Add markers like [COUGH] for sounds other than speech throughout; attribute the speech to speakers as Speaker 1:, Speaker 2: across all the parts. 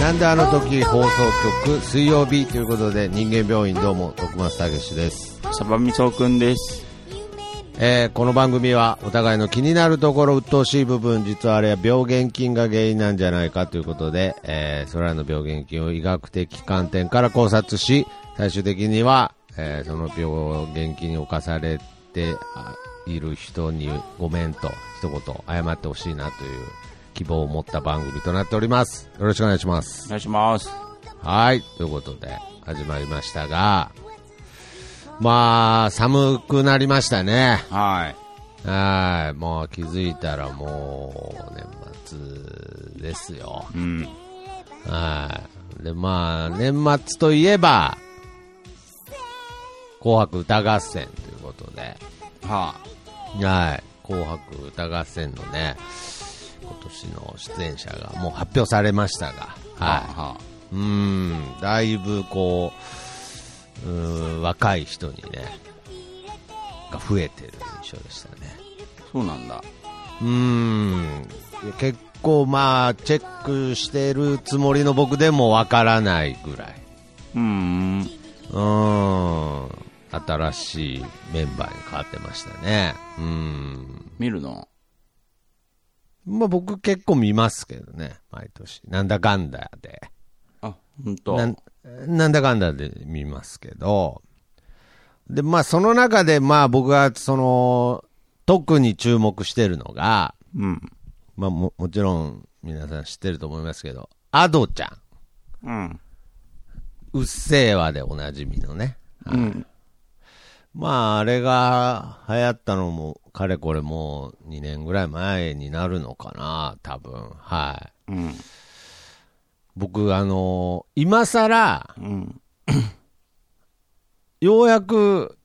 Speaker 1: なんであの時放送局水曜日ということで人間病院どうも徳松たけしです、
Speaker 2: サバミソウくんです。
Speaker 1: えーこの番組はお互いの気になるところ鬱陶しい部分実はあれは病原菌が原因なんじゃないかということで、えーそれらの病原菌を医学的観点から考察し最終的には、えーその病原菌に侵されてあいる人にごめんと一言謝ってほしいなという希望を持った番組となっておりますよろしくお願いします
Speaker 2: お願いします。
Speaker 1: はい、ということで始まりましたが、まあ、寒くなりましたね。
Speaker 2: は
Speaker 1: はい、もう気づいたらもう年末ですよ。
Speaker 2: い。うん。
Speaker 1: はい。で、まあ、年末といえば、紅白歌合戦ということで、
Speaker 2: は
Speaker 1: はい、紅白歌合戦のね、今年の出演者がもう発表されましたが、
Speaker 2: あ。
Speaker 1: はい。
Speaker 2: は
Speaker 1: うーん、だいぶこう、うーん、若い人にね、が増えてる印象でしたね。
Speaker 2: あ。そうなんだ。
Speaker 1: うーん、いや結構まあ、チェックしてるつもりの僕でもわからないぐらい。
Speaker 2: うーん。
Speaker 1: うーん、新しいメンバーに変わってましたね。うーん。
Speaker 2: 見るの
Speaker 1: まあ僕結構見ますけどね、毎年。なんだかんだで。
Speaker 2: あ、ほんと。
Speaker 1: なんなんだかんだで見ますけど、で、まあ、その中で、まあ、僕が、その、特に注目してるのが、
Speaker 2: うん。
Speaker 1: まあ、も、もちろん、皆さん知ってると思いますけど、アドちゃん。
Speaker 2: うん。
Speaker 1: うっせぇわでおなじみのね。
Speaker 2: うん。
Speaker 1: まあ、あれが流行ったのも、かれこれもう2年ぐらい前になるのかな、多分。はい。
Speaker 2: うん。
Speaker 1: 僕、あの今更、
Speaker 2: うん。
Speaker 1: ようやく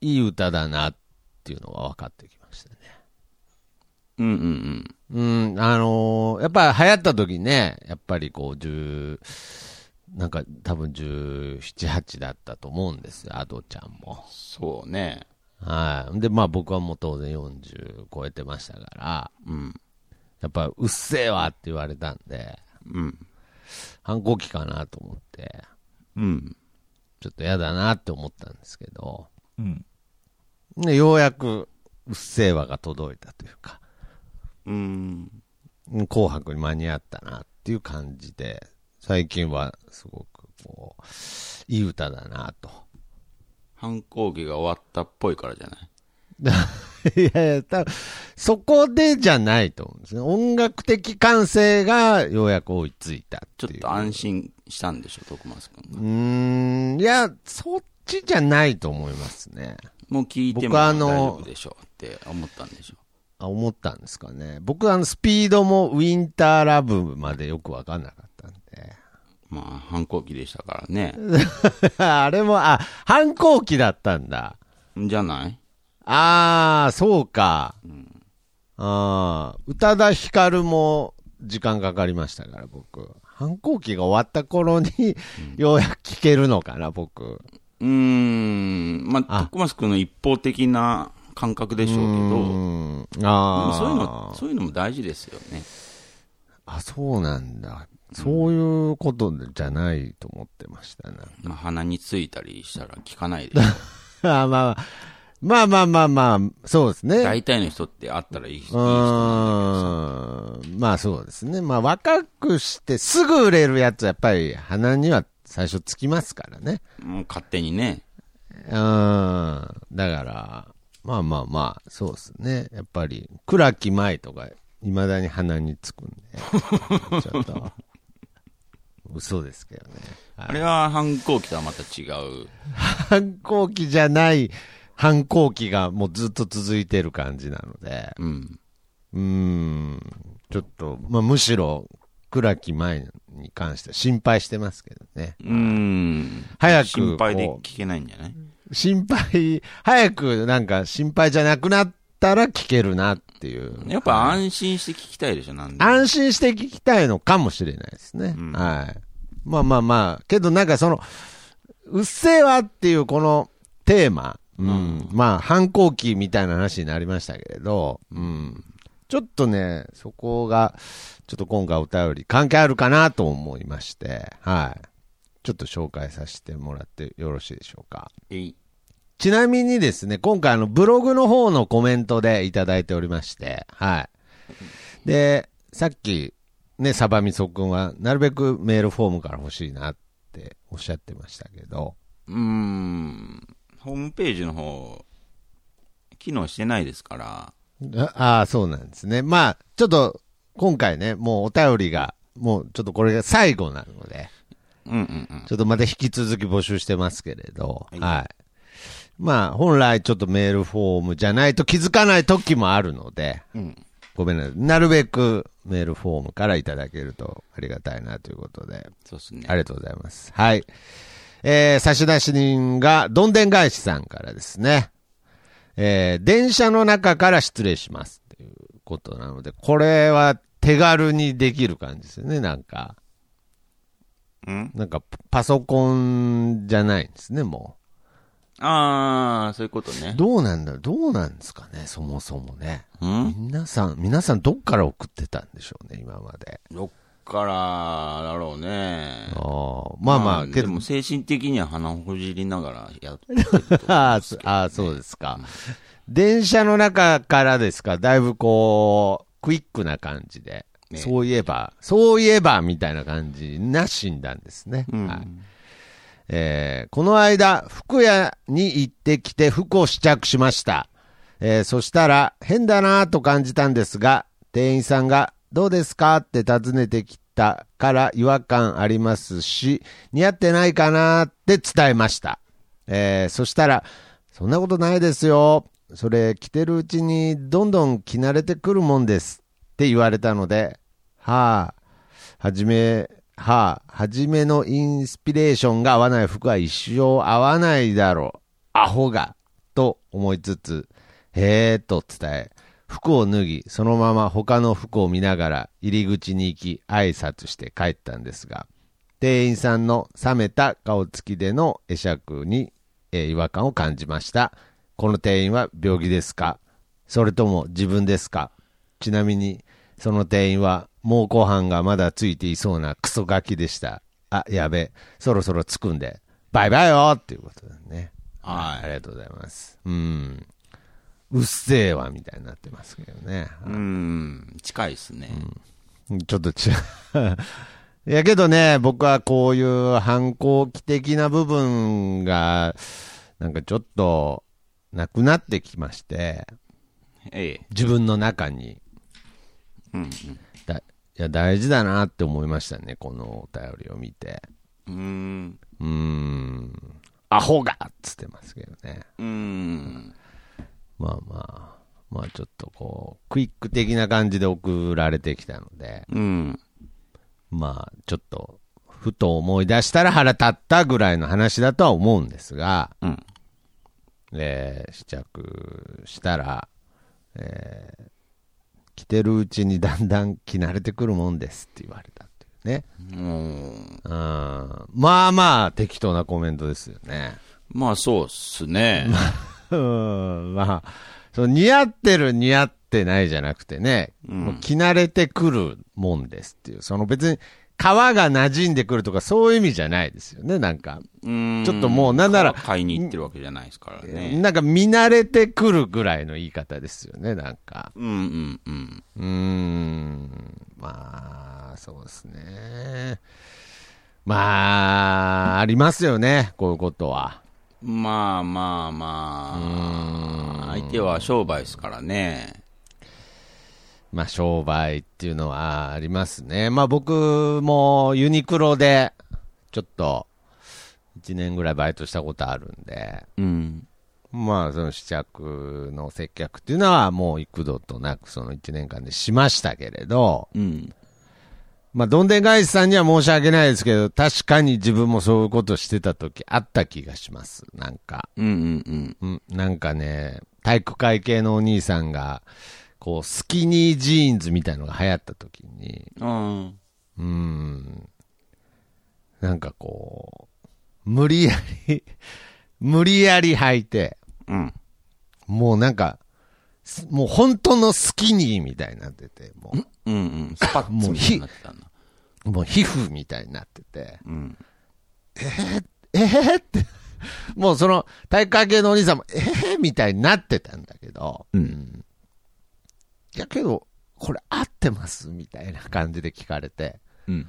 Speaker 1: いい歌だなっていうのが分かってきましたね。
Speaker 2: うん。うん。
Speaker 1: うん、あのーやっぱ流行った時ね、やっぱりこう、十、なんか多分17、8だったと思うんですよ、アドちゃんも。
Speaker 2: そうね。
Speaker 1: はい。で、まあ僕はもう当然40超えてましたから、
Speaker 2: うん。
Speaker 1: やっぱうっせえわって言われたんで、
Speaker 2: うん。
Speaker 1: 反抗期かなと思って、
Speaker 2: うん。
Speaker 1: ちょっと嫌だなって思ったんですけど、でようやくうっせえわが届いたというか、
Speaker 2: うん。
Speaker 1: うん紅白に間に合ったなっていう感じで、最近はすごくこう、いい歌だなと。 [LAUGHS]
Speaker 2: 反抗期が終わったっぽいからじゃない
Speaker 1: いやいや、多分そこでじゃないと思うんですね。音楽的感性がようやく追いついた
Speaker 2: ちょ
Speaker 1: って
Speaker 2: っ
Speaker 1: いう。
Speaker 2: と安心したんでしょ、徳松くんが
Speaker 1: う。ーん、いや、そっちじゃないと思いますね。
Speaker 2: もう聞いても
Speaker 1: 僕はあ
Speaker 2: 大
Speaker 1: の
Speaker 2: 丈夫でしょうって思ったんでしょ。
Speaker 1: あ思ったんですかね。僕、あの、スピードもウィンターラブまでよくわかんなかったんで。
Speaker 2: まあ、反抗期でしたからね。
Speaker 1: [LAUGHS] あれも、あ、反抗期だったんだ。
Speaker 2: じゃない
Speaker 1: ああ、そうか。ああ、宇多田ヒカルも時間かかりましたから、僕。反抗期が終わった頃に、ようやく聞けるのかな、僕。
Speaker 2: うーん、まあ、
Speaker 1: あ
Speaker 2: 徳松君の一方的な感覚でしょうけど、で
Speaker 1: うん。
Speaker 2: も
Speaker 1: ああ。
Speaker 2: そういうの、そういうのも大事ですよね。
Speaker 1: あ、そうなんだ。そういうことじゃないと思ってましたね。
Speaker 2: まあ、鼻についたりしたら聞
Speaker 1: [LAUGHS]
Speaker 2: かないでしょ。
Speaker 1: あーまあ、まあまあまあまあ、そうですね。
Speaker 2: 大体の人って会ったらいいいい
Speaker 1: う
Speaker 2: 人なんだ
Speaker 1: ーんまあそうですね。まあ若くしてすぐ売れるやつはやっぱり鼻には最初つきますからね。
Speaker 2: けどもう勝手にね。
Speaker 1: うーん。だから、まあまあまあ、そうですね。やっぱり、暗き前とか、いまだに鼻につくんで。ちょっと。嘘ですけどね。
Speaker 2: あれは反抗期とはまた違う。
Speaker 1: 反抗期じゃない反抗期がもうずっと続いてる感じなので。
Speaker 2: うん。
Speaker 1: うーん、ちょっと、まあ、むしろ、倉木前に関しては心配してますけどね。
Speaker 2: うーん。
Speaker 1: 早く
Speaker 2: 心配で
Speaker 1: こう
Speaker 2: 聞けないんじゃない
Speaker 1: 心配、早くなんか心配じゃなくなったら聞けるなっていう。
Speaker 2: やっぱ安心して聞きたいでしょ、なんで。
Speaker 1: 安心して聞きたいのかもしれないですね。
Speaker 2: うん
Speaker 1: はい。まあまあまあ、けどなんかその、うっせぇわっていうこのテーマ、うん、まあ反抗期みたいな話になりましたけれど、うん、ちょっとね、そこが、ちょっと今回お便り関係あるかなと思いまして、はい。ちょっと紹介させてもらってよろしいでしょうか。
Speaker 2: えい。
Speaker 1: ちなみにですね、今回あのブログの方のコメントでいただいておりまして、はい。で、さっき、ね、サバミソ君は、なるべくメールフォームから欲しいなっておっしゃってましたけど、
Speaker 2: うーん。ホームページの方、機能してないですから、
Speaker 1: ああー、そうなんですね。まあ、ちょっと、今回ね、もうお便りが、もうちょっとこれが最後なので、
Speaker 2: うんうんうん。
Speaker 1: ちょっとまた引き続き募集してますけれど、は。
Speaker 2: はいい
Speaker 1: まあ、本来ちょっとメールフォームじゃないと気づかない時もあるので、
Speaker 2: うん。
Speaker 1: ごめんなさい。なるべくメールフォームからいただけるとありがたいなということで、
Speaker 2: そうっすね。
Speaker 1: ありがとうございます。はい。えー、差出人が、どんでん返しさんからですね。えー、電車の中から失礼しますっていうことなので、これは手軽にできる感じですよね、なんか。
Speaker 2: うん
Speaker 1: なんか、パソコンじゃないんですね、も
Speaker 2: あー、そういうこと
Speaker 1: う。
Speaker 2: ね。
Speaker 1: どうなんだろうどうなんですかね、そもそもね。
Speaker 2: うん
Speaker 1: 皆さん、皆さんどっから送ってたんでしょうね、今まで。
Speaker 2: どっからだろうね。
Speaker 1: ああ、まあまあ、け
Speaker 2: で
Speaker 1: ど
Speaker 2: も、精神的には鼻をほじりながらやっ
Speaker 1: [LAUGHS] ああそああ、そうですか。電車の中からですか、だいぶこう、クイックな感じで、
Speaker 2: ね
Speaker 1: そういえば、そういえば、みたいな感じな診断ですね。はいえーこの間、服屋に行ってきて服を試着しました。えーそしたら、変だなぁと感じたんですが、店員さんが、どうですかって尋ねてきたから違和感ありますし、似合ってないかなって伝えました。えーそしたら、そんなことないですよ。それ着てるうちにどんどん着慣れてくるもんですって言われたので、はあ、はじめ、はあ、はじめのインスピレーションが合わない服は一生合わないだろう。アホが。と思いつつ、へえと伝え、服を脱ぎ、そのまま他の服を見ながら入り口に行き、挨拶して帰ったんですが、店員さんの冷めた顔つきでの会釈に、えー違和感を感じました。この店員は病気ですかそれとも自分ですかちなみに、その店員は猛虎犯がまだついていそうなクソガキでした。あ、やべえ、そろそろ着くんで、バイバイよっていうことだね。
Speaker 2: はい
Speaker 1: ありがとうございます。うん。うっせえわ、みたいになってますけどね。
Speaker 2: うん、近いですね。
Speaker 1: ちょ [LAUGHS] っと違う。いやけどね、僕はこういう反抗期的な部分が、なんかちょっと、なくなってきまして、
Speaker 2: ええ。
Speaker 1: 自分の中に。
Speaker 2: うんうん
Speaker 1: だいや、大事だなって思いましたね、このお便りを見て。
Speaker 2: うーん。
Speaker 1: うーん、アホがっつってますけどね。
Speaker 2: うーん。
Speaker 1: まあまあ、まあちょっとこう、クイック的な感じで送られてきたので、
Speaker 2: うん。
Speaker 1: まあ、ちょっと、ふと思い出したら腹立ったぐらいの話だとは思うんですが、
Speaker 2: うん。
Speaker 1: えー試着したら、えー着てるうちにだんだん着慣れてくるもんですって言われたっていうね。
Speaker 2: うん
Speaker 1: うんまあまあ、適当なコメントですよね。
Speaker 2: まあ、そうっすね。
Speaker 1: [LAUGHS] うん、まあ、その似合ってる似合ってないじゃなくてね、もう着慣れてくるもんですっていう、その別に皮が馴染んでくるとかそういう意味じゃないですよね、なんか。
Speaker 2: うん
Speaker 1: ちょっともうなんなら
Speaker 2: 買いに行ってるわけじゃないですからね。
Speaker 1: なんか見慣れてくるぐらいの言い方ですよね、なんか。
Speaker 2: うんうんうん。
Speaker 1: うーん、まあ、そうですね。まあ、ありますよね、 [LAUGHS] こういうことは。
Speaker 2: まあまあまあ、相手は商売ですからね。
Speaker 1: まあ、商売っていうのはありますね。まあ、僕もユニクロで、ちょっと、1年ぐらいバイトしたことあるんで、
Speaker 2: うん。
Speaker 1: まあ、その試着の接客っていうのは、もう幾度となく、その1年間でしましたけれど、
Speaker 2: うん。
Speaker 1: まあ、どんでん返しさんには申し訳ないですけど、確かに自分もそういうことしてた時あった気がします。なんか、
Speaker 2: うんうんうん。
Speaker 1: うん、なんかね、体育会系のお兄さんが、こう、スキニージーンズみたいのが流行った時に、
Speaker 2: あ
Speaker 1: うーん。なんかこう、無理や [LAUGHS] り、無理やり履いて、
Speaker 2: あ。うん。
Speaker 1: もうなんか、すもう本当のスキニーみたいになってて、も
Speaker 2: うんうん。スパッツみたいになってたな。
Speaker 1: う、もう皮膚みたいになってて、
Speaker 2: うん。
Speaker 1: えー、って、もうその体育会系のお兄さんも、えー、みたいになってたんだけど、
Speaker 2: うん
Speaker 1: いやけど、これ合ってますみたいな感じで聞かれて、
Speaker 2: うん。
Speaker 1: い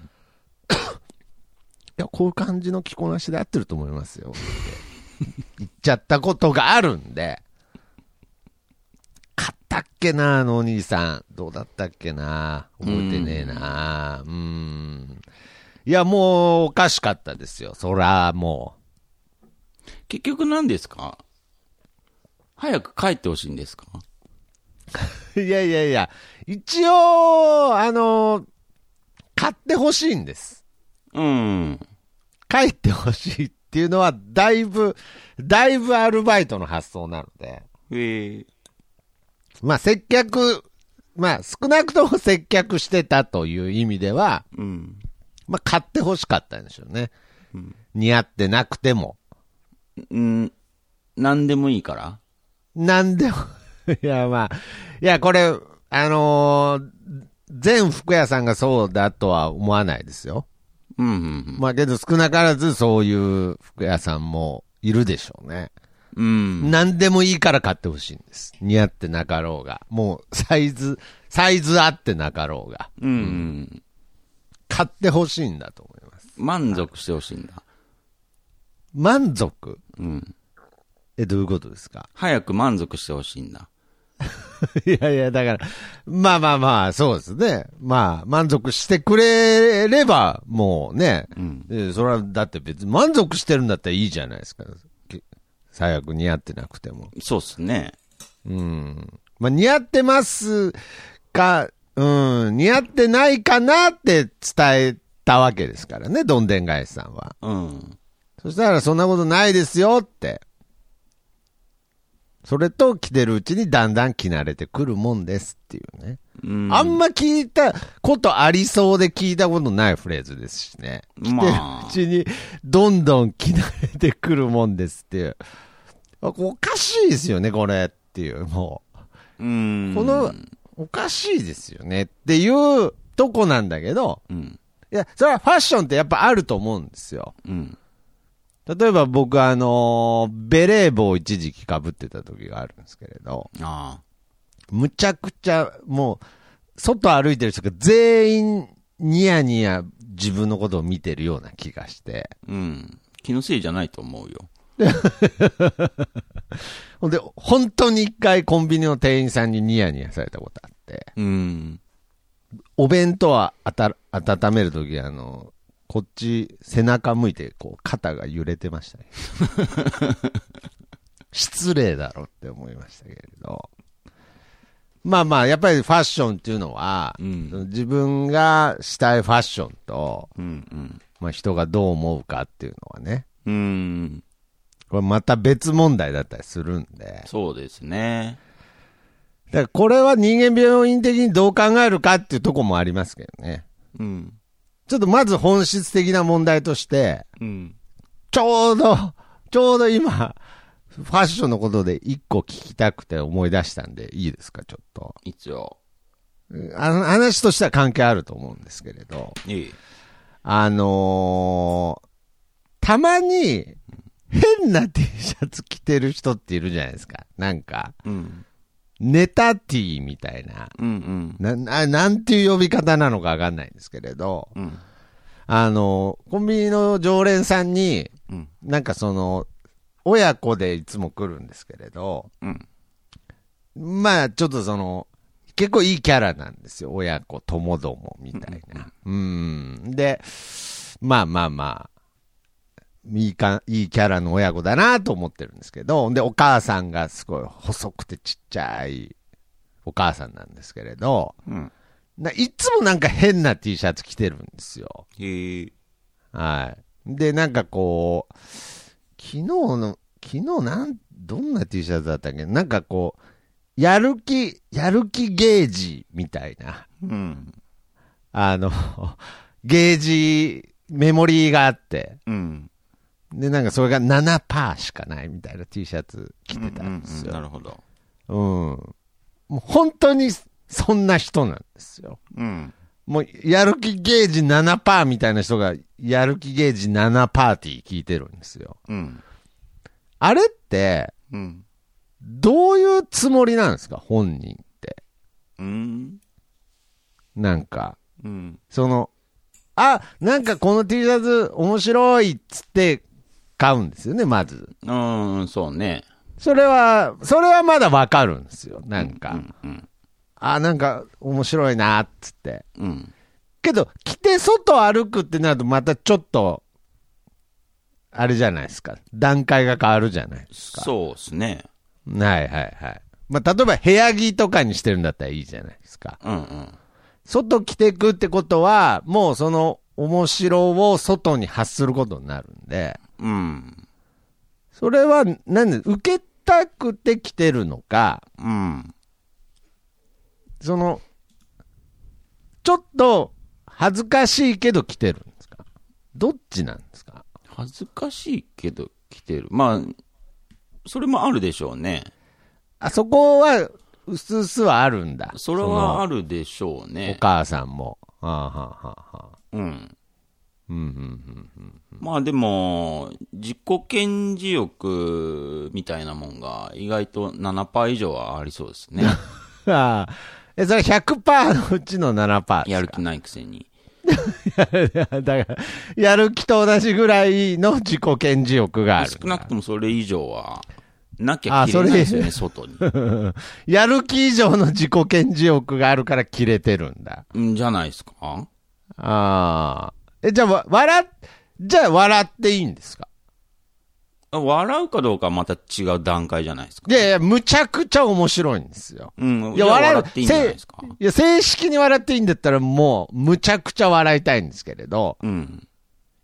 Speaker 1: や、こういう感じの着こなしで合ってると思いますよ。って言っちゃったことがあるんで、買ったっけな、あのお兄さん。どうだったっけな。覚えてねえな。うん。いや、もう、おかしかったですよ。そら、も
Speaker 2: 結局何ですか早く帰ってほしいんですか
Speaker 1: う。 [LAUGHS] いやいやいや、一応、あの、買ってほしいんです。
Speaker 2: うん。
Speaker 1: 書いてほしいっていうのは、だいぶ、だいぶアルバイトの発想なので。
Speaker 2: ええ
Speaker 1: まあ、接客、まあ、少なくとも接客してたという意味では、
Speaker 2: うん。
Speaker 1: まあ、買ってほしかったんでしょうね。似合ってなくても。
Speaker 2: うん。何でもいいから
Speaker 1: なんでも、 [LAUGHS] いや、まあ、いや、これ、あのー全服屋さんがそうだとは思わないですよ。
Speaker 2: うんうん
Speaker 1: まあ、けど少なからずそういう服屋さんもいるでしょうね。
Speaker 2: うん。うん。
Speaker 1: 何でもいいから買ってほしいんです。似合ってなかろうが。もう、サイズ、サイズ合ってなかろうが。
Speaker 2: うんうん。
Speaker 1: 買ってほしいんだと思います。
Speaker 2: 満足してほしいんだ。
Speaker 1: 満足
Speaker 2: うん。
Speaker 1: え、どういうことですか
Speaker 2: 早く満足してほしいんだ。
Speaker 1: [LAUGHS] いやいや、だから、まあまあまあ、そうですね。まあ、満足してくれれば、もうね、
Speaker 2: うん。
Speaker 1: えーそれは、だって別に満足してるんだったらいいじゃないですか。け最悪似合ってなくても。
Speaker 2: そうっすね。
Speaker 1: うん。まあ、似合ってますか、うん、似合ってないかなって伝えたわけですからね、どんでん返しさんは。
Speaker 2: うん。
Speaker 1: そしたらそんなことないですよって。それと着てるうちにだんだん着慣れてくるもんですっていうね。
Speaker 2: うん。
Speaker 1: あんま聞いたことありそうで聞いたことないフレーズですしね。
Speaker 2: まあ
Speaker 1: 着てるうちにどんどん着慣れてくるもんですっていう。あおかしいですよね、これっていう。も
Speaker 2: うん。
Speaker 1: う、この、おかしいですよねっていうとこなんだけど、
Speaker 2: うん。
Speaker 1: いや、それはファッションってやっぱあると思うんですよ。
Speaker 2: うん。
Speaker 1: 例えば僕あのーベレー帽を一時期かぶってた時があるんですけれど、
Speaker 2: ああ。
Speaker 1: むちゃくちゃもう、外歩いてる人が全員ニヤニヤ自分のことを見てるような気がして、
Speaker 2: うん。気のせいじゃないと思うよ。
Speaker 1: ほんで、本当に一回コンビニの店員さんにニヤニヤされたことあって、
Speaker 2: うん。
Speaker 1: お弁当はあた温めるとき、あの、こっち、背中向いて、こう、肩が揺れてました
Speaker 2: [LAUGHS]
Speaker 1: ね。失礼だろって思いましたけれど。まあまあ、やっぱりファッションっていうのは、
Speaker 2: うん
Speaker 1: 自分がしたいファッションと、
Speaker 2: うん。
Speaker 1: まあ人がどう思うかっていうのはね、
Speaker 2: うん。うん。
Speaker 1: これまた別問題だったりするんで、
Speaker 2: そうですね。
Speaker 1: だからこれは人間病院的にどう考えるかっていうとこもありますけどね。
Speaker 2: うん。
Speaker 1: ちょっとまず本質的な問題として、
Speaker 2: うん。
Speaker 1: ちょうど、ちょうど今、ファッションのことで一個聞きたくて思い出したんで、いいですか、ちょっと。
Speaker 2: 一応。
Speaker 1: あの話としては関係あると思うんですけれど、
Speaker 2: いい。
Speaker 1: あのーたまに変な T シャツ着てる人っているじゃないですか。なんか、
Speaker 2: うん。
Speaker 1: ネタ T みたいな。
Speaker 2: うん
Speaker 1: な、ななんていう呼び方なのかわかんないんですけれど、
Speaker 2: うん。うん。
Speaker 1: あのーコンビニの常連さんに、
Speaker 2: うん。
Speaker 1: なんかその、親子でいつも来るんですけれど、
Speaker 2: うん。
Speaker 1: まあちょっとその、結構いいキャラなんですよ。親子、ともどもみたいな。うん。で、まあまあまあ、いいか、いいキャラの親子だなと思ってるんですけど、で、お母さんがすごい細くてちっちゃいお母さんなんですけれど、
Speaker 2: うん。
Speaker 1: ないつもなんか変な T シャツ着てるんですよ。
Speaker 2: へえ。
Speaker 1: はい。で、なんかこう、昨日の、昨日なん、どんな T シャツだったっけなんかこう、やる気、やる気ゲージみたいな、
Speaker 2: うん。
Speaker 1: あの、 [LAUGHS] ゲージ、メモリーがあって、
Speaker 2: うん。
Speaker 1: で、なんかそれが7%しかないみたいな T シャツ着てたんです
Speaker 2: な
Speaker 1: よ。
Speaker 2: るほど。
Speaker 1: うんもう本当にそんな人なんですよ。
Speaker 2: うん。
Speaker 1: もう、やる気ゲージ7%みたいな人が、やる気ゲージ7パーティー聞いてるんですよ。
Speaker 2: うん。
Speaker 1: あれって、
Speaker 2: うん。
Speaker 1: どういうつもりなんですか本人って。
Speaker 2: うん。
Speaker 1: なんか、
Speaker 2: うん。
Speaker 1: その、あ、なんかこの T シャツ面白いっつって買うんですよね、まず。
Speaker 2: うん、そうね。
Speaker 1: それは、それはまだわかるんですよ、なんか。
Speaker 2: うん。うん。
Speaker 1: あ、なんか面白いなっつって。
Speaker 2: うん。
Speaker 1: けど、着て外歩くってなるとまたちょっと、あれじゃないですか。段階が変わるじゃないですか。
Speaker 2: そうですね。
Speaker 1: はいはいはい。まあ、例えば部屋着とかにしてるんだったらいいじゃないですか。
Speaker 2: うんうん。
Speaker 1: 外着てくってことは、もうその面白を外に発することになるんで、
Speaker 2: うん。
Speaker 1: それは、なんで、受けたくて着てるのか、
Speaker 2: うん。
Speaker 1: その、ちょっと恥ずかしいけど着てるんですかどっちなんですか
Speaker 2: 恥ずかしいけど来てる。まあ、それもあるでしょうね。
Speaker 1: あそこは、うすうすはあるんだ。
Speaker 2: それはあ
Speaker 1: る、
Speaker 2: るでしょう
Speaker 1: お
Speaker 2: ね。
Speaker 1: 母さんも。はあ、はあはあはあ、
Speaker 2: うん。
Speaker 1: うんうんうん。
Speaker 2: まあでも、自己顕示欲みたいなもんが意外と7%以上はありそうです
Speaker 1: [LAUGHS]
Speaker 2: ね。
Speaker 1: ああえ、それ100%のうちの7%ですか。
Speaker 2: やる気ないくせに。
Speaker 1: [LAUGHS] だから、やる気と同じぐらいの自己顕示欲がある。
Speaker 2: 少なくともそれ以上は、なきゃ着れないですよね、外に。
Speaker 1: やる気以上の自己顕示欲があるから切れてるんだ。
Speaker 2: うんじゃないですか
Speaker 1: ああ。え、じゃあ、わ笑っ、じゃあ笑っていいんですか
Speaker 2: 笑うかどうかはまた違う段階じゃないですか。
Speaker 1: いやいや、むちゃくちゃ面白いんですよ。
Speaker 2: う
Speaker 1: い
Speaker 2: ん、じ
Speaker 1: や
Speaker 2: ゃあ
Speaker 1: 笑う
Speaker 2: 笑っていいんじゃないですか。
Speaker 1: いや、正式に笑っていいんだったらもう、むちゃくちゃ笑いたいんですけれど。
Speaker 2: うん。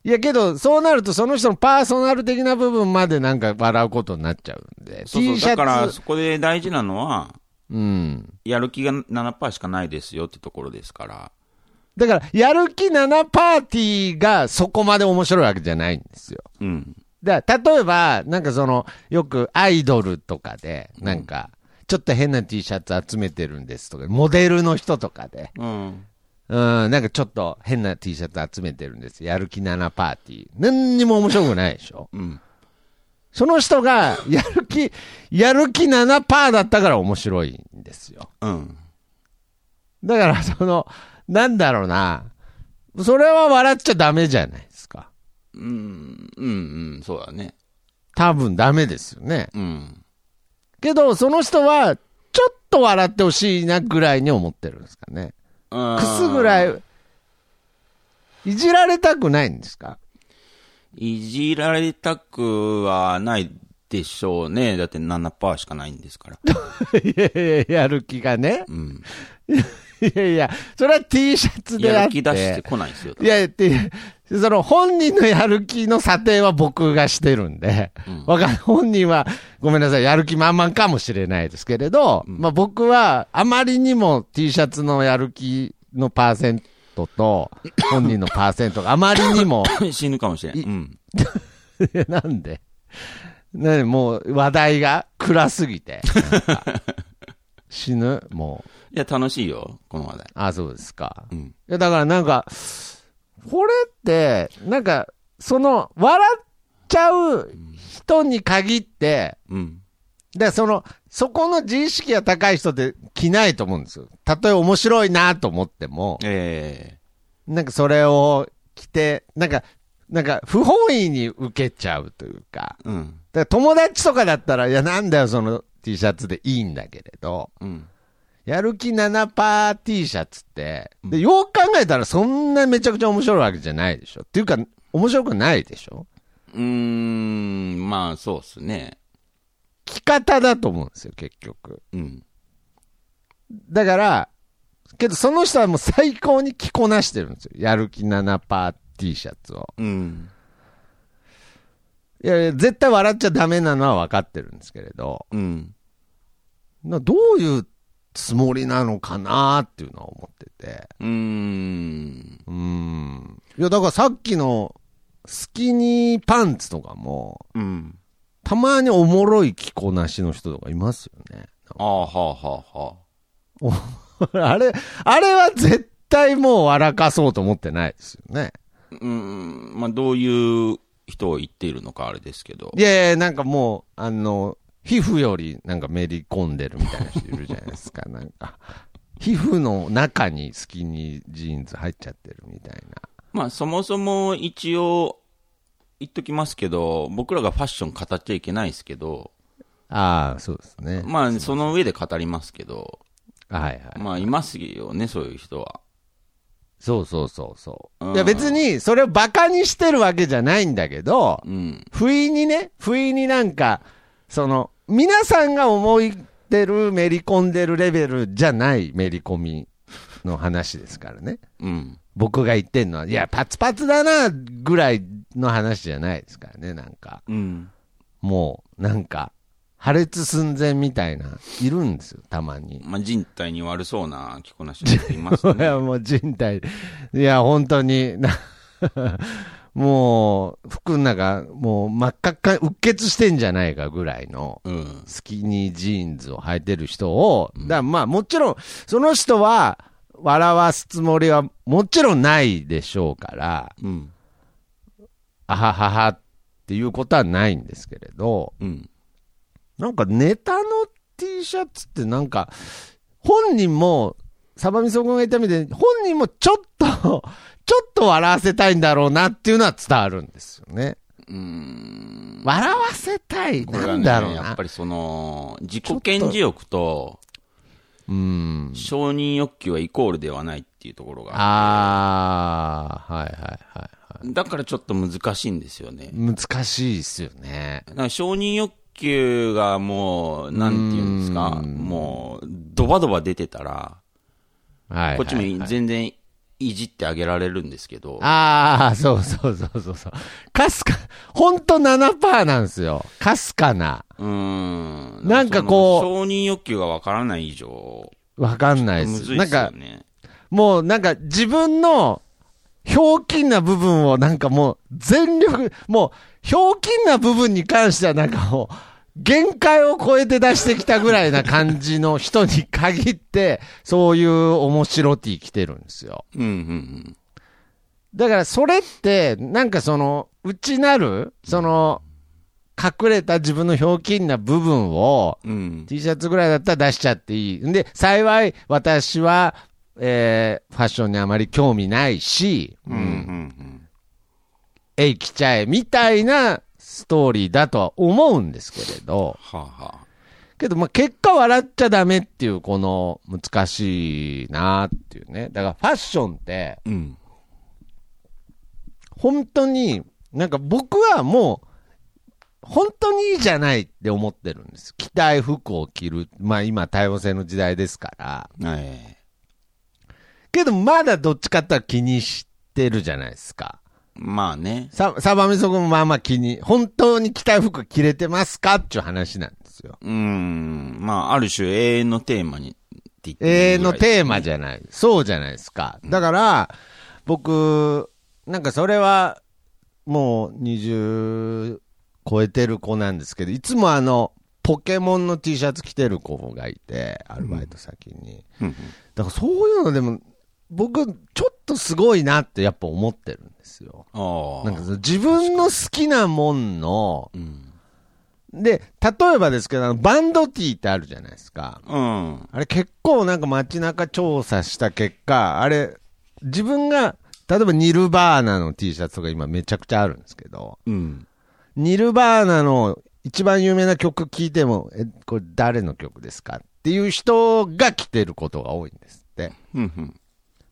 Speaker 1: いや、けど、そうなるとその人のパーソナル的な部分までなんか笑うことになっちゃうんで。
Speaker 2: そうそう
Speaker 1: T シャ
Speaker 2: だ
Speaker 1: ツ。
Speaker 2: から、そこで大事なのは、
Speaker 1: うん。
Speaker 2: やる気が7%しかないですよってところですから。
Speaker 1: だから、やる気7パーティーがそこまで面白いわけじゃないんですよ。
Speaker 2: うん。
Speaker 1: だから例えば、なんかその、よくアイドルとかで、なんか、ちょっと変な T シャツ集めてるんですとか、モデルの人とかで、
Speaker 2: うん。
Speaker 1: うん、なんかちょっと変な T シャツ集めてるんです。やる気7パーティー。何にも面白くないでしょ。
Speaker 2: うん。
Speaker 1: その人が、やる気、やる気7パーだったから面白いんですよ。
Speaker 2: うん。
Speaker 1: だから、その、なんだろうな、それは笑っちゃダメじゃないですか。
Speaker 2: うん。うん。そうだね。
Speaker 1: 多分ダメですよね。
Speaker 2: うん。
Speaker 1: けど、その人は、ちょっと笑ってほしいなぐらいに思ってるんですかね。
Speaker 2: く
Speaker 1: くすぐら
Speaker 2: い。
Speaker 1: い、いじられたくないんですか [LAUGHS]
Speaker 2: いじられたくはないでしょうね。だって7%しかないんですから。
Speaker 1: いやいや、やる気がね。 [LAUGHS]
Speaker 2: うん。
Speaker 1: いやいや、それは T シャツで
Speaker 2: や
Speaker 1: あっ
Speaker 2: る
Speaker 1: て。
Speaker 2: 気出してこないんですよ。
Speaker 1: いや、って、その本人のやる気の査定は僕がしてるんで、わかん本人はごめんなさい、やる気満々かもしれないですけれど、まあ僕はあまりにも T シャツのやる気のパーセントと、本人のパーセントがあまりに
Speaker 2: [LAUGHS]
Speaker 1: も、
Speaker 2: 死ぬかもしれん。うん。
Speaker 1: いやなんで、ね、もう話題が暗すぎて、なんか死ぬもう。
Speaker 2: いや、楽しいよ、この話題。
Speaker 1: あ、そうですか。
Speaker 2: うん
Speaker 1: いや、だからなんか、これって、なんか、その、笑っちゃう人に限って、
Speaker 2: うん。
Speaker 1: で、その、そこの自意識が高い人って着ないと思うんですよ。たとえ面白いなと思っても、
Speaker 2: え
Speaker 1: なんかそれを着て、なんか、なんか不本意に受けちゃうというか、
Speaker 2: えうん。
Speaker 1: だから友達とかだったら、いや、なんだよ、その T シャツでいいんだけれど、
Speaker 2: うん。
Speaker 1: やる気7パー T シャツって、で、よう考えたらそんなめちゃくちゃ面白いわけじゃないでしょ。っていうか、面白くないでしょ
Speaker 2: うーん、まあ、そうっすね。
Speaker 1: 着方だと思うんですよ、結局。
Speaker 2: うん。
Speaker 1: だから、けどその人はもう最高に着こなしてるんですよ。やる気7パー T シャツを。
Speaker 2: うん。
Speaker 1: いやいや、絶対笑っちゃダメなのは分かってるんですけれど、
Speaker 2: うん。
Speaker 1: などういうつもりなのかなっていうのは思ってて。
Speaker 2: うーん。
Speaker 1: うーん。いや、だからさっきのスキニーパンツとかも、
Speaker 2: うん。
Speaker 1: たまにおもろい着こなしの人とかいますよね。
Speaker 2: ああ、はあ、はあ、はあ。
Speaker 1: お [LAUGHS] あれ、あれは絶対もう笑かそうと思ってないですよね。
Speaker 2: うん、まあ、どういう人を言っているのかあれですけど
Speaker 1: い。やいや、なんかもう、あの、皮膚よりなんかめり込んでるみたいな人いるじゃないですか、なんか。皮膚の中にスキニージーンズ入っちゃってるみたいな。
Speaker 2: まあ、そもそも一応、言っときますけど、僕らがファッション語っちゃいけないですけど、
Speaker 1: ああ、そうですね。
Speaker 2: まあ、その上で語りますけど、
Speaker 1: はいはい。
Speaker 2: まあ、いますよね、そういう人は。
Speaker 1: そうそうそうそう。
Speaker 2: うん
Speaker 1: いや別に、それをバカにしてるわけじゃないんだけど、
Speaker 2: うん。
Speaker 1: 不意にね、不意になんか、その、皆さんが思ってる、めり込んでるレベルじゃないめり込みの話ですからね。
Speaker 2: うん。
Speaker 1: 僕が言ってんのは、いや、パツパツだな、ぐらいの話じゃないですからね、なんか。
Speaker 2: うん。
Speaker 1: もう、なんか、破裂寸前みたいな、いるんですよ、たまに。
Speaker 2: まあ、人体に悪そうな着こなしの人いま
Speaker 1: [LAUGHS]
Speaker 2: す
Speaker 1: い
Speaker 2: ね。
Speaker 1: や、もう人体、いや、本当に、なもう、服の中、もう真っ赤っか、うっ血してんじゃないかぐらいの、
Speaker 2: うん。
Speaker 1: スキニージーンズを履いてる人を、だからまあもちろん、その人は、笑わすつもりはもちろんないでしょうから、
Speaker 2: うん。
Speaker 1: あはははっていうことはないんですけれど、
Speaker 2: うん。
Speaker 1: なんかネタの T シャツってなんか、本人も、サバミソ君が言ったみたいに、本人もちょっと、 [LAUGHS] ちょっと笑わせたいんだろうなっていうのは伝わるんですよね。
Speaker 2: うん。
Speaker 1: 笑わせたい、
Speaker 2: これ
Speaker 1: な
Speaker 2: は
Speaker 1: ん
Speaker 2: ね、
Speaker 1: だろう
Speaker 2: や
Speaker 1: な
Speaker 2: っぱ。りその、自己顕示欲と
Speaker 1: うん。
Speaker 2: 承認欲求はイコールではないっていうところが、
Speaker 1: あー、はいはいはいは
Speaker 2: だからちょっと難しいんですよね。
Speaker 1: い。難しいですよね。
Speaker 2: なんか承認欲求がもう、なんていうんですか、もう、ドバドバ出てたら、
Speaker 1: はい、はい。
Speaker 2: こっちも全然いじってあげられるんですけど、
Speaker 1: ああ、そうそうそうそうそう。かすか、ほんと7%なんですよ。かすかな。
Speaker 2: うーん。
Speaker 1: なんかこう
Speaker 2: その承認欲求がわからない以上、
Speaker 1: わかんない
Speaker 2: む
Speaker 1: で
Speaker 2: ず
Speaker 1: す。
Speaker 2: い
Speaker 1: な
Speaker 2: で
Speaker 1: ん
Speaker 2: すよ
Speaker 1: か、
Speaker 2: ね。
Speaker 1: もうなんか自分の、ひょうきんな部分をなんかもう全力、もうひょうきんな部分に関してはなんかもう限界を超えて出してきたぐらいな感じの人に限って、そういう面白 T 来てるんですよ。
Speaker 2: うんうん
Speaker 1: だからそれって、なんかその、内なる、その、隠れた自分のひょうきんな部分を、
Speaker 2: うん。うん。
Speaker 1: T シャツぐらいだったら出しちゃっていい。んで、幸い私は、えーファッションにあまり興味ないし、
Speaker 2: うんうんうん。
Speaker 1: えいきちゃえ、みたいなストーリーだとは思うんですけれど、
Speaker 2: はあはあ。
Speaker 1: けど、まあ、結果笑っちゃダメっていう、この、難しいなっていうね。だからファッションって、
Speaker 2: うん。
Speaker 1: 本当に、なんか僕はもう、本当にいいじゃないって思ってるんです。着たい服を着る。まあ今多様性の時代ですから。
Speaker 2: ええ
Speaker 1: けどまだどっちかって言ったら気にしてるじゃないですか。
Speaker 2: まあね。
Speaker 1: さ、サバミソ君もまあまあ気に、本当に着たい服着れてますかっていう話なんですよ。
Speaker 2: うーん。まあ、ある種永遠のテーマにって言ってもいいぐらい
Speaker 1: 永遠のテーマじゃない。そうじゃないですか。だから、僕、なんかそれは、もう20超えてる子なんですけど、いつもあの、ポケモンの T シャツ着てる子がいて、アルバイト先に。
Speaker 2: うんうん
Speaker 1: だからそういうのでも、僕、ちょっとすごいなってやっぱ思ってるんですよ。
Speaker 2: ああ。
Speaker 1: なんかその自分の好きなもんの、
Speaker 2: うん。
Speaker 1: で、例えばですけど、あのバンド T ってあるじゃないですか。
Speaker 2: うん。
Speaker 1: あれ結構なんか街中調査した結果、あれ、自分が、例えばニルバーナの T シャツとか今めちゃくちゃあるんですけど、
Speaker 2: うん。
Speaker 1: ニルバーナの一番有名な曲聴いても、え、これ誰の曲ですかっていう人が着てることが多いんですって。
Speaker 2: うん。うん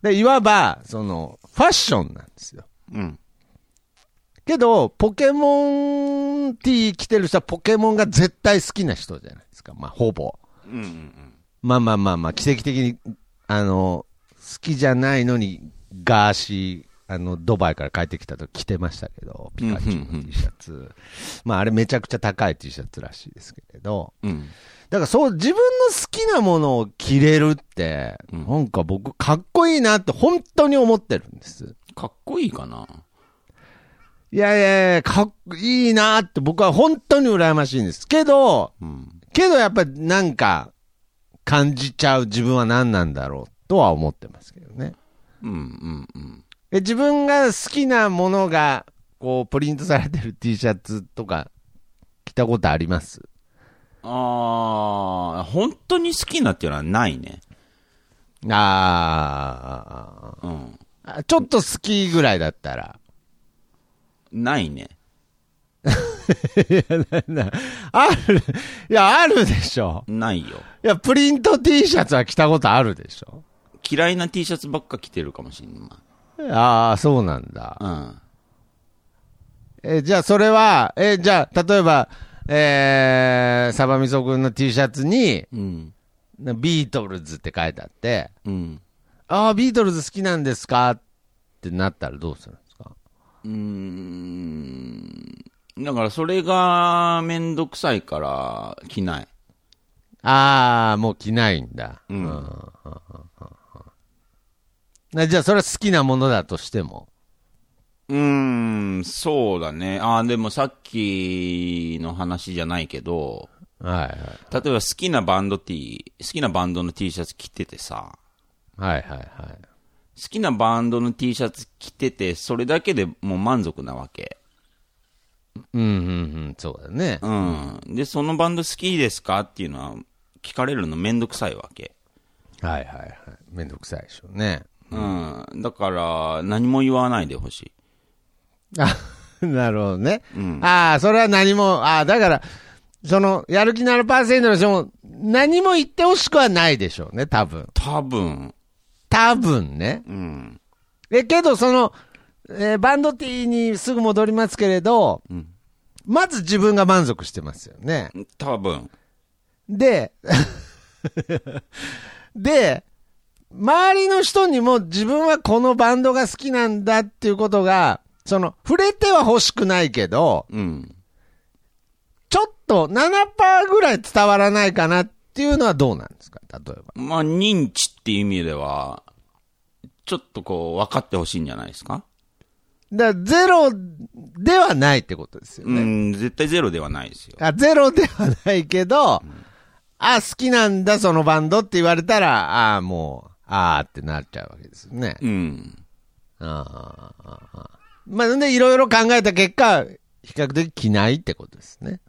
Speaker 1: で、いわば、その、ファッションなんですよ。
Speaker 2: うん。
Speaker 1: けど、ポケモン T 着てる人はポケモンが絶対好きな人じゃないですか。まあ、ほぼ。
Speaker 2: うんうん。
Speaker 1: まあまあまあまあ、奇跡的に、あの、好きじゃないのに、ガーシー、あの、ドバイから帰ってきたと着てましたけど、ピカチュウの T シャツ。まああれめちゃくちゃ高い T シャツらしいですけれど。
Speaker 2: うん。
Speaker 1: だからそう、自分の好きなものを着れるって、
Speaker 2: うん
Speaker 1: なんか僕かっこいいなって本当に思ってるんです。
Speaker 2: かっこいいかな。
Speaker 1: いやいやいや、かっこいいなって僕は本当に羨ましいんですけど、
Speaker 2: うん。
Speaker 1: けどやっぱなんか、感じちゃう自分は何なんだろうとは思ってますけどね。
Speaker 2: うんうんうん。
Speaker 1: え自分が好きなものが、こう、プリントされてる T シャツとか、着たことあります
Speaker 2: ああ、本当に好きなっていうのはないね。
Speaker 1: あ
Speaker 2: うん。
Speaker 1: ーあ、ちょっと好きぐらいだったら。 [LAUGHS]
Speaker 2: ないね。
Speaker 1: ある、いや、あるでしょ。
Speaker 2: ないよ。
Speaker 1: いや、プリント T シャツは着たことあるでしょ。
Speaker 2: 嫌いな T シャツばっか着てるかもしれない。
Speaker 1: ああ、そうなんだ。
Speaker 2: うん。
Speaker 1: えじゃあ、それは、えじゃあ、例えば、えー、サバミソ君の T シャツに、
Speaker 2: うん。
Speaker 1: なビートルズって書いてあって、
Speaker 2: うん。
Speaker 1: ああ、ビートルズ好きなんですかってなったらどうするんですか
Speaker 2: うーん。だからそれがめんどくさいから着ない。
Speaker 1: ああ、もう着ないんだ。
Speaker 2: うん
Speaker 1: うんなじゃあ、それは好きなものだとしても。
Speaker 2: うーん、そうだね。ああ、でもさっきの話じゃないけど、
Speaker 1: はい
Speaker 2: 例えば好きなバンド T、好きなバンドの T シャツ着ててさ、
Speaker 1: はい。はいはいはい。
Speaker 2: 好きなバンドの T シャツ着てて、それだけでもう満足なわけ。
Speaker 1: うんうんうん、そうだね。
Speaker 2: うん。で、そのバンド好きですかっていうのは、聞かれるのめんどくさいわけ。
Speaker 1: はいはいはい。めんどくさいでしょうね。
Speaker 2: うん。だから、何も言わないでほしい。
Speaker 1: あ、 [LAUGHS] なるほどね。ああ、それは何も、ああ、だから、その、やる気7%の人も、何も言ってほしくはないでしょうね、多分。
Speaker 2: 多分、
Speaker 1: 多分ね。
Speaker 2: うん。
Speaker 1: え、けど、その、えーバンド T にすぐ戻りますけれど、
Speaker 2: うん
Speaker 1: まず自分が満足してますよね。
Speaker 2: 多分。
Speaker 1: で、 [LAUGHS] で、周りの人にも自分はこのバンドが好きなんだっていうことが、その、触れては欲しくないけど、
Speaker 2: うん。
Speaker 1: ちょっと7%ぐらい伝わらないかなっていうのはどうなんですか例えば。
Speaker 2: まあ、認知っていう意味では、ちょっとこう、分かってほしいんじゃないですか、
Speaker 1: だからゼロではないってことですよ
Speaker 2: う
Speaker 1: ね。
Speaker 2: ん、絶対ゼロではないですよ。
Speaker 1: あゼロではないけど、あ、好きなんだ、そのバンドって言われたら、あもう、あーってなっちゃうわけですよね。
Speaker 2: うん。
Speaker 1: あーあーあーまあ、で、いろいろ考えた結果、比較的着ないってことですね。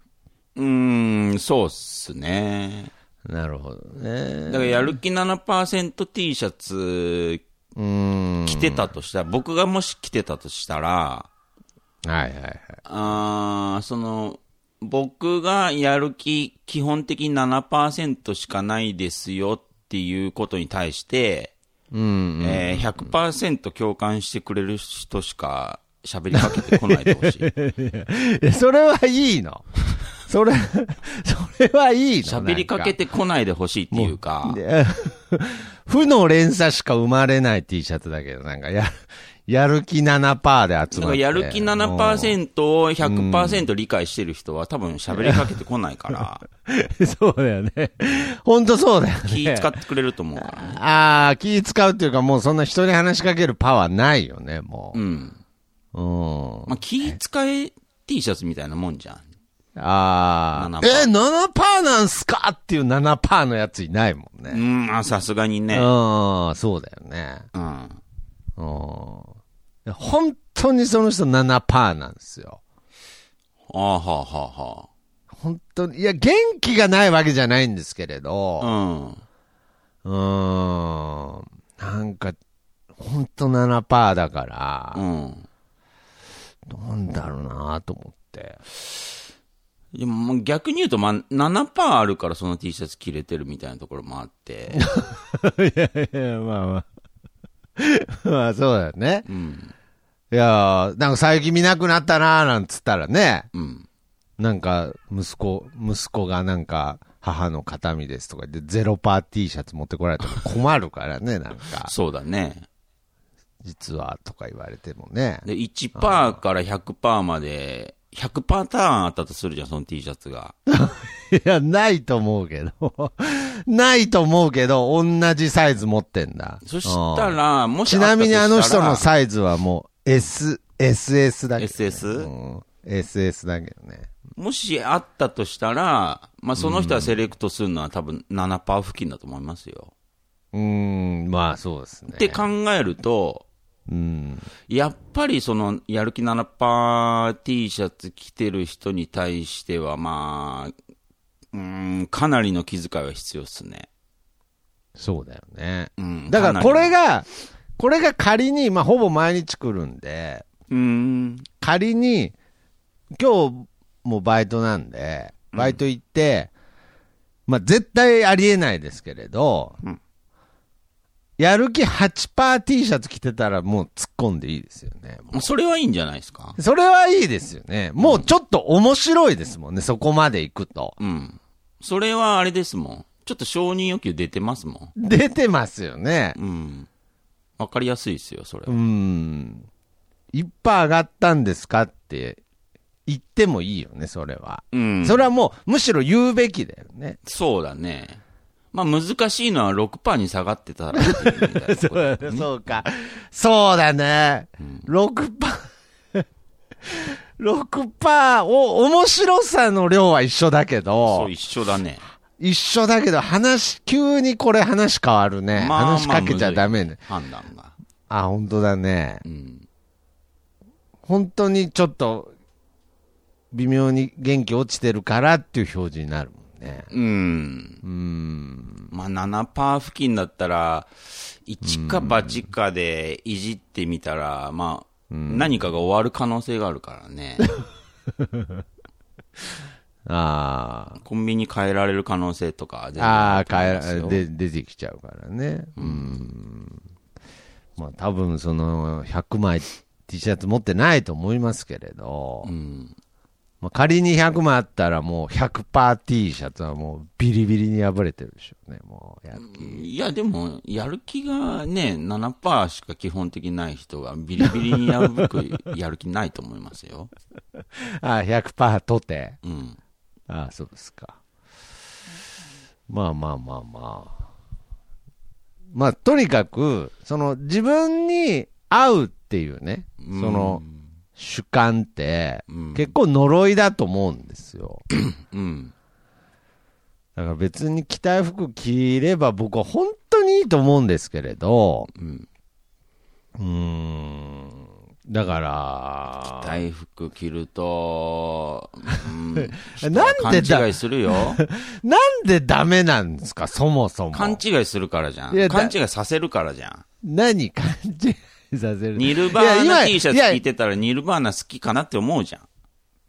Speaker 2: うーん、そうっすね。
Speaker 1: なるほどね。
Speaker 2: だから、やる気 7%T シャツ
Speaker 1: うーん。
Speaker 2: 着てたとしたら、僕がもし着てたとしたら、
Speaker 1: はいはいはい。
Speaker 2: あーその、僕がやる気、基本的に7%しかないですよっていうことに対して、
Speaker 1: うん。
Speaker 2: えー、100%共感してくれる人しか喋りかけてこないで
Speaker 1: [LAUGHS]
Speaker 2: ほしい。
Speaker 1: いやそれはいいの。それ、それはいいの。
Speaker 2: 喋りかけてこないでほしいっていう
Speaker 1: な
Speaker 2: か
Speaker 1: ん、か。で負の連鎖しか生まれない T シャツだけど、なんかや、やる気7%で集
Speaker 2: だ
Speaker 1: ま
Speaker 2: か
Speaker 1: っ
Speaker 2: ら
Speaker 1: て。
Speaker 2: やる気7%を100%理解してる人は多分喋りかけてこないから、
Speaker 1: うんそう [LAUGHS] だよね。ほんとそうだよね。
Speaker 2: 気使ってくれると思うからね。
Speaker 1: ああ、気使うっていうか、もうそんな人に話しかけるパワーないよね、も
Speaker 2: うん。
Speaker 1: う。うん。
Speaker 2: まあ、気使え T シャツみたいなもんじゃん。
Speaker 1: ああ。
Speaker 2: 7%
Speaker 1: え、7%なんすかっていう7%のやついないもんね。
Speaker 2: うん、あさすがにね。
Speaker 1: うん、そうだよね。
Speaker 2: うん。
Speaker 1: うん。本当にその人7%なんですよ。
Speaker 2: ああ、はあ、は
Speaker 1: 本当に。いや、元気がないわけじゃないんですけれ
Speaker 2: あ、は
Speaker 1: ど、
Speaker 2: あ。う
Speaker 1: う
Speaker 2: ん。
Speaker 1: ーん。なんか、本当7%だから、
Speaker 2: うん。
Speaker 1: なんだろうなと思って。
Speaker 2: でももう逆に言うと、まあ、7%あるからその T シャツ着れてるみたいなところもあ
Speaker 1: [LAUGHS]
Speaker 2: って。
Speaker 1: いや、 [LAUGHS] まあまあ。 [LAUGHS] まあ、そうだよね。
Speaker 2: うん。
Speaker 1: いやーなんか最近見なくなったなーなんつったらね、
Speaker 2: うん。
Speaker 1: なんか息子、息子がなんか母の形見ですとかでゼロパー T シャツ持ってこられても困るから
Speaker 2: [LAUGHS]
Speaker 1: ね、なんか、
Speaker 2: そうだね。
Speaker 1: 実はとか言われてもね。
Speaker 2: で、1%から100%まで、100パターンあったとするじゃん、その T シャツが。
Speaker 1: いや、ないと思うけど、 [LAUGHS] ないと思うけど、同じサイズ持ってんだ。
Speaker 2: そしたら、も
Speaker 1: うん、
Speaker 2: し
Speaker 1: ちなみにあの人の
Speaker 2: さ、
Speaker 1: サイズはもう S、SS だけど、ね。
Speaker 2: SS？
Speaker 1: うん ?SS だけどね。
Speaker 2: もしあったとしたら、まあ、その人はセレクトするのは多分7%付近だと思いますよ。
Speaker 1: うーん、まあそうですね。
Speaker 2: って考えると、
Speaker 1: うん。
Speaker 2: やっぱりそのやる気 7%T シャツ着てる人に対しては、まあ、うーん、かなりの気遣いは必要ですね。
Speaker 1: そうだよね。
Speaker 2: うん、
Speaker 1: だからこれ
Speaker 2: が、
Speaker 1: が、これが仮に、まあほぼ毎日来るんで、
Speaker 2: うーん、
Speaker 1: 仮に、今日もバイトなんで、バイト行って、まあ絶対ありえないですけれど、
Speaker 2: うん
Speaker 1: やる気 8%T シャツ着てたらもう突っ込んでいいですよね。もう
Speaker 2: それはいいんじゃないですか。
Speaker 1: それはいいですよね。もうちょっと面白いですもんね、そこまで行くと。
Speaker 2: うん。それはあれですもん。ちょっと承認欲求出てますも
Speaker 1: 出てますよね
Speaker 2: ん。。うん。わかりやすいですよ、それ
Speaker 1: う
Speaker 2: は。
Speaker 1: ん。1%上がったんですかって言ってもいいよね、それは。
Speaker 2: うん。
Speaker 1: それはもう、むしろ言うべきだよね。
Speaker 2: そうだね。まあ難しいのは6%に下がってたらっていうみたいなとこだけどね、
Speaker 1: [LAUGHS] そうか。そうだね。6%、6%を、面白さの量は一緒だけ
Speaker 2: そ
Speaker 1: ど
Speaker 2: う、一緒だね。
Speaker 1: 一緒だけど、話、急にこれ話変わるね。
Speaker 2: まあまあ
Speaker 1: 話しかけちゃダメね。
Speaker 2: 判断が。
Speaker 1: あ、本当だね。
Speaker 2: うん。
Speaker 1: 本当にちょっと、微妙に元気落ちてるからっていう表示になるもんね。
Speaker 2: うん。
Speaker 1: うん。
Speaker 2: まあ7%付近だったら、1か8かでいじってみたら、まあ、何かが終わる可能性があるか
Speaker 1: [LAUGHS]
Speaker 2: らね。
Speaker 1: あ
Speaker 2: コンビニ変えられる可能性とか全
Speaker 1: あ。ああ、
Speaker 2: 然ると思
Speaker 1: 変
Speaker 2: い
Speaker 1: え
Speaker 2: ますよ
Speaker 1: ら、で、出てきちゃうからね。うん。まあ多分その、100枚 T シャツ持ってないと思いますけれど、
Speaker 2: うん。
Speaker 1: まあ、仮に100枚あったらもう 100%T シャツはもうビリビリに破れてるでしょうね、もう。や
Speaker 2: いや、でも、やる気がね、7%しか基本的にない人が、ビリビリに破くやる気ないと思いますよ。
Speaker 1: ああ、100%とて。
Speaker 2: うん。
Speaker 1: ああ、そうですか。まあまあまあまあ。まあ、とにかく、その自分に合うっていうね、その主観って、
Speaker 2: うん
Speaker 1: 結構呪いだと思うんですよ。
Speaker 2: うん。
Speaker 1: だから別に着たい服着れば僕は本当にいいと思うんですけれど、
Speaker 2: うん。
Speaker 1: うーん、だから、
Speaker 2: 大服着ると、
Speaker 1: [LAUGHS]
Speaker 2: うん。
Speaker 1: なんでだ
Speaker 2: 人は勘違いす
Speaker 1: [LAUGHS]
Speaker 2: るよ。
Speaker 1: なんでダメなんですか、そもそも。
Speaker 2: 勘違いするからじゃ
Speaker 1: いやだ
Speaker 2: ん。勘違いさせるからじゃん。
Speaker 1: 何勘違いさせる
Speaker 2: ニルバー
Speaker 1: いや
Speaker 2: ナ
Speaker 1: 今
Speaker 2: T シャ
Speaker 1: いや
Speaker 2: ツ着てたら、ニルバーナ好きかなって思うじゃん。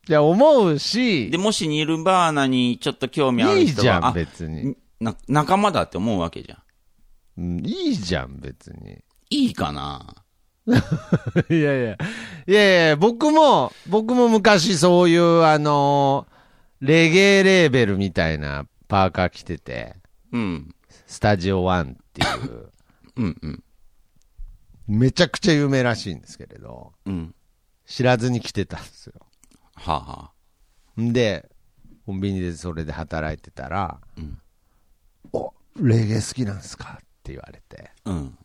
Speaker 1: いや、思うし、
Speaker 2: で、もしニルバーナにちょっと興味あ
Speaker 1: い
Speaker 2: る
Speaker 1: い
Speaker 2: 人
Speaker 1: じゃ
Speaker 2: は、
Speaker 1: ん、別に。
Speaker 2: あな仲間だって思うわけじゃん。
Speaker 1: うんいいじゃん、別に。 [LAUGHS]
Speaker 2: いいかない
Speaker 1: やいや、いやいや、僕も、僕も昔そういう、あのーレゲエレーベルみたいなパーカー着てて、
Speaker 2: うん。
Speaker 1: スタジオワンって
Speaker 2: [LAUGHS]
Speaker 1: いう、
Speaker 2: うんうん。
Speaker 1: めちゃくちゃ有名らしいんですけれど、
Speaker 2: うん。
Speaker 1: 知らずに着てたんですよ。
Speaker 2: はあ、は
Speaker 1: んで、コンビニでそれで働いてたら、
Speaker 2: うん
Speaker 1: お、レゲエ好きなんすかって言われて、
Speaker 2: あ、うん。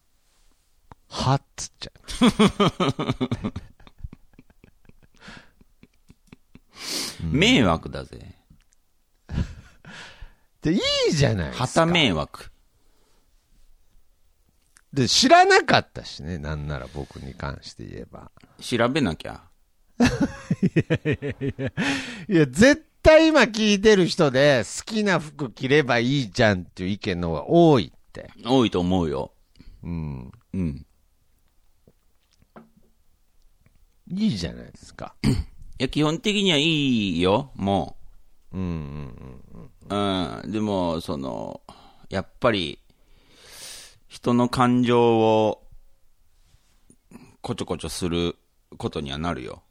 Speaker 1: はっつっちゃう。
Speaker 2: 迷惑だぜ。
Speaker 1: で、いいじゃないですか。
Speaker 2: 旗迷惑。
Speaker 1: で、知らなかったしね、なんなら僕に関して言えば。
Speaker 2: 調べなきゃ。
Speaker 1: いや、絶対今聞いてる人で、好きな服着ればいいじゃんっていう意見の方が多いって。
Speaker 2: 多いと思うよ。
Speaker 1: うん。
Speaker 2: うん。
Speaker 1: いいじゃないですか。
Speaker 2: いや、基本的にはいいよ、も
Speaker 1: うんうん
Speaker 2: う。うん。でも、その、やっぱり、人の感情を、こちょこちょすることにはなるよ。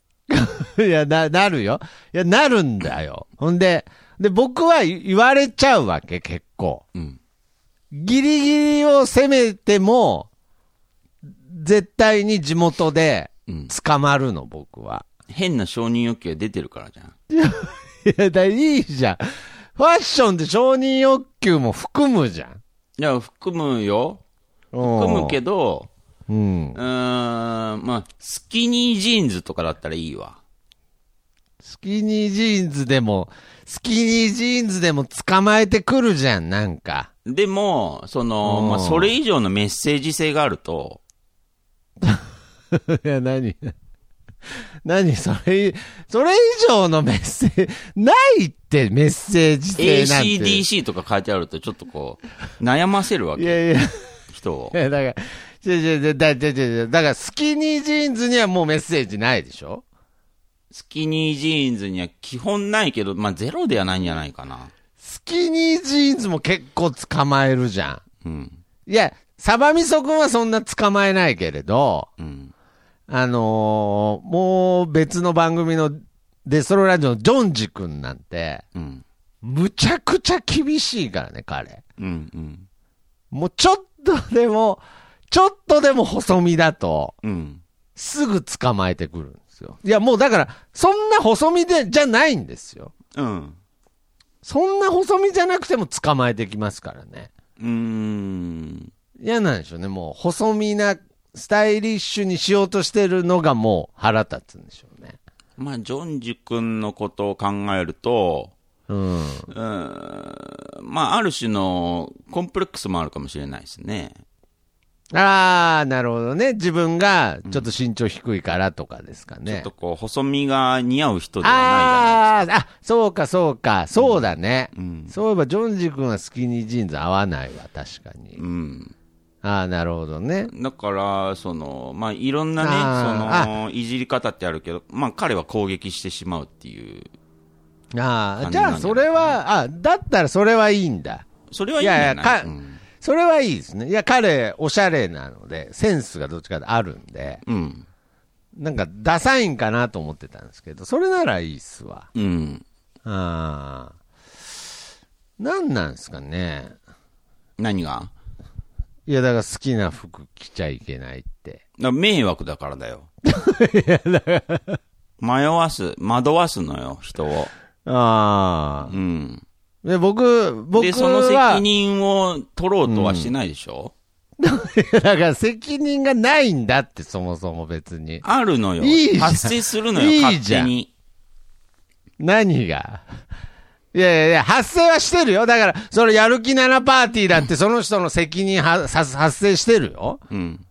Speaker 1: うん。 [LAUGHS] いや、な、なるよ。いや、なるんだよ。ほんで、で、僕は言われちゃうわけ、結構。
Speaker 2: うん。
Speaker 1: ギリギリを攻めても、絶対に地元で
Speaker 2: うん。
Speaker 1: 捕まるの、僕は。
Speaker 2: 変な承認欲求が出てるからじゃん。
Speaker 1: いや、だいいじゃん。ファッションって承認欲求も含むじゃん。
Speaker 2: いや、含むよ。
Speaker 1: 含
Speaker 2: 含むけど、
Speaker 1: ど。うん
Speaker 2: う。ーん、まあ、スキニージーンズとかだったらいいわ。
Speaker 1: スキニージーンズでも、スキニージーンズでも捕まえてくるじゃん、なんか。
Speaker 2: でも、その、
Speaker 1: うん
Speaker 2: まあ、それ以上のメッセージ性があると、
Speaker 1: [LAUGHS] いや、何何それ、それ以上のメッセージ、ないってメッセージ性なんて。
Speaker 2: ACDC とか書いてあると、ちょっとこう、悩ませるわ
Speaker 1: い
Speaker 2: け、
Speaker 1: やいや、い
Speaker 2: 人を。
Speaker 1: やだから、ちょちょちょだちょちょちょだからスキニージーンズにはもうメッセージないでしょ
Speaker 2: スキニージーンズには基本ないけど、まあ、ゼロではないんじゃないかな。
Speaker 1: スキニージーンズも結構捕まえるじゃ
Speaker 2: うん。
Speaker 1: ん。いや、サバミソ君はそんな捕まえないけれど、
Speaker 2: うん。
Speaker 1: あのーもう別の番組のデストロイラジオのジョンジ君なんて、
Speaker 2: うん。
Speaker 1: むちゃくちゃ厳しいからね、彼。
Speaker 2: うん。うん。
Speaker 1: もうちょっとでも、ちょっとでも細身だと、
Speaker 2: うん。
Speaker 1: すぐ捕まえてくるんですよ。いや、もうだから、そんな細身で、じゃないんですよ。
Speaker 2: うん。
Speaker 1: そんな細身じゃなくても捕まえてきますからね。
Speaker 2: うーん。
Speaker 1: 嫌なんでしょうね。もう、細身な、スタイリッシュにしようとしてるのがもう腹立つんでしょうね。
Speaker 2: まあ、ジョンジ君のことを考えると、
Speaker 1: うん。
Speaker 2: うーん、まあ、ある種のコンプレックスもあるかもしれないですね。
Speaker 1: あー、なるほどね。自分が、ちょっと身長低いからとかですか
Speaker 2: ちょっ
Speaker 1: ね。
Speaker 2: とこう、細身が似合う人ではない
Speaker 1: あー、あ、そうかそうか。そうだね。
Speaker 2: じゃないですか。
Speaker 1: そういえば、ジョンジ君はスキニージーンズ合わないわ、確かに。
Speaker 2: うん。
Speaker 1: ああ、なるほどね。
Speaker 2: うん。だから、その、まあ、いろんな
Speaker 1: あ
Speaker 2: ね、その、いじり方ってあるけど、まあ、彼は攻撃してしまうっていう。
Speaker 1: ああ、
Speaker 2: 感
Speaker 1: じ
Speaker 2: じな
Speaker 1: ゃ
Speaker 2: んじゃな
Speaker 1: あ、
Speaker 2: い
Speaker 1: それは、あだったらそれはいいんだ。
Speaker 2: それはいいんじゃない
Speaker 1: いやいやか
Speaker 2: うん。
Speaker 1: それはいいですね。いや、彼、おしゃれなので、センスがどっちかであるんで、
Speaker 2: うん。
Speaker 1: なんか、ダサいんかなと思ってたんですけど、それならいいっすわ。
Speaker 2: うん。
Speaker 1: ああ。なんなんですかね。
Speaker 2: 何がだか
Speaker 1: いや、だから好きな服着ちゃいけないって。
Speaker 2: ら迷惑だからだよ。
Speaker 1: [LAUGHS]
Speaker 2: 迷わす、惑わすのよ、人を。
Speaker 1: ああ
Speaker 2: う。ん。
Speaker 1: で、僕、僕は、
Speaker 2: で、その責任を取ろうとはしないでしょ、
Speaker 1: [LAUGHS] だから責任がないんだって、そもそも別に。
Speaker 2: あるのよ。
Speaker 1: いいじゃん
Speaker 2: 発生するのよ、
Speaker 1: いいじゃん
Speaker 2: 勝手に。
Speaker 1: 何がいやいやいや、発生はしてるよ。だから、そのやる気ならパーティーだって、その人の責任はさ発生してるよ。
Speaker 2: うん。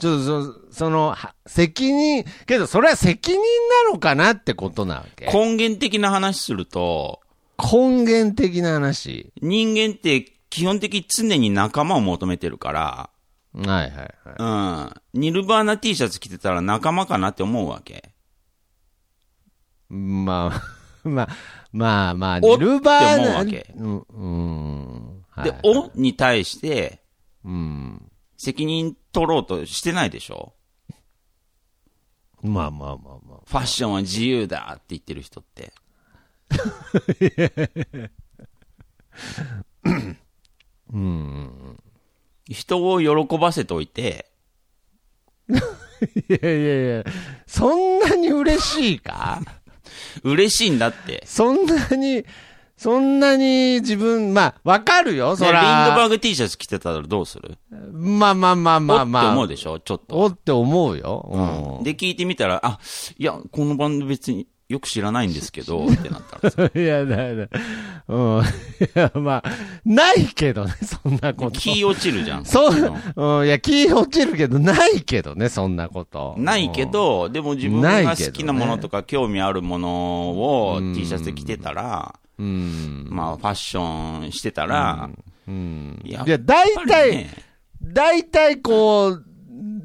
Speaker 1: ちょっとそ、その、は責任、けど、それは責任なのかなってことなわけ。
Speaker 2: 根源的な話すると、
Speaker 1: 根源的な話。
Speaker 2: 人間って基本的に常に仲間を求めてるから、
Speaker 1: はいはいはい。
Speaker 2: うん。ニルバーナ T シャツ着てたら仲間かなって思うわけ。
Speaker 1: まあ、まあ、まあ、まあ、
Speaker 2: お
Speaker 1: ニルバーナ
Speaker 2: って
Speaker 1: うん、うん。はい
Speaker 2: で、おに対して、
Speaker 1: うん。
Speaker 2: 責任取ろうとしてないでしょ
Speaker 1: まあまあまあまあ。
Speaker 2: ファッションは自由だって言ってる人って。人を喜ばせておいて、
Speaker 1: いやいやいや、そんなに嬉しいか [LAUGHS]
Speaker 2: 嬉しいんだって。
Speaker 1: そんなに、そんなに自分、まあ、わかるよ、
Speaker 2: そ
Speaker 1: そ
Speaker 2: リンドバ
Speaker 1: ら。
Speaker 2: ーグ T シャツ着てたらどうする
Speaker 1: まあまあまあまあま
Speaker 2: おって
Speaker 1: あ。
Speaker 2: 思うでしょちょっと。
Speaker 1: おって思うよ。うん。
Speaker 2: で、聞いてみたら、あ、いや、このバンド別によく知らないんですけど、ってなったらさ
Speaker 1: [LAUGHS] いや、だいだ。うん。 [LAUGHS] いや、まあ、ないけどね、そん [LAUGHS] なこと。
Speaker 2: 気落ちるじゃん。
Speaker 1: そう、
Speaker 2: もち
Speaker 1: うん、いや、気落ちるけど、ないけどね、そんなこと
Speaker 2: ろ。んないけど、でも自分
Speaker 1: ない
Speaker 2: が
Speaker 1: けどね
Speaker 2: 好きなものとか興味あるものを T シャツで着てたら、
Speaker 1: うん。うん。
Speaker 2: まあファッションしてたら、
Speaker 1: うん。
Speaker 2: いや
Speaker 1: いや、大体、
Speaker 2: ね、
Speaker 1: 大体こう、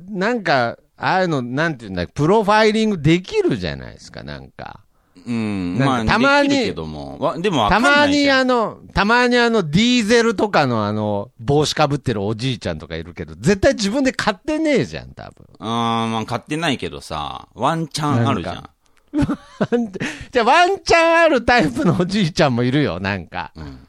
Speaker 1: なんか、ああいうの、なんていうんだ、プロファイリングできるじゃないですか、なんか。
Speaker 2: うん、
Speaker 1: なんか
Speaker 2: ま
Speaker 1: た
Speaker 2: あ、
Speaker 1: まに
Speaker 2: できるけども、わでもわか
Speaker 1: た
Speaker 2: んな
Speaker 1: ま
Speaker 2: い
Speaker 1: に
Speaker 2: じゃん。
Speaker 1: あの、たまにあの、ディーゼルとかのあの、帽子かぶってるおじいちゃんとかいるけど、絶対自分で買ってねえじゃん、多分。
Speaker 2: うん、まあ買ってないけどさ、ワンチャンあるじゃ
Speaker 1: なん
Speaker 2: ん。
Speaker 1: じゃあ、ワンチャンあるタイプのおじいちゃんもいるよ、なんか。
Speaker 2: ん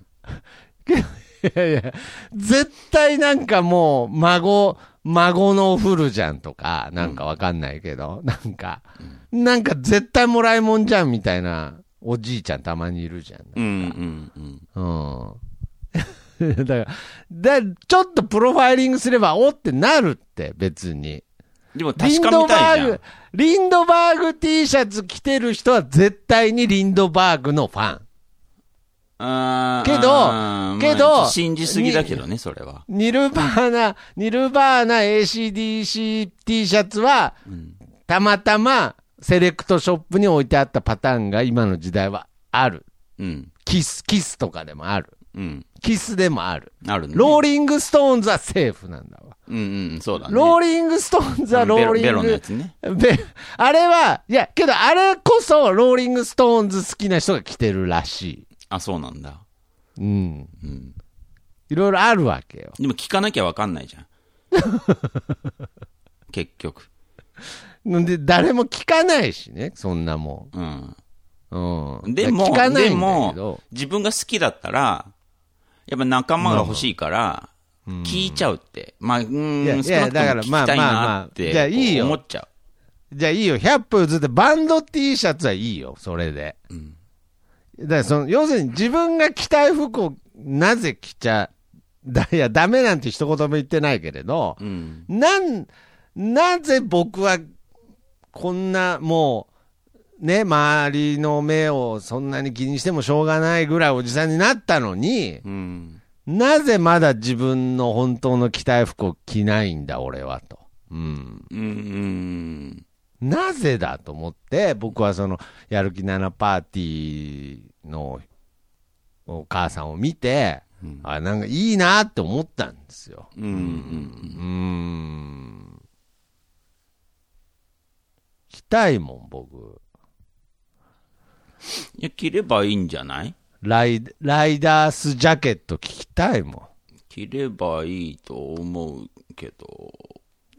Speaker 1: いやいや、絶対なんかもう、孫、孫のおフルじゃんとか、なんかわかんないけど、なんか、なんか絶対もらいもんじゃんみたいなおじいちゃんたまにいるじゃん。
Speaker 2: うん、うん、うん。
Speaker 1: うん。 [LAUGHS] だから、だちょっとプロファイリングすれば、おってなるって、別に。
Speaker 2: でも
Speaker 1: リ
Speaker 2: 確
Speaker 1: ン
Speaker 2: かめ
Speaker 1: ド
Speaker 2: た
Speaker 1: バ
Speaker 2: いじ
Speaker 1: ー
Speaker 2: ゃん
Speaker 1: グ。、リンドバーグ T シャツ着てる人は絶対にリンドバーグのファン。
Speaker 2: あー
Speaker 1: けど
Speaker 2: あー
Speaker 1: けど
Speaker 2: まあ信じすぎだけどね、それは。
Speaker 1: ニルバーナ、ニルバーナ ACDC T シャツは、たまたまセレクトショップに置いてあったパターンが今の時代はある。
Speaker 2: うん。
Speaker 1: キス、キスとかでもある。
Speaker 2: うん。
Speaker 1: キスでもある。
Speaker 2: あるね。
Speaker 1: ローリングストーンズはセーフなんだわ。
Speaker 2: うんうん、そうだね。
Speaker 1: ローリングストーンズはローリング。
Speaker 2: ベロベロ
Speaker 1: [LAUGHS]
Speaker 2: のやつね
Speaker 1: べあれは、いや、けどあれこそローリングストーンズ好きな人が着てるらし
Speaker 2: あ、そうなんだ。
Speaker 1: い。うん。
Speaker 2: うん。
Speaker 1: いろいろあるわけよ。
Speaker 2: でも聞かなきゃわかんない
Speaker 1: [LAUGHS]
Speaker 2: じゃん。結局。
Speaker 1: んで、誰も聞かないしね、そんなも
Speaker 2: うん。
Speaker 1: ん。うん。
Speaker 2: でも
Speaker 1: 聞かな、い
Speaker 2: で
Speaker 1: んだ
Speaker 2: も
Speaker 1: けど、、
Speaker 2: 自分が好きだったら、やっぱ仲間が欲しいから、聞いちゃうって。まあ、う
Speaker 1: いや
Speaker 2: ー
Speaker 1: い
Speaker 2: ん、
Speaker 1: や
Speaker 2: 少なくとも
Speaker 1: だから
Speaker 2: 聞きたい
Speaker 1: まあまあまあ
Speaker 2: なって、
Speaker 1: じゃあいいよ
Speaker 2: 思っちゃ
Speaker 1: じゃあいいよ、100歩譲ってバンド T シャツはいいよ、それで。
Speaker 2: う。うん。
Speaker 1: だからその、要するに自分が着たい服をなぜ着ちゃ、だいや、ダメなんて一言も言ってないけれど、
Speaker 2: うん。
Speaker 1: なん、なぜ僕は、こんな、もう、ね、周りの目をそんなに気にしてもしょうがないぐらいおじさんになったのに、
Speaker 2: うん。
Speaker 1: なぜまだ自分の本当の着たい服を着ないんだ、俺は、と。うん。
Speaker 2: うん。うん。
Speaker 1: なぜだと思って、僕はその、やる気7パーティーのお母さんを見て、あ、なんかいいなって思ったんですよ。
Speaker 2: うん。うん。
Speaker 1: うーん。着たいもん、僕。
Speaker 2: いや、着ればいいんじゃない
Speaker 1: ライライダースジャケット着きたいも
Speaker 2: 着ればいいと思うけど。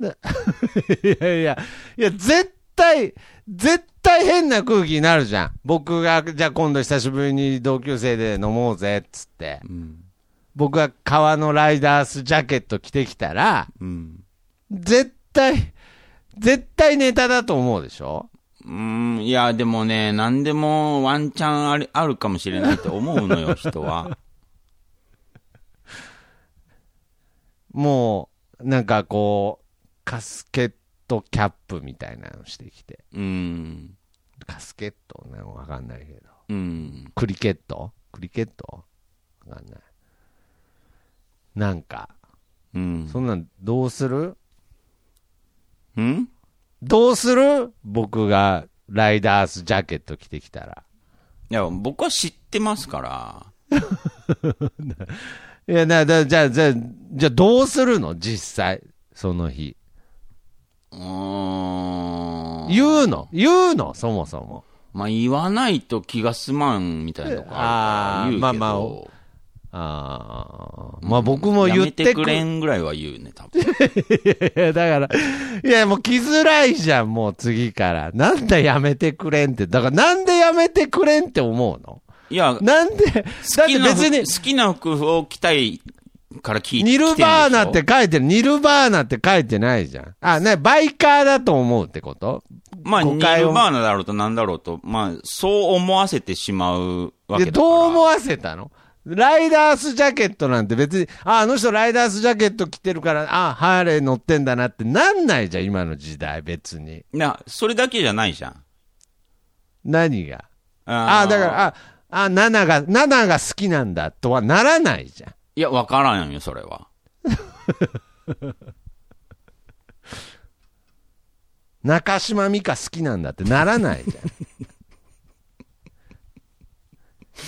Speaker 1: ん。 [LAUGHS] いやいや、いや、絶対、絶対変な空気になるじゃん。僕が、じゃあ今度久しぶりに同級生で飲もうぜ、っつって。
Speaker 2: うん。
Speaker 1: 僕が革のライダースジャケット着てきたら、
Speaker 2: うん。
Speaker 1: 絶対、絶対ネタだと思うでしょ
Speaker 2: うん、いや、でもね、何でもワンチャンあるあるかもしれないと思うのよ、 [LAUGHS] 人は。
Speaker 1: もう、なんかこう、カスケットキャップみたいなのしてきて。
Speaker 2: うん。
Speaker 1: カスケットなんかわかんないけど。
Speaker 2: うん。
Speaker 1: クリケットクリケットわかんない。なんか、
Speaker 2: うん。
Speaker 1: そんなんどうする
Speaker 2: うん
Speaker 1: どうする僕がライダースジャケット着てきたら。
Speaker 2: いや、僕は知ってますから。
Speaker 1: いや、だ、だ、じゃあ、じゃあ、じゃあどうするの実際、その日。
Speaker 2: うーん。
Speaker 1: 言うの言うのそもそも。
Speaker 2: まあ、言わないと気が済まんみたいなとこあるか
Speaker 1: あー
Speaker 2: ら言うけど。
Speaker 1: まあまああ、まあ僕も
Speaker 2: や
Speaker 1: 言っ
Speaker 2: め
Speaker 1: て
Speaker 2: て
Speaker 1: く
Speaker 2: く
Speaker 1: れ
Speaker 2: れ
Speaker 1: ん。
Speaker 2: んぐらいは言うね、多分。
Speaker 1: いや、 [LAUGHS] だから、いや、もう着づらいじゃん、もう次から。なんでやめてくれんって。だからなんでやめてくれんって思うの
Speaker 2: いや、好
Speaker 1: なんで、だって
Speaker 2: きな
Speaker 1: 別に
Speaker 2: 服、好きな服を着たいから聞いて
Speaker 1: ニルバーナっ
Speaker 2: 来て
Speaker 1: て
Speaker 2: んでし
Speaker 1: 書いてる、ニルバーナって書いてないじゃん。あ、ね、バイカーだと思うってこと
Speaker 2: ょまあ、ニ
Speaker 1: 誤
Speaker 2: ル
Speaker 1: 解を
Speaker 2: バーナだろうとなんだろうと、まあ、そう思わせてしまうわけ
Speaker 1: で、
Speaker 2: だから。
Speaker 1: どう思わせたのライダースジャケットなんて別に、あ、あの人ライダースジャケット着てるから、あ、ハーレー乗ってんだなってなんないじゃん、今の時代、別に。
Speaker 2: な、それだけじゃないじゃん。
Speaker 1: 何が。
Speaker 2: あ
Speaker 1: あ、だから、
Speaker 2: ら。
Speaker 1: あ、あ、ナナが、ナナが好きなんだとはならないじゃん。
Speaker 2: いや、わからんよ、それは。
Speaker 1: 中島美嘉好きなんだってならないじゃ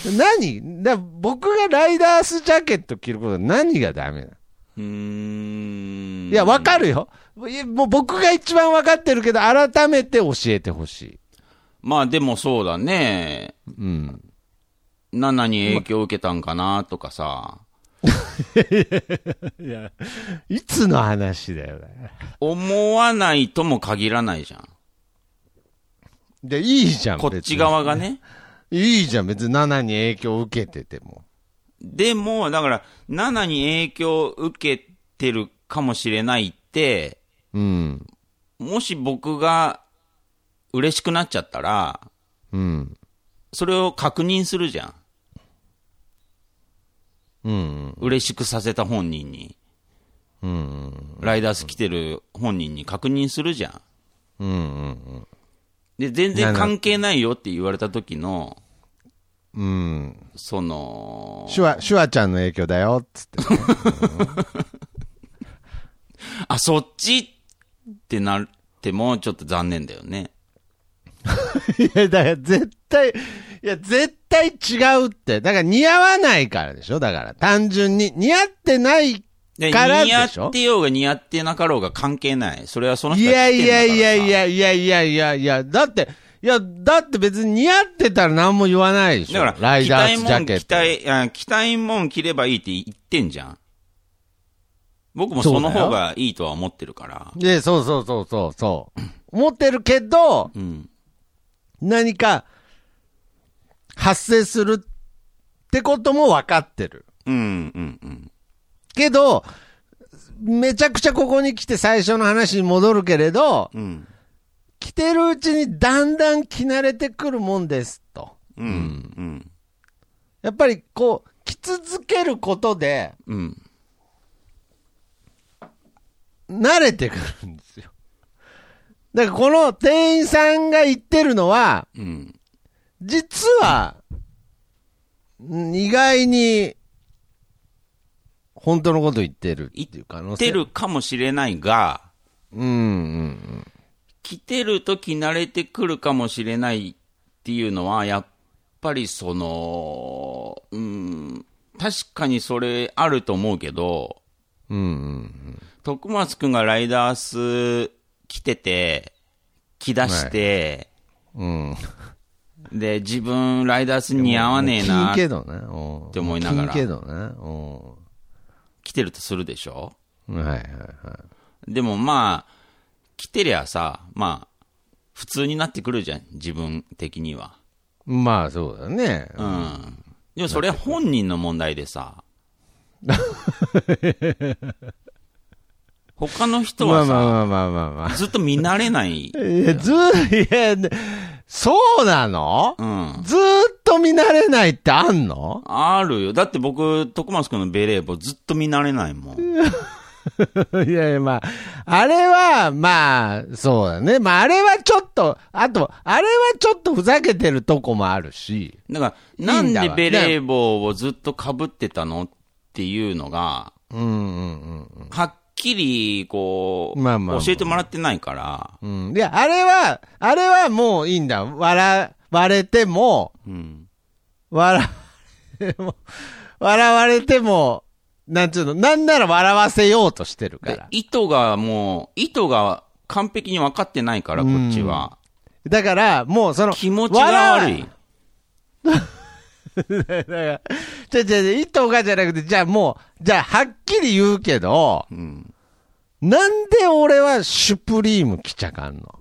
Speaker 1: ん。 [LAUGHS] 何だ僕がライダースジャケット着ること何がダメなの
Speaker 2: うー
Speaker 1: い
Speaker 2: ん。
Speaker 1: や、わかるよ。いやもう僕が一番わかってるけど、改めて教えてほしい。
Speaker 2: まあでもそうだね。 [LAUGHS]
Speaker 1: うん。
Speaker 2: ナナに影響を受けたんかなとかさ、
Speaker 1: いつの話だよね。
Speaker 2: 思わないとも限らないじゃん。
Speaker 1: で、いいじゃん。
Speaker 2: こっち側がね。
Speaker 1: 別に。いいじゃん。別に7に影響を受けてても。
Speaker 2: でも、だから、ナナに影響を受けてるかもしれないって、
Speaker 1: うん。
Speaker 2: もし僕が嬉しくなっちゃったら、
Speaker 1: うん。
Speaker 2: それを確認するじゃん。
Speaker 1: うん。
Speaker 2: 嬉しくさせた本人に。
Speaker 1: うん
Speaker 2: ライダース来てる本人に確認するじゃん。
Speaker 1: うん。うん
Speaker 2: で、全然関係ないよって言われた時の、
Speaker 1: うん。うん。
Speaker 2: その、
Speaker 1: シュワ、シュワちゃんの影響だよ、つって。
Speaker 2: あ、そっちってなっても、ちょっと残念だよね。
Speaker 1: いや、だから絶対、いや、絶対違うって。だから似合わないからでしょだから、単純に。似合ってない
Speaker 2: で
Speaker 1: からで
Speaker 2: 似合
Speaker 1: しょ
Speaker 2: ってようが似合ってなかろうが関係ない。それはその
Speaker 1: い
Speaker 2: 人が
Speaker 1: や
Speaker 2: 来て
Speaker 1: い
Speaker 2: んだか
Speaker 1: や
Speaker 2: らさ
Speaker 1: いやいやいやいやいやいや、だって、いや、だって別に似合ってたら何も言わないでしょ。
Speaker 2: だから、
Speaker 1: ライダースジャケ
Speaker 2: 着
Speaker 1: ッ
Speaker 2: た
Speaker 1: ト。
Speaker 2: いもん着たいあ、着たいもん着ればいいって言ってんじゃん。僕もその
Speaker 1: そ
Speaker 2: 方
Speaker 1: うだ
Speaker 2: がいいとは思ってるから。
Speaker 1: で、そうそうそうそうそう。思ってるけど、
Speaker 2: うん。
Speaker 1: 何か発生するってことも分かってる。
Speaker 2: うん、うん、うん。
Speaker 1: けど、めちゃくちゃここに来て最初の話に戻るけれど、
Speaker 2: うん。
Speaker 1: 着てるうちにだんだん着慣れてくるもんですと。
Speaker 2: うん。うん。
Speaker 1: やっぱりこう、着続けることで
Speaker 2: うん。
Speaker 1: 慣れてくるんですよ。だからこの店員さんが言ってるのは、
Speaker 2: うん。
Speaker 1: 実は、ん意外に、本当のこと言ってるっていう可能
Speaker 2: 着
Speaker 1: 性。
Speaker 2: てるかもしれないが、
Speaker 1: うんうん
Speaker 2: 着てるとき慣れてくるかもしれないっていうのは、やっぱりその、うん、確かにそれあると思うけど、
Speaker 1: うん。うんうん
Speaker 2: 徳松くんがライダース着てて、着出して、
Speaker 1: うん。うん。
Speaker 2: で、自分ライダース似合わねえ
Speaker 1: 金
Speaker 2: な、
Speaker 1: けどな。おう
Speaker 2: って思いながら
Speaker 1: 金けどな。お
Speaker 2: 着てるとするでしょ
Speaker 1: うはいはいはい。
Speaker 2: でもまあ、着てりゃさ、まあ、普通になってくるじゃん、自分的には。
Speaker 1: まあそうだね。
Speaker 2: うん。でもそれは本人の問題
Speaker 1: [LAUGHS]
Speaker 2: でさ。他の人
Speaker 1: まあ
Speaker 2: はさ、
Speaker 1: まあまあまあまあま
Speaker 2: ずっと見慣れない。
Speaker 1: あ。いや、ずー、いや、ねそうなの
Speaker 2: うん。
Speaker 1: ずーっと見慣れないってあんの
Speaker 2: あるよ。だって僕、徳松くんのベレー帽ずっと見慣れないもん。
Speaker 1: [LAUGHS] いやいや、まあ、あれは、まあ、そうだね。まあ、あれはちょっと、あと、あれはちょっとふざけてるとこもあるし。
Speaker 2: だから、
Speaker 1: い
Speaker 2: ない
Speaker 1: ん
Speaker 2: ん
Speaker 1: だわ
Speaker 2: でベレー帽をずっと被ってたのっていうのが、
Speaker 1: うんうんうん
Speaker 2: はっきり、こう、
Speaker 1: まあまあまあ
Speaker 2: 教えてもらってないから、
Speaker 1: うん。うん。いや、あれは、あれはもういいんだ。笑われても、
Speaker 2: うん。
Speaker 1: 笑われても、笑われても、なんちゅうの、なんなら笑わせようとしてるか
Speaker 2: で
Speaker 1: ら。
Speaker 2: 意図がもう、意図が完璧に分かってないから、こっちは。
Speaker 1: だから、もうその、
Speaker 2: 気持ちが悪い。
Speaker 1: [LAUGHS] だから、じゃじゃじゃ、意図がじゃなくて、じゃあもう、じゃあはっきり言うけど、
Speaker 2: うん。
Speaker 1: なんで俺はシュプリーム着ちゃかんの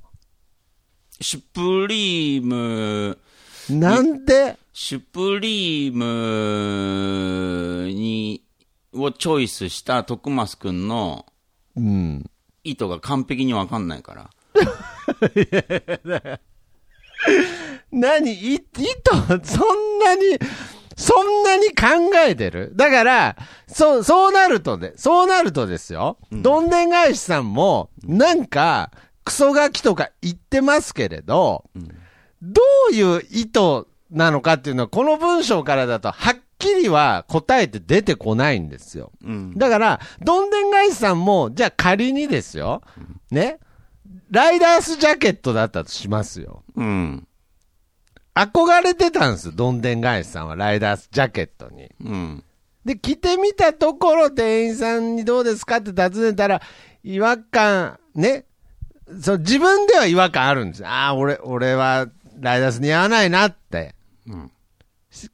Speaker 2: シュプリーム、
Speaker 1: なんで
Speaker 2: シュプリームに、をチョイスした徳増くんの
Speaker 1: うん。
Speaker 2: 意図が完璧に分かんないから。
Speaker 1: 何い、意図、そんなに、そんなに考えてるだから、そう、そうなるとで、そうなるとですよ。どんでん返しさんも、なんか、クソガキとか言ってますけれど、どういう意図なのかっていうのは、この文章からだと、はっきりは答えて出てこないんですよ。
Speaker 2: うん。
Speaker 1: だから、どんでん返しさんも、じゃあ仮にですよ、ね、ライダースジャケットだったとしますよ。
Speaker 2: うん。
Speaker 1: 憧れてたんです、どんでん返しさんは、ライダースジャケットに。
Speaker 2: うん。
Speaker 1: で、着てみたところ、店員さんにどうですかって尋ねたら、違和感、ね、そう自分では違和感あるんです。ああ、俺、俺はライダース似合わないなって。
Speaker 2: うん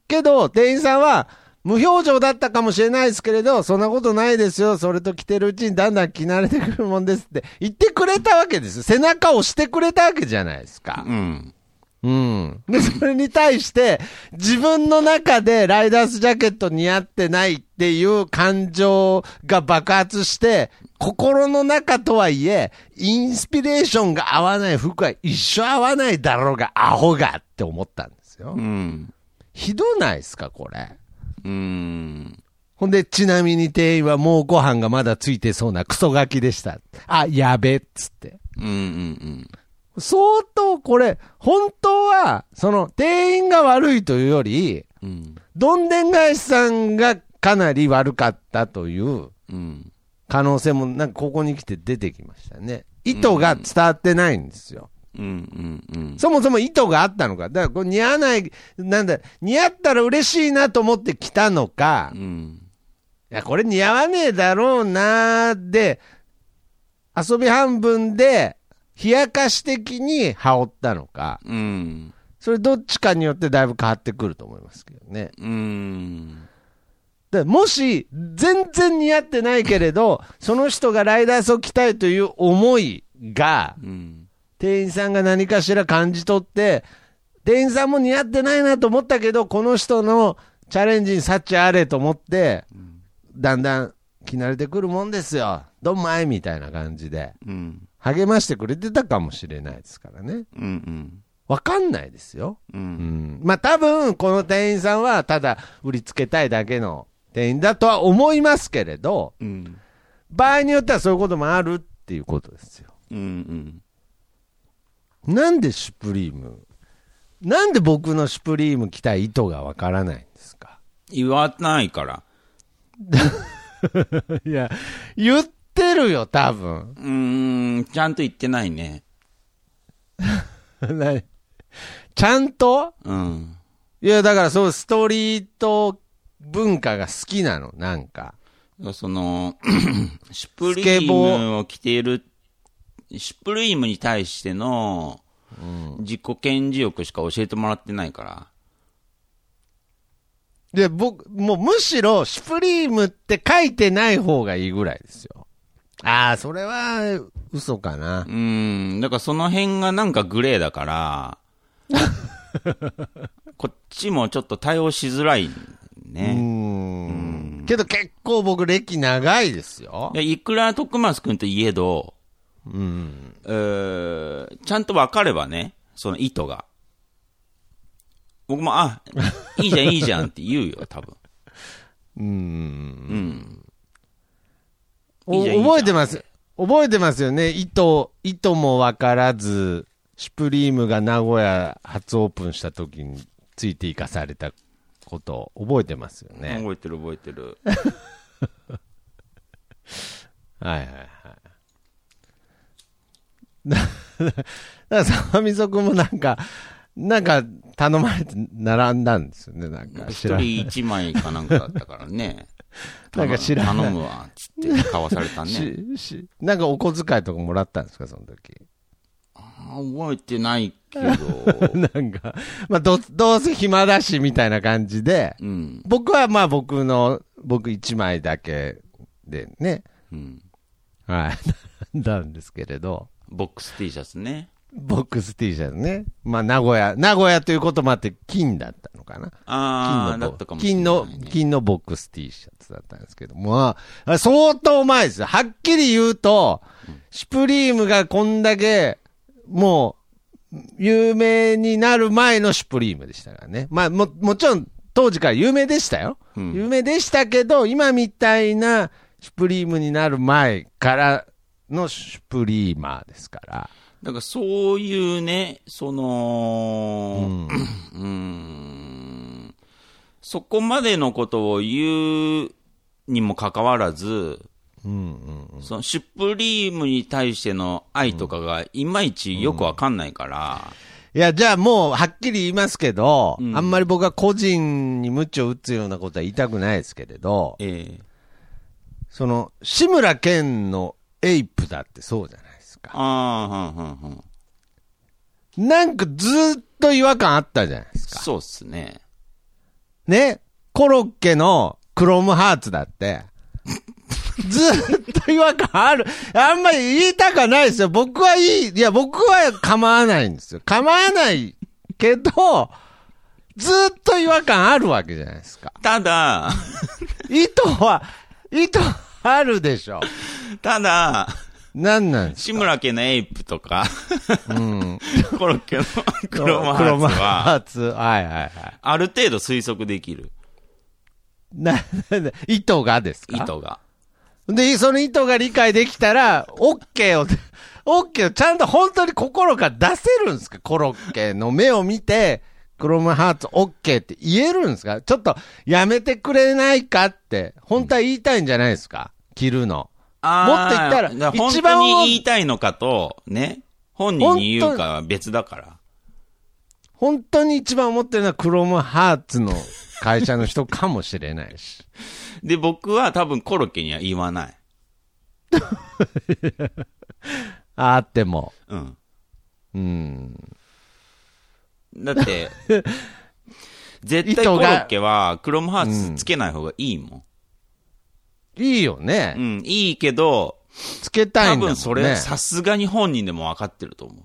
Speaker 1: けど、店員さんは、無表情だったかもしれないですけれど、そんなことないですよ。それと着てるうちにだんだん着慣れてくるもんですって言ってくれたわけですよ。背中を押してくれたわけじゃないですか。
Speaker 2: うん。
Speaker 1: うん。で、それに対して、自分の中でライダースジャケット似合ってないっていう感情が爆発して、心の中とはいえ、インスピレーションが合わない服は一生合わないだろうが、アホがって思ったんですよ
Speaker 2: う。ん。
Speaker 1: ひどないですか、これ。
Speaker 2: うん。
Speaker 1: ほんで、ちなみに店員はもうご飯がまだついてそうなクソガキでした。あ、やべっつって。
Speaker 2: うんうんうん。
Speaker 1: 相当これ、本当は、その、店員が悪いというより、
Speaker 2: うん。
Speaker 1: どんでん返しさんがかなり悪かったという
Speaker 2: うん。
Speaker 1: 可能性も、なんかここに来て出てきましたね。意図が伝わってないんですよ。
Speaker 2: うんうんうん。
Speaker 1: そもそも意図があったのか。だから、これ似合わない、なんだ、似合ったら嬉しいなと思って来たのか、
Speaker 2: う
Speaker 1: い
Speaker 2: ん。
Speaker 1: や、これ似合わねえだろうなーで、遊び半分で、冷やかし的に羽織ったのか、
Speaker 2: うん。
Speaker 1: それどっちかによってだいぶ変わってくると思いますけどね。
Speaker 2: うん。
Speaker 1: だからもし、全然似合ってないけれど、その人がライダースを着たいという思いが、
Speaker 2: うん。
Speaker 1: 店員さんが何かしら感じ取って店員さんも似合ってないなと思ったけどこの人のチャレンジに幸あれと思ってだんだん着慣れてくるもんですよどんまいみたいな感じで
Speaker 2: うん。
Speaker 1: 励ましてくれてたかもしれないですからね
Speaker 2: うん。
Speaker 1: わかんないですよ、
Speaker 2: う。
Speaker 1: うんん、まあ多分この店員さんはただ売りつけたいだけの店員だとは思いますけれど
Speaker 2: うん。
Speaker 1: 場合によってはそういうこともあるっていうことですよ
Speaker 2: うん。
Speaker 1: なんでシュプリームなんで僕のシュプリーム着たい意図がわからないんですか
Speaker 2: 言わないから。
Speaker 1: [LAUGHS] いや、言ってるよ、多分。 [LAUGHS]
Speaker 2: うーん、ちゃんと言ってないね。
Speaker 1: 何ちゃんと
Speaker 2: うん。
Speaker 1: いや、だからそう、ストリート文化が好きなの、なんか。
Speaker 2: そ [COUGHS] の、シュプリ
Speaker 1: スケボ
Speaker 2: ーム
Speaker 1: ー
Speaker 2: を着ている、シュプリームに対しての自己顕示欲しか教えてもらってないから。
Speaker 1: で、僕、もうむしろ、シュプリームって書いてない方がいいぐらいですよ。ああ、それは、嘘かな
Speaker 2: う。ん、だからその辺がなんかグレーだ [LAUGHS] から、こっちもちょっと対応しづらいね。
Speaker 1: うん。けど結構僕、歴長いですよ
Speaker 2: い。やいくら徳松くんといえど、
Speaker 1: うん。
Speaker 2: えーちゃんと分かればね、その意図が。僕も、あ、いいじゃん、いいじゃんって言う
Speaker 1: [LAUGHS]
Speaker 2: よ、多分。
Speaker 1: うん。
Speaker 2: うん。いい
Speaker 1: お
Speaker 2: じゃんいいじゃん
Speaker 1: 覚えてます。覚えてますよね。糸、糸もわからず、シュプリームが名古屋初オープンした時についていかされたことを覚えてますよね。
Speaker 2: 覚えてる覚えてる。
Speaker 1: はいはいはい。 [LAUGHS] だだから、さみそくんもなんか、なんか頼まれて並んだんですよね。なんか知
Speaker 2: 一
Speaker 1: らない。
Speaker 2: 人一枚かなんかだったからね。
Speaker 1: [LAUGHS] なんか知らない
Speaker 2: 頼むわ、つって買わされた
Speaker 1: [LAUGHS]
Speaker 2: ね。
Speaker 1: ししなんかお小遣いとかもらったんですか、その時。 [LAUGHS]
Speaker 2: あ覚えてないけど。
Speaker 1: [LAUGHS] なんか、まあど、どうせ暇だしみたいな感じで、
Speaker 2: うん。
Speaker 1: 僕はまあ僕の、僕1枚だけでね、
Speaker 2: うん。
Speaker 1: はい、 [LAUGHS] なんですけれど、
Speaker 2: ボックス T シャツね。
Speaker 1: ボックス T シャツね、まあ名古屋、名古屋ということもあって金だったのかな。
Speaker 2: ああ、
Speaker 1: 金
Speaker 2: だ
Speaker 1: の
Speaker 2: った
Speaker 1: ボ
Speaker 2: かもしれな
Speaker 1: 金
Speaker 2: い、ね。
Speaker 1: の、金のボックス T シャツだったんですけども、まあ相当前ですよ。はっきり言うと、シュプリームがこんだけ、もう、有名になる前のシュプリームでしたからね。まあ、も、もちろん、当時から有名でしたよ。
Speaker 2: うん
Speaker 1: 有名でしたけど、今みたいなシュプリームになる前からのシュプリーマーですから。
Speaker 2: だからそういうね、その、うん、そこまでのことを言うにもかかわらず、そのシュプリームに対しての愛とかがいまいちよくわかんないから、
Speaker 1: いや、じゃあもう、はっきり言いますけど、
Speaker 2: うん
Speaker 1: あんまり僕は個人に鞭を打つようなことは言いたくないですけれど、
Speaker 2: ええ
Speaker 1: その、志村けんのエイプだってそうじゃないですか。
Speaker 2: ああ、はんはんはん。
Speaker 1: なんかずーっと違和感あったじゃないですか。
Speaker 2: そうっすね。
Speaker 1: ねコロッケのクロムハーツだって、ずーっと違和感ある。あんまり言いたくはないですよ。僕はいい。いや、僕は構わないんですよ。構わないけど、ずーっと違和感あるわけじゃないですか。
Speaker 2: ただ、
Speaker 1: 意図は、意図あるでしょ。
Speaker 2: ただ、
Speaker 1: なんなんです
Speaker 2: 志村けのエイプと [LAUGHS] か、
Speaker 1: うん。
Speaker 2: コロッケのクロマハーツ
Speaker 1: 黒マ
Speaker 2: は、
Speaker 1: ハーツはいはいはい。
Speaker 2: ある程度推測できる。
Speaker 1: な、な、な、意図がですか
Speaker 2: 糸が。
Speaker 1: で、その意図が理解できたら、OK を、OK をちゃんと本当に心が出せるんですかコロッケの目を見て、クロムハーツ OK って言えるんですかちょっとやめてくれないかって、本当は言いたいんじゃないですか着るの。
Speaker 2: あー
Speaker 1: もっと言ったら
Speaker 2: だから
Speaker 1: 一
Speaker 2: 本
Speaker 1: 番
Speaker 2: 当に言いたいのかと、ね、本人に言うかは別だから。
Speaker 1: 本当に一番思ってるのはクロムハーツの会社の人かもしれないし。 [LAUGHS]
Speaker 2: で、僕は多分コロッケには言わない。
Speaker 1: あっても。
Speaker 2: うん。
Speaker 1: うん。
Speaker 2: だ
Speaker 1: [LAUGHS]
Speaker 2: って、絶対コロッケはクロムハーツつけない方がいいもん。
Speaker 1: いいよ
Speaker 2: う
Speaker 1: ね。
Speaker 2: ん、いいけど、
Speaker 1: つけた
Speaker 2: 多
Speaker 1: いんだもんね。
Speaker 2: 分それ、さすがに本人でも分かってると思う。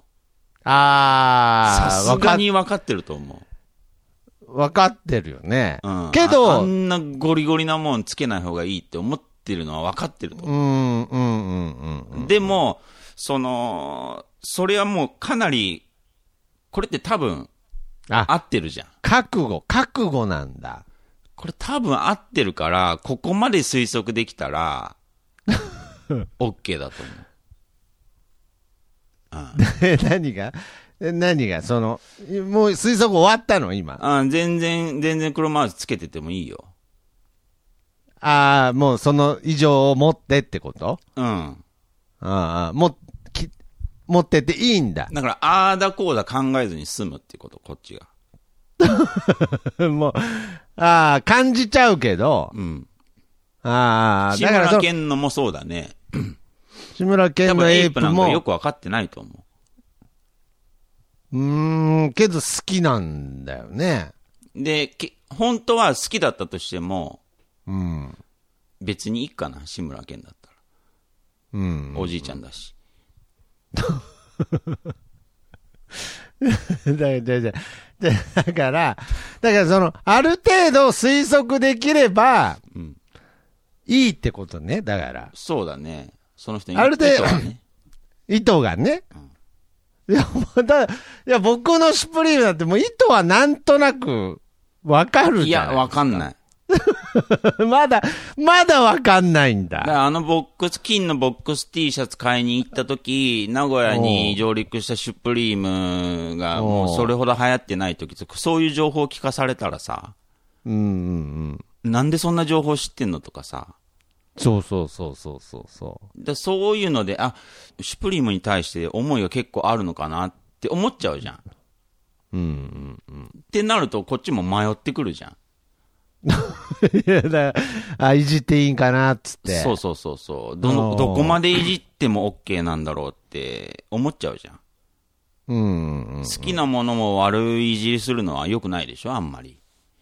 Speaker 2: さ
Speaker 1: あー、
Speaker 2: すがに分かってると思う。
Speaker 1: わかってるよね。
Speaker 2: うん、
Speaker 1: け
Speaker 2: ああ
Speaker 1: ど、うん
Speaker 2: んなゴリゴリなもんつけない方がいいって思ってるのは分かってると思
Speaker 1: うんうんうん。
Speaker 2: う。でも、その、それはもうかなり、これって多分合
Speaker 1: あ、
Speaker 2: ってるじゃん。
Speaker 1: 覚悟、覚悟なんだ。 [LAUGHS]
Speaker 2: これ多分合ってるから、ここまで推測できた
Speaker 1: [LAUGHS]
Speaker 2: ら、OK だと思う。
Speaker 1: え何がえ何がその、もう推測終わったの今。
Speaker 2: あ全然、全然黒マウスつけててもいいよ。
Speaker 1: ああ、もうその以上を持ってってこと
Speaker 2: うん。
Speaker 1: ああ、も、き、持ってっていいんだ。
Speaker 2: だから、ああだこうだ考えずに済むってこと、こっちが。
Speaker 1: [LAUGHS] もう、ああ、感じちゃうけど。
Speaker 2: うん。
Speaker 1: ああ、
Speaker 2: 志
Speaker 1: だから
Speaker 2: 村
Speaker 1: その、
Speaker 2: けんのもそうだね。
Speaker 1: 志村け
Speaker 2: 多
Speaker 1: んの
Speaker 2: 分エ
Speaker 1: エ
Speaker 2: イ
Speaker 1: イプ
Speaker 2: プなんかよ
Speaker 1: も、
Speaker 2: く分かってないと思
Speaker 1: う
Speaker 2: う。
Speaker 1: ーん、けど好きなんだよね。
Speaker 2: で、け本当は好きだったとしても、
Speaker 1: うん。
Speaker 2: 別にいいかな、志村けんだったら。
Speaker 1: うん。 [LAUGHS]
Speaker 2: おじいちゃんだし。
Speaker 1: だから、だからだから、だからその、ある程度推測できれば、
Speaker 2: うん
Speaker 1: いいってことね。だから、
Speaker 2: そうだね。その人に
Speaker 1: ある程度
Speaker 2: 意図はね。
Speaker 1: 意図がね。いや、もうだいや、僕のシュプリームなんてもう意図はなんとなく、わかる
Speaker 2: い
Speaker 1: じゃ
Speaker 2: や、
Speaker 1: ん。
Speaker 2: わかんない。
Speaker 1: [LAUGHS] まだ、まだわかんないん
Speaker 2: だ
Speaker 1: だ。
Speaker 2: からあのボックス、金のボックス T シャツ買いに行った時、名古屋に上陸したシュプリームが、
Speaker 1: おう
Speaker 2: もうそれほど流行ってない時とか、そういう情報を聞かされたらさ、
Speaker 1: うんうんうん。
Speaker 2: なんでそんな情報知ってんのとかさ、
Speaker 1: そうそうそうそうそうそう。
Speaker 2: だそういうので、あ、シュプリームに対して思いが結構あるのかなって思っちゃうじゃん。ってなると、こっちも迷ってくるじゃん。
Speaker 1: [LAUGHS] いや、だからあ、いじっていいんかな、っつって。
Speaker 2: そうそうそうそう。どの
Speaker 1: おー
Speaker 2: どこまでいじっても OK なんだろうって思っちゃうじゃん。
Speaker 1: うんうん
Speaker 2: 好きなものも悪いいじりするのは良くないでしょ、あんまり。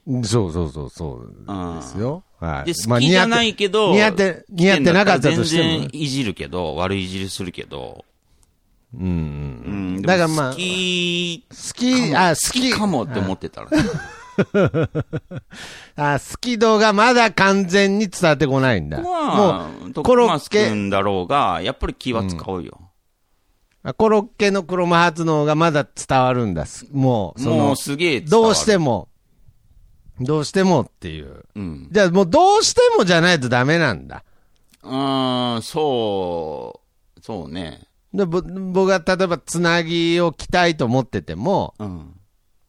Speaker 1: うん。そうそうそうそう。
Speaker 2: うん
Speaker 1: で。すよ。はい。
Speaker 2: で、好きじゃ
Speaker 1: まあ似合っ
Speaker 2: な
Speaker 1: て
Speaker 2: いけど、
Speaker 1: 似合って、似合ってなかったとしても
Speaker 2: 全然。いじるけど、悪いいじりするけど、
Speaker 1: うんうん。
Speaker 2: うん。でも
Speaker 1: だからまあ
Speaker 2: 好き、
Speaker 1: 好き、あ、好
Speaker 2: 好
Speaker 1: き
Speaker 2: きかもって思ってたらね、
Speaker 1: あ、好き度がまだ完全に伝わってこないんだ。も
Speaker 2: は、
Speaker 1: う、
Speaker 2: コ
Speaker 1: コ
Speaker 2: ロ
Speaker 1: ロ
Speaker 2: ッ
Speaker 1: ッ
Speaker 2: ケ
Speaker 1: ケ、
Speaker 2: 君だろうが、やっぱり気は使うよ。
Speaker 1: あコロッケのクロムハーツの方がまだ伝わるんだ。すもう、そ
Speaker 2: も
Speaker 1: の
Speaker 2: う、すげえ伝
Speaker 1: ど
Speaker 2: わる
Speaker 1: うしても、どうしてもっていう。
Speaker 2: うん。
Speaker 1: じゃあもうどうしてもじゃないとダメなんだ。
Speaker 2: うーん、そう、そうね。
Speaker 1: でぼ僕が例えばつなぎを着たいと思ってても、
Speaker 2: うん。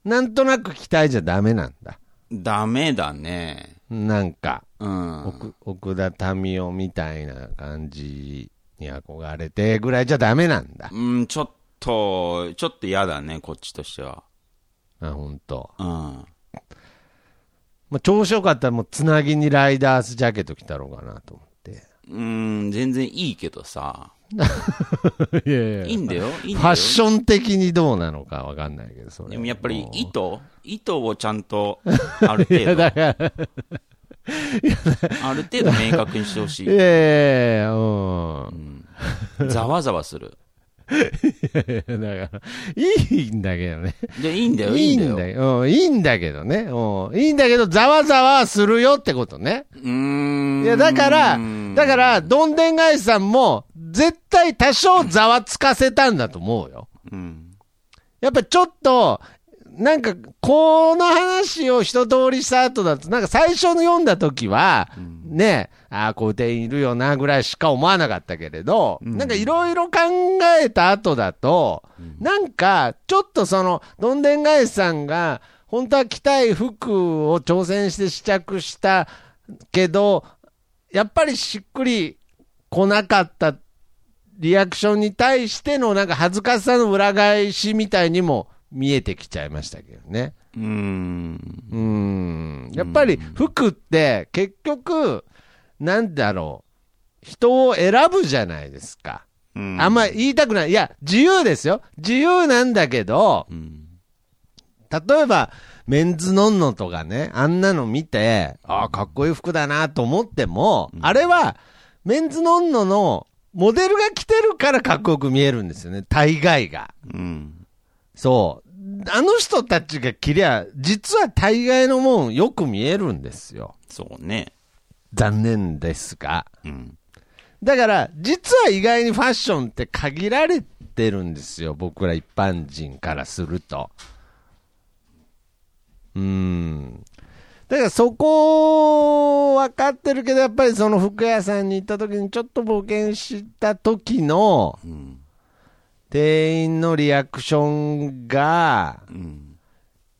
Speaker 1: なんとなく着たいじゃダメなんだ。
Speaker 2: ダメだね。
Speaker 1: なんか。
Speaker 2: うん。
Speaker 1: 奥奥田民生みたいな感じに憧れてぐらいじゃダメなんだ。
Speaker 2: うん、ちょっと、ちょっと嫌だね、こっちとしては。
Speaker 1: あ、ほんと。
Speaker 2: うん。
Speaker 1: まあ、調子よかったらもうつなぎにライダースジャケット着たろうかなと思って。
Speaker 2: うん、全然いいけ
Speaker 1: [LAUGHS]
Speaker 2: どさ。
Speaker 1: いやいや
Speaker 2: いいんだよ、いいん
Speaker 1: フ
Speaker 2: だよ。
Speaker 1: ァッション的にどうなのかわかんないけど、それ。
Speaker 2: でもやっぱり
Speaker 1: もう
Speaker 2: 意図意図をちゃ
Speaker 1: [LAUGHS]
Speaker 2: んと、 [LAUGHS] ある程度、
Speaker 1: だから、
Speaker 2: ある程度明確にしてほし
Speaker 1: いやい
Speaker 2: い。
Speaker 1: やいや、うん。 [LAUGHS]
Speaker 2: ざわざわする。
Speaker 1: だから、いいんだけどね。
Speaker 2: で、いいんだよ、い
Speaker 1: い
Speaker 2: い
Speaker 1: い
Speaker 2: んだよ
Speaker 1: ん。だよ。うん、いいんだけどね。うん。いいんだけど、ざわざわするよってことね。
Speaker 2: うーん。、
Speaker 1: いや、だから、だからら、どんでん返しさんも、絶対多少ざわつかせたんだと思うよ。
Speaker 2: うん。
Speaker 1: やっぱりちょっと、なんか、この話を一通りした後だと、なんか最初の読んだ時は、ね、ああ、こういう店員いるよな、ぐらいしか思わなかったけれど、なんかいろいろ考えた後だと、なんか、ちょっとその、どんでん返しさんが、本当は着たい服を挑戦して試着したけど、やっぱりしっくり来なかったリアクションに対してのなんか恥ずかしさの裏返しみたいにも見えてきちゃいましたけどね。
Speaker 2: うーん。
Speaker 1: うーん。やっぱり服って結局、なんだろう、人を選ぶじゃないですか。
Speaker 2: うん
Speaker 1: あんま言いたくない。いや、自由ですよ。自由なんだけど、
Speaker 2: うん。
Speaker 1: 例えば、メンズノンノとかね、あんなの見て、ああ、かっこいい服だなと思っても、あれは、メンズノンノのモデルが着てるからかっこよく見えるんですよね、大概が。
Speaker 2: うん。
Speaker 1: そう。あの人たちが着りゃ、実は大概のもんよく見えるんですよ。
Speaker 2: そうね。
Speaker 1: 残念ですが。
Speaker 2: うん。
Speaker 1: だから、実は意外にファッションって限られてるんですよ。僕ら一般人からすると。うーん。だからそこを分かってるけど、やっぱりその服屋さんに行った時にちょっと冒険した時の
Speaker 2: うん。
Speaker 1: 店員のリアクションが、
Speaker 2: うん。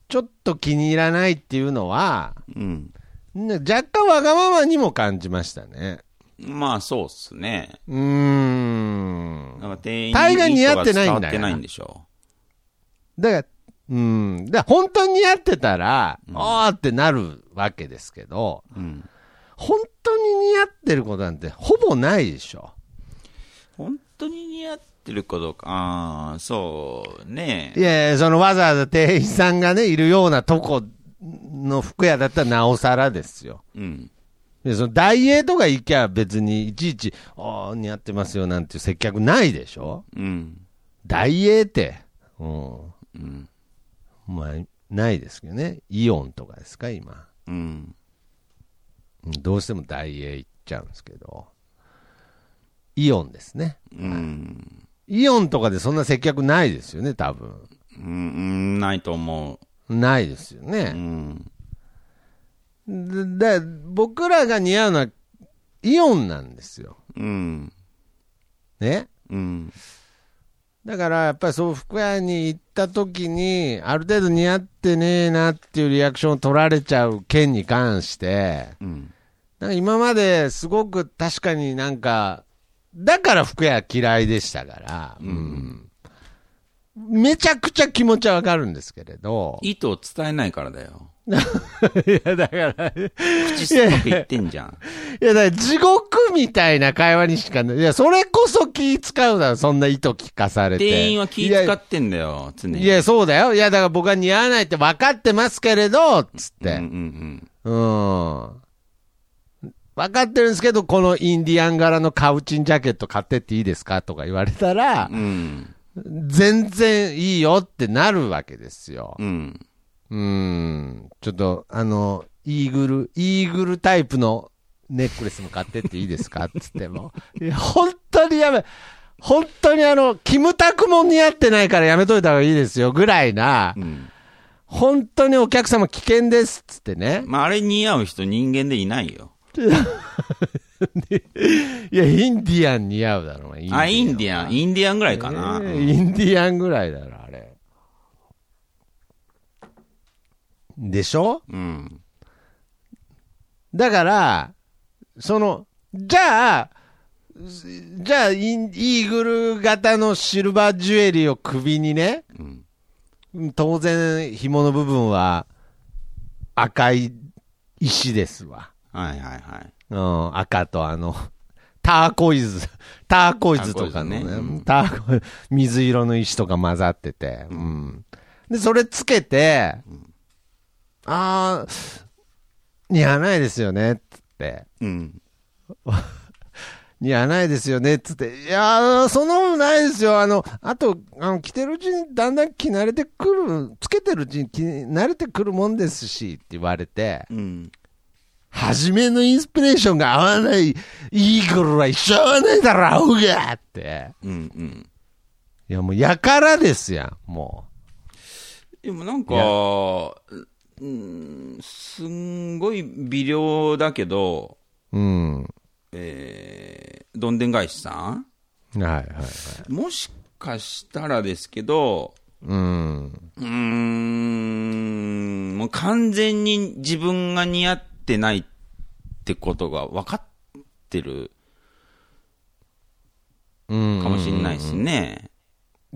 Speaker 1: ちょっと気に入らないっていうのは、
Speaker 2: うん。
Speaker 1: ね若干わがままにも感じましたね。
Speaker 2: まあ、そうっすね。
Speaker 1: うーん。
Speaker 2: なんか店員
Speaker 1: 大概似合ってないんだよ
Speaker 2: 伝わってないんでしょ。
Speaker 1: だから、うん、だから本当に似合ってたら、あーってなるわけですけど、
Speaker 2: うん。
Speaker 1: 本当に似合ってることなんてほぼないでしょ。
Speaker 2: 本当に似合ってるかどうか。ああ、そうね
Speaker 1: い。やいや、そのわざわざ店員さんがね、いるようなとこの服屋だったらなおさらですよ。
Speaker 2: うん。
Speaker 1: でそのダイエーとか行きゃ別にいちいち、あー似合ってますよなんていう接客ないでしょ。
Speaker 2: うん。
Speaker 1: ダイエーって、うん、
Speaker 2: うん。
Speaker 1: まあ、ないですけどね。イオンとかですか、今。
Speaker 2: うん。
Speaker 1: うんどうしてもダイエー行っちゃうんですけど、イオンですね。
Speaker 2: うん。
Speaker 1: イオンとかでそんな接客ないですよね、多分。
Speaker 2: うんうん、ないと思
Speaker 1: ないですよ
Speaker 2: う。う
Speaker 1: ね。
Speaker 2: ん。
Speaker 1: で、で僕らが似合うのはイオンなんですよ。
Speaker 2: うん。
Speaker 1: ね。
Speaker 2: うん。
Speaker 1: だから、やっぱりそう、服屋に行った時に、ある程度似合ってねえなっていうリアクションを取られちゃう件に関して、
Speaker 2: うん。
Speaker 1: なんか今まですごく確かになんか、だから服屋嫌いでしたから、うん。めちゃくちゃ気持ちはわかるんですけれど。い
Speaker 2: 意図を伝えないからだよ。
Speaker 1: や、だ [LAUGHS] から、い
Speaker 2: 口酸っぱく言ってんじゃん。
Speaker 1: や、だから地獄みたいな会話にしかない。いや、それこそ気使うだろ、そんな意図聞かされて。
Speaker 2: 店員は気
Speaker 1: い
Speaker 2: 使
Speaker 1: や
Speaker 2: ってんだよ、常に。
Speaker 1: いや、そうだよ。いや、だから僕は似合わないって分かってますけれど、つっ
Speaker 2: うんう
Speaker 1: て。
Speaker 2: ん
Speaker 1: うん。分かってるんですけど、このインディアン柄のカウチンジャケット買ってっていいですかとか言われたら
Speaker 2: うん。う、ん。
Speaker 1: 全然いいよってなるわけですよ
Speaker 2: う。ん。
Speaker 1: うーん。ちょっと、あの、イーグル、イーグルタイプのネックレスも買ってっていいですかつって
Speaker 2: [LAUGHS]
Speaker 1: も。いや、本当にやめ、本当にあの、キムタクも似合ってないからやめといた方がいいですよ、ぐらいな
Speaker 2: う、ん。
Speaker 1: 本当にお客様危険です、つってね。
Speaker 2: まあ、あれ似合う人人間でいないよ。
Speaker 1: いや、インディアン似合うだろ、お前
Speaker 2: あ、インディアン、インディアンぐらいかな。
Speaker 1: えーインディアンぐらいだろ、あれ。でしょ
Speaker 2: うん。
Speaker 1: だから、その、じゃあ、じゃあイン、イーグル型のシルバージュエリーを首にね、
Speaker 2: うん。
Speaker 1: 当然、紐の部分は赤い石ですわ。
Speaker 2: はいはいはい。
Speaker 1: うん、赤とあの、ターコイズ、ターコイズとかの
Speaker 2: ターコイズねう
Speaker 1: ね
Speaker 2: ん、
Speaker 1: ターコイズ、水色の石とか混ざってて、うん。で、それつけて、あー、似合わないですよね、つって。
Speaker 2: うん。
Speaker 1: 似合わないですよね、つって。いやー、そんなことないですよ。あの、あと、あの、着てるうちにだんだん着慣れてくる、つけてるうちに着慣れてくるもんですし、って言われて、
Speaker 2: うん。
Speaker 1: 初めのインスピレーションが合わない、イーグルは一生合わないだろ、うがって。
Speaker 2: うん。うん。
Speaker 1: いや、もう、やからですやん、も
Speaker 2: でもなんか、うん、すんごい微量だけど、
Speaker 1: うん。
Speaker 2: えー、どんでん返しさん
Speaker 1: はいはいはい。
Speaker 2: もしかしたらですけど、
Speaker 1: うん。
Speaker 2: うーん、もう完全に自分が似合ってないってことが分かってる
Speaker 1: うん。
Speaker 2: かもしれないですね。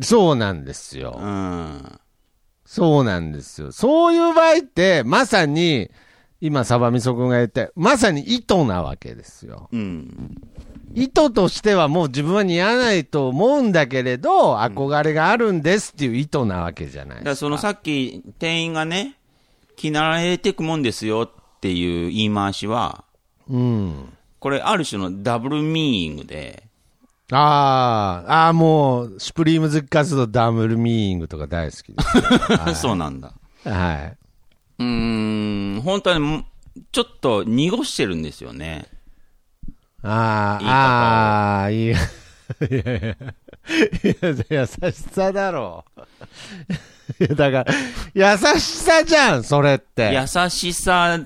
Speaker 1: そうなんですよ。
Speaker 2: うん。
Speaker 1: そうなんですよ。そういう場合って、まさに、今、サバミソ君が言って、まさに意図なわけですよ。
Speaker 2: うん。
Speaker 1: 意図としてはもう自分は似合わないと思うんだけれど、憧れがあるんですっていう意図なわけじゃない
Speaker 2: だ
Speaker 1: で
Speaker 2: か
Speaker 1: す
Speaker 2: ら
Speaker 1: か。
Speaker 2: そのさっき店員がね、着慣れてくもんですよっていう言い回しは、
Speaker 1: うん。
Speaker 2: これある種のダブルミーイングで、
Speaker 1: あーあー、もう、シュプリームズ活動ダブルミーイングとか大好きです。
Speaker 2: [LAUGHS] そうなんだ。
Speaker 1: はい。
Speaker 2: うーん、本当はねもうちょっと濁してるんですよね。
Speaker 1: ああ、ああー、いい。いやい [LAUGHS] や。いや、優しさだろう。いや、だから、優しさじゃん、それって。
Speaker 2: 優しさ、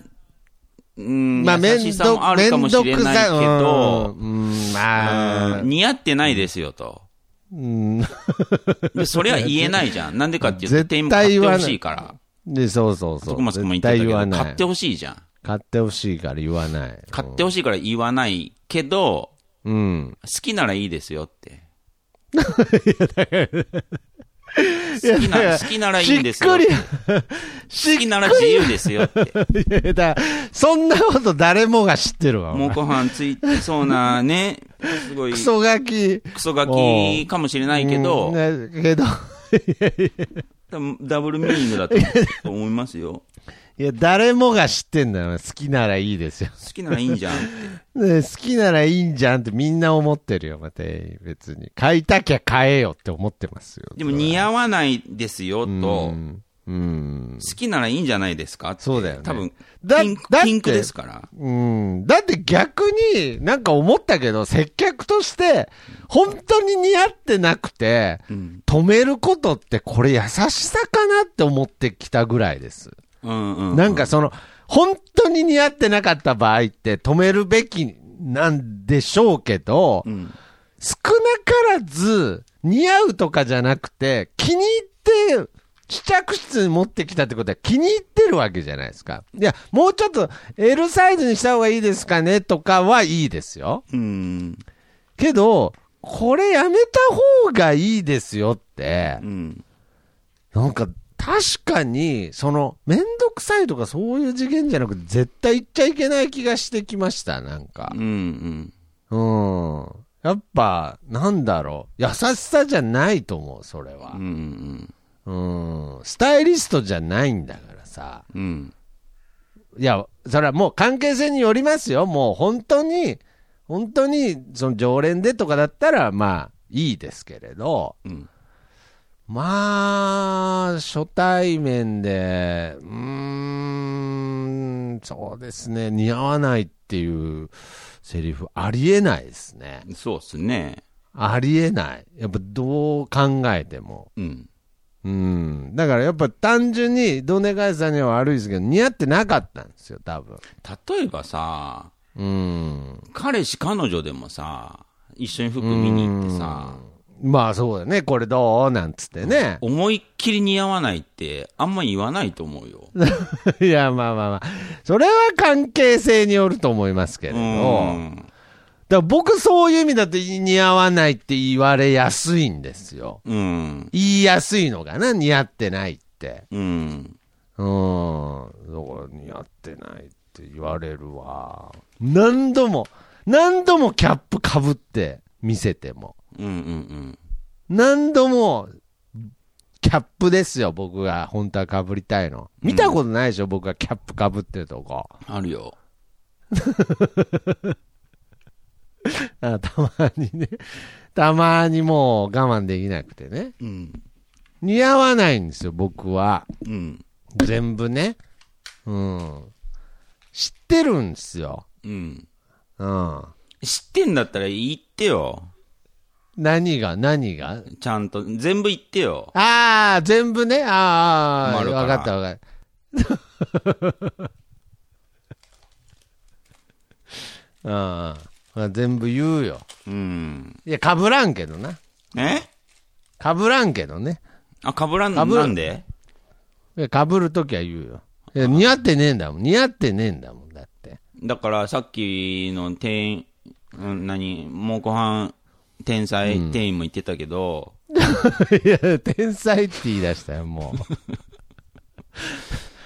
Speaker 2: うん、
Speaker 1: まあ、め
Speaker 2: 優
Speaker 1: ん
Speaker 2: しさ
Speaker 1: ど
Speaker 2: もあるかもしれな
Speaker 1: め
Speaker 2: いけど、
Speaker 1: んどくさうん、うんまあ
Speaker 2: うん、似合ってないですよと。
Speaker 1: うん、
Speaker 2: でそれは言えないじゃん。なんでかって [LAUGHS] いうと、
Speaker 1: 絶
Speaker 2: 店
Speaker 1: 対
Speaker 2: 員も買ってほしいから。
Speaker 1: で、そうそうそう。
Speaker 2: 徳松君も言
Speaker 1: 絶
Speaker 2: ってた
Speaker 1: 対
Speaker 2: け
Speaker 1: 言わ
Speaker 2: ど、
Speaker 1: な
Speaker 2: 買
Speaker 1: い
Speaker 2: って。ほしいじゃん。
Speaker 1: 買ってほしいから言わない。
Speaker 2: 買ってほしいから言わないけど、
Speaker 1: うん。
Speaker 2: 好きならいいですよ
Speaker 1: [LAUGHS]
Speaker 2: って。好きな好きならいいんですよ。
Speaker 1: しっくり
Speaker 2: 好きなら自由ですよって。
Speaker 1: いやいやだそんなこと誰もが知ってるわ。お
Speaker 2: もう
Speaker 1: 前
Speaker 2: ご飯ついてそうなね、すごい
Speaker 1: クソガキ。
Speaker 2: クソガキかもしれないけど、
Speaker 1: うんねけど、
Speaker 2: 多分ダブルミーニングだと思いますよ。
Speaker 1: いや、誰もが知ってんだよ。好きならいいですよ。 [LAUGHS]
Speaker 2: 好きならいいんじゃんって。
Speaker 1: ね好きならいいんじゃんってみんな思ってるよ、また別に。買いたきゃ買えよって思ってますよ。
Speaker 2: でも似合わないですよ
Speaker 1: う
Speaker 2: と、
Speaker 1: ん。うん。
Speaker 2: 好きならいいんじゃないですかって
Speaker 1: そうだよね
Speaker 2: 多分、
Speaker 1: だ
Speaker 2: ピンク
Speaker 1: だって
Speaker 2: ピンクですから。
Speaker 1: うん。だって逆に、なんか思ったけど、接客として、本当に似合ってなくて、
Speaker 2: うん。
Speaker 1: 止めることってこれ優しさかなって思ってきたぐらいです。
Speaker 2: うんうん。
Speaker 1: なんかその、本当に似合ってなかった場合って止めるべきなんでしょうけど、
Speaker 2: うん。
Speaker 1: 少なからず似合うとかじゃなくて、気に入って試着室に持ってきたってことは気に入ってるわけじゃないですか。いや、もうちょっと L サイズにした方がいいですかねとかはいいですよ。
Speaker 2: うん。
Speaker 1: けど、これやめた方がいいですよって
Speaker 2: う、ん。
Speaker 1: なんか確かに、その、めんどくさいとかそういう次元じゃなくて、絶対言っちゃいけない気がしてきました、なんか
Speaker 2: うん。。うん。
Speaker 1: うん。やっぱ、なんだろう。優しさじゃないと思う、それ
Speaker 2: う
Speaker 1: は。
Speaker 2: ん。
Speaker 1: うん。スタイリストじゃないんだからさ。
Speaker 2: うん。
Speaker 1: いや、それはもう関係性によりますよ。もう本当に、本当に、その常連でとかだったら、まあ、いいですけれど、
Speaker 2: うん。
Speaker 1: まあ、初対面で、うーん、そうですね、似合わないっていうセリフありえないですね。
Speaker 2: そうっすね。
Speaker 1: ありえない。やっぱどう考えても。
Speaker 2: うん。
Speaker 1: うん。だからやっぱ単純に、どねかいさんには悪いですけど、似合ってなかったんですよ、多分。
Speaker 2: 例えばさ、
Speaker 1: うん。
Speaker 2: 彼氏彼女でもさ、一緒に服見に行ってさ、
Speaker 1: まあそうだね、これどうなんつってね。
Speaker 2: 思いっきり似合わないって、あんま言わないと思うよ。
Speaker 1: [LAUGHS] いや、まあまあまあ。それは関係性によると思いますけれ
Speaker 2: う
Speaker 1: ど。
Speaker 2: ん。
Speaker 1: だから僕そういう意味だと似合わないって言われやすいんですよ。
Speaker 2: うん。
Speaker 1: 言いやすいのかな、似合ってないって。
Speaker 2: うん。
Speaker 1: うん。だから似合ってないって言われるわ。何度も、何度もキャップかぶって見せても。
Speaker 2: うんうん
Speaker 1: 何度も、キャップですよ、僕が。本当はかぶりたいの。見たことないでしょ、僕がキャップかぶってるとこ。
Speaker 2: うん。あるよ。
Speaker 1: あたまにね。たまにもう我慢できなくてね。
Speaker 2: うん。
Speaker 1: 似合わないんですよ、僕は。
Speaker 2: うん。
Speaker 1: 全部ね。うん。知ってるんですよ。
Speaker 2: うん。
Speaker 1: うん。
Speaker 2: 知ってんだったら言ってよ。
Speaker 1: 何が、何が
Speaker 2: ちゃんと、全部言ってよ。
Speaker 1: ああ、全部ね。あーあー、
Speaker 2: 困るか
Speaker 1: わ
Speaker 2: な
Speaker 1: かったわかった。 [LAUGHS] あーあ、全部言うよ。
Speaker 2: うん。
Speaker 1: いや、かぶらんけどな。
Speaker 2: え
Speaker 1: かぶらんけどね。
Speaker 2: あ、かぶらん、
Speaker 1: 被らん
Speaker 2: なんで
Speaker 1: かぶるときは言うよ。いや似合ってねえんだもん。似合ってねえんだもん。だって。 [LAUGHS]
Speaker 2: だからさっきの店員、うん、何、猛虎飯、天才、店員も言ってたけど、
Speaker 1: いや、天才って言い出したよ、もう。 [LAUGHS]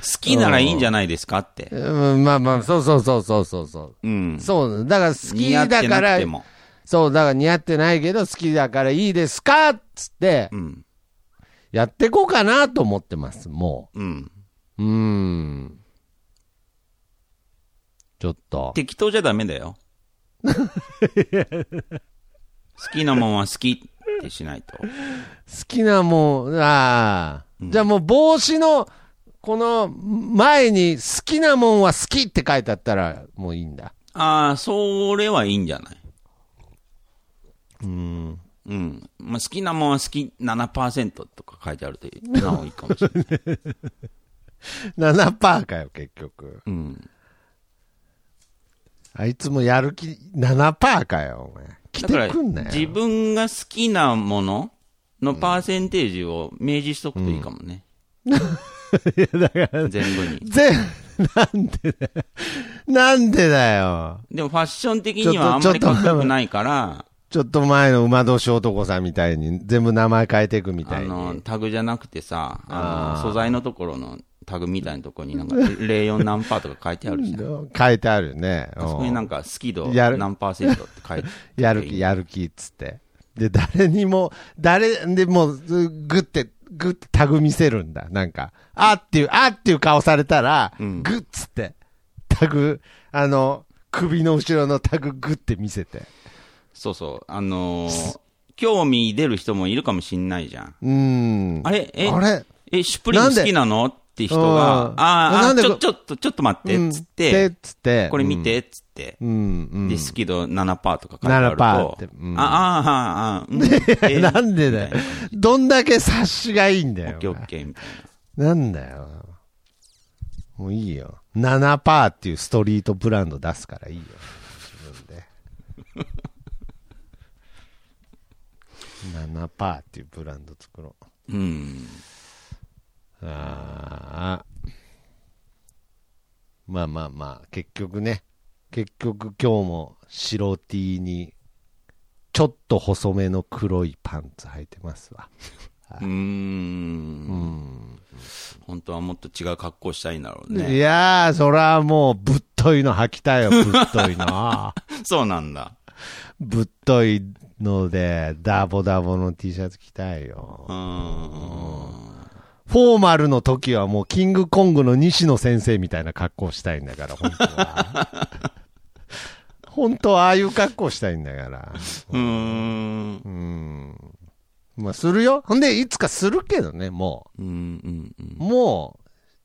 Speaker 2: 好きならいいんじゃないですかって。
Speaker 1: うん、まあまあ、そうそうそうそうそうそう。
Speaker 2: うん。
Speaker 1: そう、だから好き
Speaker 2: 似合って
Speaker 1: だ
Speaker 2: な
Speaker 1: か
Speaker 2: く
Speaker 1: ら
Speaker 2: て、も。
Speaker 1: そう、だから似合ってないけど、好きだからいいですかっつって
Speaker 2: う、ん。
Speaker 1: やってこうかなと思ってます、も
Speaker 2: うん。
Speaker 1: う。うーん。ちょっと。
Speaker 2: 適当じゃダメ
Speaker 1: [LAUGHS]
Speaker 2: だよ。好きなもんは好きってしないと。
Speaker 1: 好きなもん、ああ、じゃあもう帽子の、この前に好きなもんは好きって書いてあったらもういいんだ。
Speaker 2: ああ、それはいいんじゃない
Speaker 1: うん。
Speaker 2: うん。まあ、好きなもんは好き7%とか書いてあると、なおいいかもしれない。
Speaker 1: 7%かよ、結局。
Speaker 2: うん。
Speaker 1: あいつもやる気7%かよ、お前。来
Speaker 2: だから
Speaker 1: てくんなよ。
Speaker 2: 自分が好きなもののパーセンテージを明示しとくといいかもね。
Speaker 1: [LAUGHS]
Speaker 2: 全部に。
Speaker 1: ぜ、なんでだよ。なんでだよ。
Speaker 2: でもファッション的にはあんまりかっこよくないから、
Speaker 1: ちょっと前の馬年男さんみたいに、全部名前変えていくみ
Speaker 2: あ
Speaker 1: たい
Speaker 2: の、
Speaker 1: に。
Speaker 2: タグじゃなくてさ、
Speaker 1: あ
Speaker 2: あ
Speaker 1: ー
Speaker 2: の、素材のところのタグみたいなところに
Speaker 1: [LAUGHS]
Speaker 2: なんか、04何パーとか書いてあるじゃん。
Speaker 1: 変えてあるよね。
Speaker 2: あそこにな
Speaker 1: うん
Speaker 2: んか、好き度
Speaker 1: やる
Speaker 2: 何パーセントって書いて
Speaker 1: [LAUGHS] やる気、やる気っつって。で、誰にも、誰、でもう、ずグって、グってタグ見せるんだ。なんか、あっていう、あっていう顔されたら、
Speaker 2: うん
Speaker 1: グっつって、タグ、あの、首の後ろのタググって見せて。
Speaker 2: そうそう。あのー興味出る人もいるかもしんないじゃん。
Speaker 1: うーん。
Speaker 2: あれえ
Speaker 1: あれ
Speaker 2: え、シュプリーム好きなのって人が、
Speaker 1: うん
Speaker 2: あー
Speaker 1: な
Speaker 2: あ
Speaker 1: ん
Speaker 2: ー、
Speaker 1: で
Speaker 2: ちょ、ちょっと、ちょっと待って、つって、
Speaker 1: うんつって。
Speaker 2: これ見て、つって、
Speaker 1: うん。うん。
Speaker 2: で、好き度7%とか書いてあると、
Speaker 1: 7%ってうん
Speaker 2: ああ
Speaker 1: [LAUGHS]
Speaker 2: ー、あーあー、あー
Speaker 1: う
Speaker 2: うんん、
Speaker 1: なんでだよ。どんだけ察しがいいん
Speaker 2: え
Speaker 1: だよ
Speaker 2: ーオッ。ケーオッケーみたいな。
Speaker 1: なんだよ。もういいよ。7%っていうストリートブランド出すからいいよ。自分で。7%っていうブランド作ろう。
Speaker 2: うん。
Speaker 1: ああ。まあまあまあ、結局ね。結局今日も白 T に、ちょっと細めの黒いパンツ履いてますわ。
Speaker 2: うーん。本当はもっと違う格好したいんだろう
Speaker 1: い
Speaker 2: ね。
Speaker 1: やー、そらもう、ぶっといの履きたいよ、ぶっといの。
Speaker 2: そうなんだ。
Speaker 1: ぶっといので、ダボダボの T シャツ着たいよ
Speaker 2: う。ーん。
Speaker 1: フォーマルの時はもう、キングコングの西野先生みたいな格好したいんだから、本当は。本当はああいう格好したいんだから。
Speaker 2: うーん。
Speaker 1: うん。まあ、するよ。ほんで、いつかするけどね、も
Speaker 2: うんうんうん
Speaker 1: う。も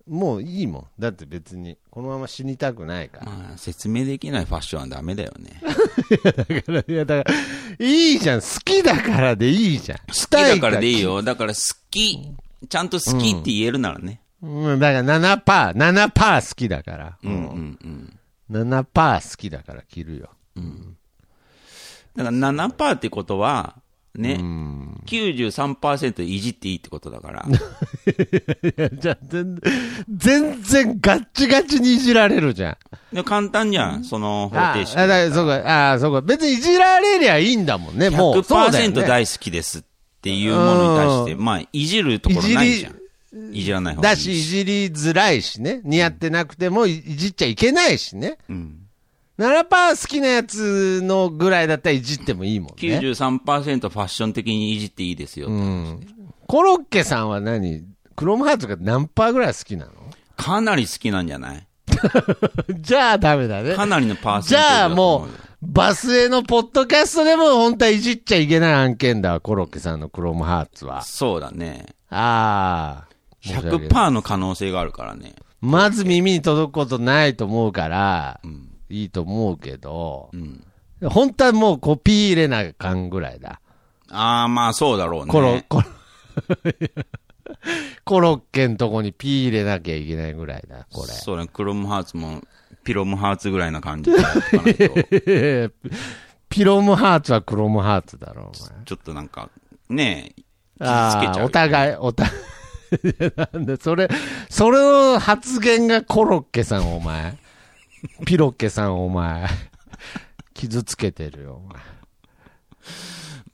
Speaker 1: う、もういいもん。だって別に、このまま死にたくないから。
Speaker 2: まあ、説明できないファッションはダメだよね。好
Speaker 1: だから、いや、だから、いいじゃん。好きだからでいいじゃん。好き
Speaker 2: きだからでいい。よ。だから好き、ちゃんと好きって言えるならね。
Speaker 1: うん、だから7%、7%好きだから。う
Speaker 2: うん
Speaker 1: ん。
Speaker 2: うんうん。
Speaker 1: 7%好きだから着るよ。 [LAUGHS]
Speaker 2: だから7%ってことは、ね、
Speaker 1: うん。
Speaker 2: 93%いじっていいってこと
Speaker 1: [LAUGHS]
Speaker 2: だから。
Speaker 1: いや、じゃあ全然、全然ガッチガチにいじられるじゃん。
Speaker 2: で簡単じゃん、その方
Speaker 1: あ
Speaker 2: 程
Speaker 1: あ、だ
Speaker 2: 式。
Speaker 1: からそうか、ああ、そうか。別にいじられりゃいいんだもんね、もう。そうだよ
Speaker 2: 100%
Speaker 1: ね。
Speaker 2: 大好きですっていうものに対して、
Speaker 1: う
Speaker 2: まあ、いじるところないじゃん。いじらない方がい
Speaker 1: だ
Speaker 2: い
Speaker 1: し、いじりづらいしね。似合ってなくてもいいじっちゃいけないしね。
Speaker 2: うん、
Speaker 1: 7%好きなやつのぐらいだったらいじってもいいもんね。
Speaker 2: 93%ファッション的にいじっていいですよ。
Speaker 1: コロッケさんは何クロムハーツが何パーぐらい好きなの
Speaker 2: かなり好きなんじゃない
Speaker 1: [LAUGHS] じゃあダメだね。
Speaker 2: かなりのパーセ
Speaker 1: じ
Speaker 2: ンテージ
Speaker 1: ゃあ
Speaker 2: だと思
Speaker 1: もう、バスへのポッドキャストでも本当はいじっちゃいけない案件だわ、コロッケさんのクロムハーツは。
Speaker 2: そうだね。
Speaker 1: ああ。申し訳ない
Speaker 2: 100%の可能性があるからね。
Speaker 1: まず耳に届くことないと思うから、いいと思うけど
Speaker 2: う、ん。
Speaker 1: 本当はもうコピー入れなあかんぐらいだ。
Speaker 2: ああ、まあそうだろうね。
Speaker 1: コロ、コロ、 [LAUGHS] コロッケんとこにピー入れなきゃいけないぐらいだ、これ。
Speaker 2: そうね、クロムハーツも、ピロムハーツぐらいな感じでやっとかないと
Speaker 1: [LAUGHS] ピロムハーツはクロムハーツだろ、お前。
Speaker 2: ちょっとなんか、ねえ、傷つけ
Speaker 1: [LAUGHS] あ
Speaker 2: ち
Speaker 1: あ、
Speaker 2: ゃう。
Speaker 1: お互い、お互い。 [LAUGHS] なんで、それ、それの発言がコロッケさん、お前。ピロッケさん、お前。 [LAUGHS] 傷つけてるよ、お前。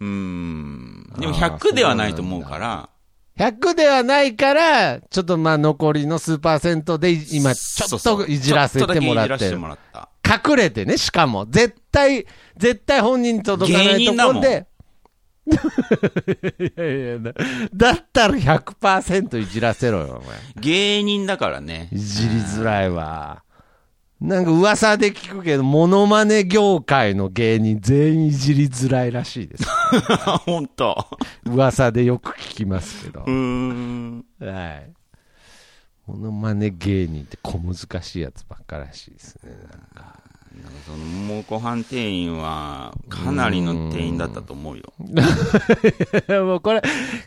Speaker 2: うーん。でも100ではないと思うから、
Speaker 1: 100ではないから、ちょっとまあ残りの数パーセントでい今、ち
Speaker 2: そ
Speaker 1: ょっ
Speaker 2: うそ
Speaker 1: と
Speaker 2: う
Speaker 1: いじらせてもらっ
Speaker 2: ちょっとだけいじらせ
Speaker 1: て
Speaker 2: て
Speaker 1: る。
Speaker 2: もらった。
Speaker 1: 隠れてね、しかも。絶対、絶対本人に届かない
Speaker 2: 芸人
Speaker 1: と
Speaker 2: だ
Speaker 1: こ
Speaker 2: もん
Speaker 1: で。 [LAUGHS] いやいやだだったら100%いじらせろよ、お前。
Speaker 2: 芸人だか
Speaker 1: [LAUGHS]
Speaker 2: らね。
Speaker 1: いじりづらいわ。なんか噂で聞くけど、モノマネ業界の芸人全員いじりづらいらしいです。
Speaker 2: 本当。
Speaker 1: 噂でよく聞きますけど
Speaker 2: う。ーん。
Speaker 1: はい。モノマネ芸人って小難しいやつばっからしいですね。
Speaker 2: その、もうご飯店員は、かなりの店員だったと思うよ。
Speaker 1: もうこれ、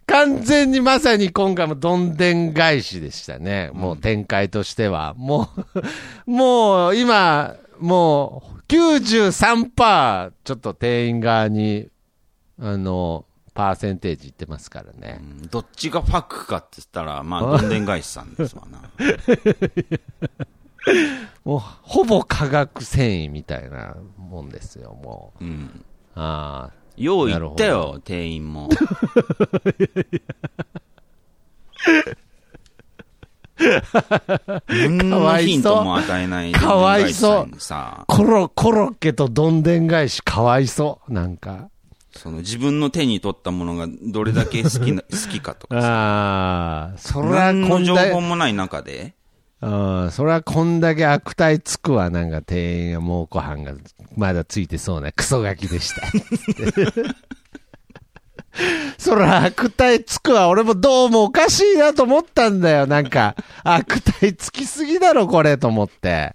Speaker 1: 完全にまさに今回もどんでん返しでしたね。もう展開としては。もう、 [LAUGHS] もう今、もう93%ちょっと店員側に、あの、パーセンテージいってますからね
Speaker 2: う。んどっちがファックかって言ったら、ま
Speaker 1: [LAUGHS]
Speaker 2: あ、どんでん返しさんですわな。
Speaker 1: もう、ほぼ化学繊維みたいなもんですよ、もう。
Speaker 2: うん。
Speaker 1: ああ。
Speaker 2: よう言ったよ、店員
Speaker 1: [LAUGHS]
Speaker 2: も。 [LAUGHS] 何
Speaker 1: か
Speaker 2: の
Speaker 1: わいそう
Speaker 2: ヒントも与えない
Speaker 1: かわいそう
Speaker 2: どんでん返しさんにさ、
Speaker 1: コロ、コロッケとどんでん返しかわいそう。なんか。
Speaker 2: その自分の手に取ったものがどれだけ好
Speaker 1: [LAUGHS]
Speaker 2: きな、好きかとかさ、
Speaker 1: ああ、そら
Speaker 2: 何
Speaker 1: こ
Speaker 2: の
Speaker 1: ん
Speaker 2: 情
Speaker 1: だ
Speaker 2: 報もない中で、
Speaker 1: うん、それはこんだけ悪態つくわ、なんか店員や猛虎犯がまだついてそうなクソガキでした。
Speaker 2: [LAUGHS]
Speaker 1: そら悪態つくわ、俺もどうもおかしいなと思ったんだよ、なんか。悪態つきすぎだろ、これ、と思って。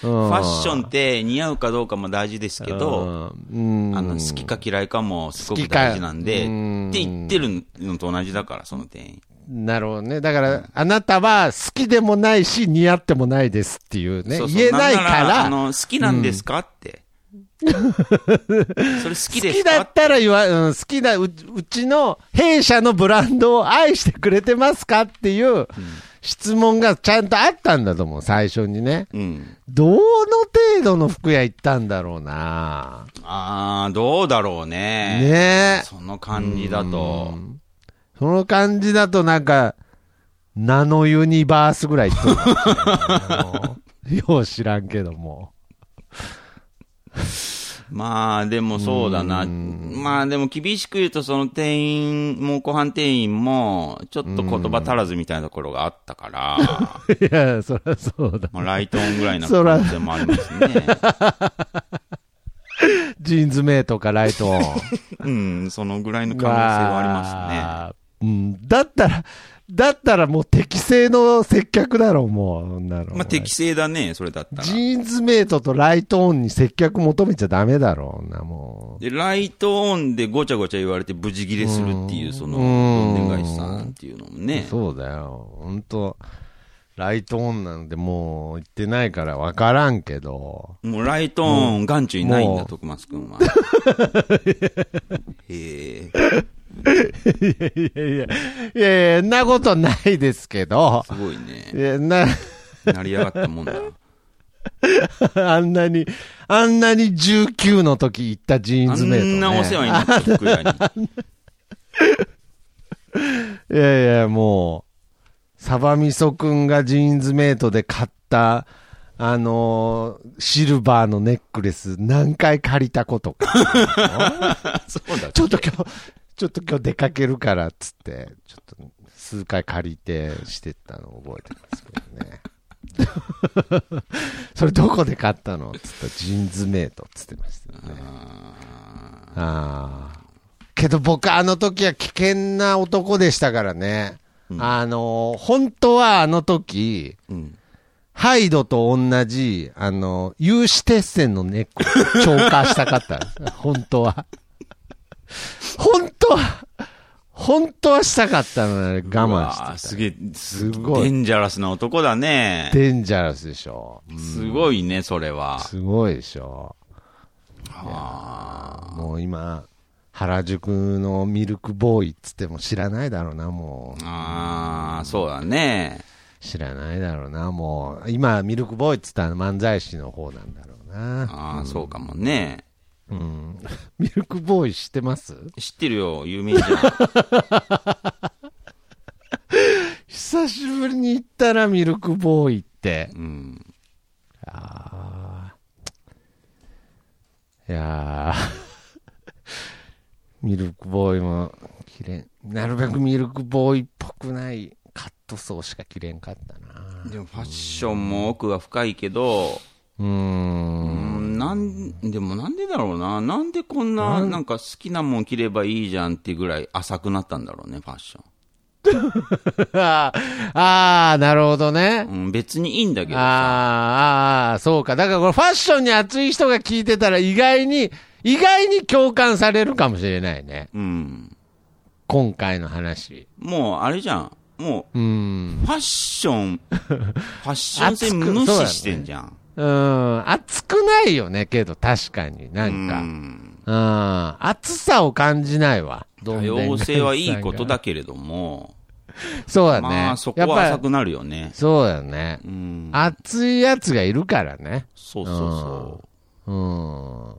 Speaker 1: フ
Speaker 2: フ
Speaker 1: ァ
Speaker 2: ァッションって似合うかどうかも大事ですけど、、
Speaker 1: うん、
Speaker 2: あの、好きか嫌いかもすごく大事なんで、っ
Speaker 1: 好き
Speaker 2: て
Speaker 1: かうん
Speaker 2: 言ってるのと同じだから、その店員。
Speaker 1: なるほどね。だから、あなたは好きでもないし、似合ってもないですっていうね。
Speaker 2: そうそう
Speaker 1: 言えない
Speaker 2: ん
Speaker 1: から。
Speaker 2: あの、好きなんです
Speaker 1: [LAUGHS]
Speaker 2: かって。それ好きで
Speaker 1: 好き
Speaker 2: す
Speaker 1: だ
Speaker 2: か
Speaker 1: ったら言わ、うん、好きだう、うちの弊社のブランドを愛してくれてますかっていう質問がちゃんとあったんだと思う、最初にね。
Speaker 2: うん。
Speaker 1: どの程度の服屋行ったんだろうな。
Speaker 2: あー、どうだろうね。
Speaker 1: ねえ。
Speaker 2: その感じだと。
Speaker 1: その感じだとなんか、ナノユニバースぐらい行ったのかなよう知らんけども。
Speaker 2: まあ、でもそうだな。まあ、でも厳しく言うと、その店員も、後半店員も、ちょっと言葉足らずみたいなところがあった
Speaker 1: [LAUGHS]
Speaker 2: から、
Speaker 1: いや、そりゃそうだ。
Speaker 2: まあ、ライトオンぐらいな
Speaker 1: そら
Speaker 2: 感じもあります
Speaker 1: [LAUGHS]
Speaker 2: ね。
Speaker 1: ジーンズメイトかライトオン。
Speaker 2: うん、そのぐらいの可能性はありますね。
Speaker 1: すね。うん、だったら、だったらもう適正の接客だろう、もう。そんなの
Speaker 2: まあ、適正だね、それだったら
Speaker 1: ジ。ーンズメイトとライトオンに接客求めちゃダメだろうな、もう。
Speaker 2: で、ライトオンでごちゃごちゃ言われて無事切れするっていう、その、
Speaker 1: う
Speaker 2: ど
Speaker 1: ん
Speaker 2: んでん返しさんっていうのもね。
Speaker 1: そうだよ。ほんと、ライトオンなんでもう行ってないから分からんけ
Speaker 2: [LAUGHS]
Speaker 1: ど。
Speaker 2: もうライトオン、眼中にないん
Speaker 1: も
Speaker 2: だ、
Speaker 1: う
Speaker 2: 徳松
Speaker 1: [LAUGHS]
Speaker 2: くんは。へえ。
Speaker 1: いやいや、いやいや、んなことないですけど。
Speaker 2: すごい
Speaker 1: い
Speaker 2: ね。
Speaker 1: や、な、 [LAUGHS]
Speaker 2: 成り上がったもんだ。
Speaker 1: あんなに、あんなに19の時行ったジー
Speaker 2: あ
Speaker 1: ンズメイト、ね。
Speaker 2: んなお世話になった福屋に。
Speaker 1: [LAUGHS] いやいや、もう、サバミソくんがジーンズメイトで買った、あのーシルバーのネックレス何回借りたことか。
Speaker 2: [LAUGHS] そうだ。
Speaker 1: ちょっと今日、ちょっと今日出かけるからっつって、ちょっと数回借りてしてったのを覚えてますけどね。
Speaker 2: [LAUGHS]
Speaker 1: それどこで買ったのっつったらジーンズメイトっつってましたね。
Speaker 2: あ
Speaker 1: ああ。けど僕、あの時は危険な男でしたからね。あの、本当はあの時、
Speaker 2: ーうん。
Speaker 1: ハイドと同じ、あの、有刺鉄線のネックを超過したかったんです。本当は。本当は、本当はしたかったのに我慢
Speaker 2: わあ
Speaker 1: して
Speaker 2: すげえ、す
Speaker 1: す
Speaker 2: ご
Speaker 1: ご
Speaker 2: い。
Speaker 1: い
Speaker 2: デンジャラスな男だね
Speaker 1: た。。デンジャラスでしょ。
Speaker 2: すごいね、それは。
Speaker 1: すごいでしょ。
Speaker 2: あ
Speaker 1: もう今、原宿のミルクボーイっつっても知らないだろうな、もう。
Speaker 2: あー、そうだね。
Speaker 1: 知らないだろうな、もう。今、ミルクボーイっつったら漫才師の方なんだろうな。
Speaker 2: あー、そうかもね。
Speaker 1: うん。 [LAUGHS] ミルクボーイ知ってます
Speaker 2: 知ってるよ、有名
Speaker 1: [LAUGHS]
Speaker 2: じゃん。
Speaker 1: 久しぶりに行ったらミルクボーイって。
Speaker 2: うん。
Speaker 1: あーいやー [LAUGHS] ミルクボーイも綺麗なるべくミルクボーイっぽくないカットソーしか着れんかったな
Speaker 2: でもファッションも奥が深いけど、
Speaker 1: うー
Speaker 2: うんん、なん、でもなんでだろうな。なんでこんな、なんか好きなもん着ればいいじゃんっていうぐらい浅くなったんだろうね、ファッション。
Speaker 1: [LAUGHS] ああーなるほどね
Speaker 2: うん、別にいいんだけどさ。
Speaker 1: あーあーそうかだからこれファッションに熱い人が聞いてたら意外に意外に共感されるかもしれないね
Speaker 2: うん。
Speaker 1: 今回の話
Speaker 2: もう、あれじゃん。も
Speaker 1: うーん
Speaker 2: う、ファッショ
Speaker 1: [LAUGHS]
Speaker 2: ン、ファッション性無視してんじゃん。
Speaker 1: うん、熱くないよね、けど、確かに。な
Speaker 2: うん
Speaker 1: か、
Speaker 2: ん。
Speaker 1: うん、熱さを感じないわ。どん
Speaker 2: 多
Speaker 1: でん返しさ
Speaker 2: 様
Speaker 1: んが
Speaker 2: 性はいいこと。だけれども、
Speaker 1: そうだね。
Speaker 2: まあそこは
Speaker 1: や
Speaker 2: 浅
Speaker 1: っぱり
Speaker 2: くなるよね。
Speaker 1: そうだね。
Speaker 2: うん。
Speaker 1: 熱いやつがいるからね。
Speaker 2: そうそうそ
Speaker 1: うん。
Speaker 2: う。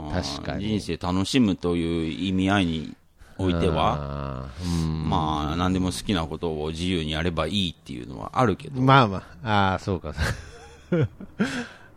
Speaker 2: まあ、
Speaker 1: 確かに
Speaker 2: 人生楽しむという意味合いにおいては、
Speaker 1: あーうん
Speaker 2: まあ、何でも好きなことを自由にやればいいっていうのはあるけど、
Speaker 1: まあまあ、ああー、そうか。 [LAUGHS]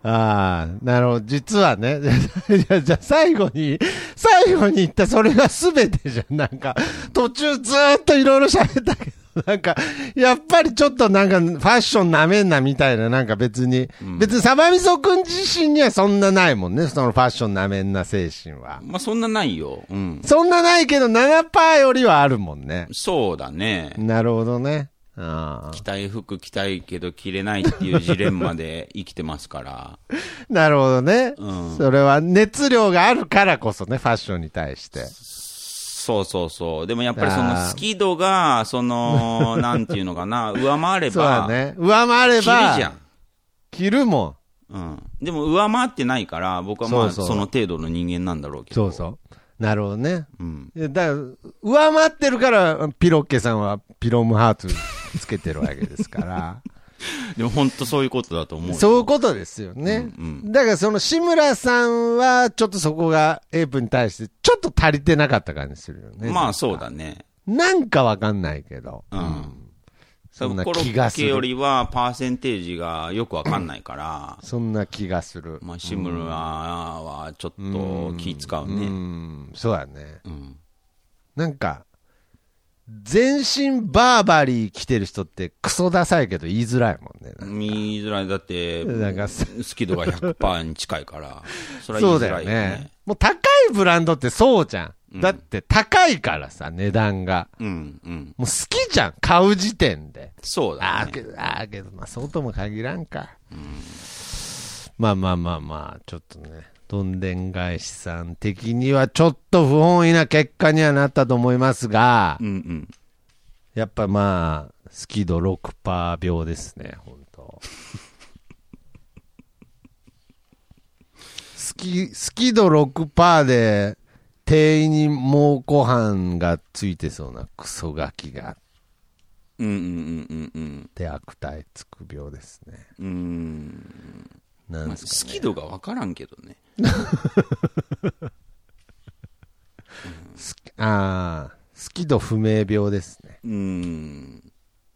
Speaker 1: ああ、なるほど。実はね、 [LAUGHS] じゃあじゃあ最後に、最後に言ったそれが全てじゃん。なんか、途中ずーっといろいろ喋ったけど、なんか、やっぱりちょっとなんか、ファッションなめんなみたいな、なんか別に、別にサバミソ君自身にはそんなないもんね、そのファッションなめんな精神は。
Speaker 2: まあ、そんなないよ。うん。
Speaker 1: そんなないけど、7%よりはあるもんね。
Speaker 2: そうだね。
Speaker 1: なるほどね。ああ。
Speaker 2: 着たい服着たいけど着れないっていうジレンマで [LAUGHS] 生きてますから。
Speaker 1: なるほどね、
Speaker 2: うん
Speaker 1: それは熱量があるからこそね、ファッションに対して。
Speaker 2: そうそうそう。でもやっぱりその好き度が、そ
Speaker 1: [LAUGHS]
Speaker 2: の、なんていうのかな、上回れ
Speaker 1: そうだ
Speaker 2: ば、
Speaker 1: ね。上回
Speaker 2: 着
Speaker 1: れ
Speaker 2: るじ
Speaker 1: ば、
Speaker 2: ゃん。
Speaker 1: 着るもん。
Speaker 2: うん。でも上回ってないから、僕はまあ、
Speaker 1: そ
Speaker 2: そう
Speaker 1: そう
Speaker 2: の程度の人間なんだろうけ
Speaker 1: そ
Speaker 2: ど。
Speaker 1: うそう。なるほどね。
Speaker 2: う。うん。
Speaker 1: だから、上回ってるから、ピロッケさんはピロムハーツつけてるわけです
Speaker 2: [LAUGHS]
Speaker 1: から。
Speaker 2: でも本当そういうことだと思う。
Speaker 1: そういうことですよね。
Speaker 2: うん
Speaker 1: だからその志村さんは、ちょっとそこがエイプに対して、ちょっと足りてなかった感じするよね。
Speaker 2: まあそうだね。
Speaker 1: なんかわかんないけど。
Speaker 2: うん。
Speaker 1: そんな
Speaker 2: コロ
Speaker 1: 気が
Speaker 2: ッ
Speaker 1: す
Speaker 2: ケよ
Speaker 1: る。
Speaker 2: りは、パーセンテージがよくわかんないから、
Speaker 1: そんな気がする。
Speaker 2: まあ、志村はちょっと気使
Speaker 1: う
Speaker 2: うね。
Speaker 1: ん、そうだね。
Speaker 2: うん。
Speaker 1: なんか、全身バーバリー着てる人ってクソダサいけど言いづらいもんね。
Speaker 2: 見づらい。だって、
Speaker 1: なんか、そ
Speaker 2: 好き度が100%に近いから、それは言
Speaker 1: そ
Speaker 2: い
Speaker 1: だ
Speaker 2: うづら
Speaker 1: よ
Speaker 2: いよね
Speaker 1: ね。。もう高いブランドってそうじゃん。だって高いからさ、値段が。
Speaker 2: うん、うん。
Speaker 1: もう好きじゃん、買う時点で。
Speaker 2: そう
Speaker 1: あ
Speaker 2: だ
Speaker 1: あ、け
Speaker 2: ね。
Speaker 1: ど、ああ、けど、まあ、そうとも限らんか。まあまあまあまあ、ちょっとね、どんでん返しさん的にはちょっと不本意な結果にはなったと思いますが、
Speaker 2: うんうん。
Speaker 1: やっぱまあ、スキード6パー秒ですね、本 [LAUGHS] 当。スキ、スキード6パーで、店員に猛虎飯がついてそうなクソガキがあっ
Speaker 2: うんうんうんうん
Speaker 1: て悪態つく病ですね。
Speaker 2: うん。うん。
Speaker 1: なん
Speaker 2: まあ
Speaker 1: です
Speaker 2: 好き度が分からんけどね。
Speaker 1: ああ、スキード不明病ですね。
Speaker 2: うん。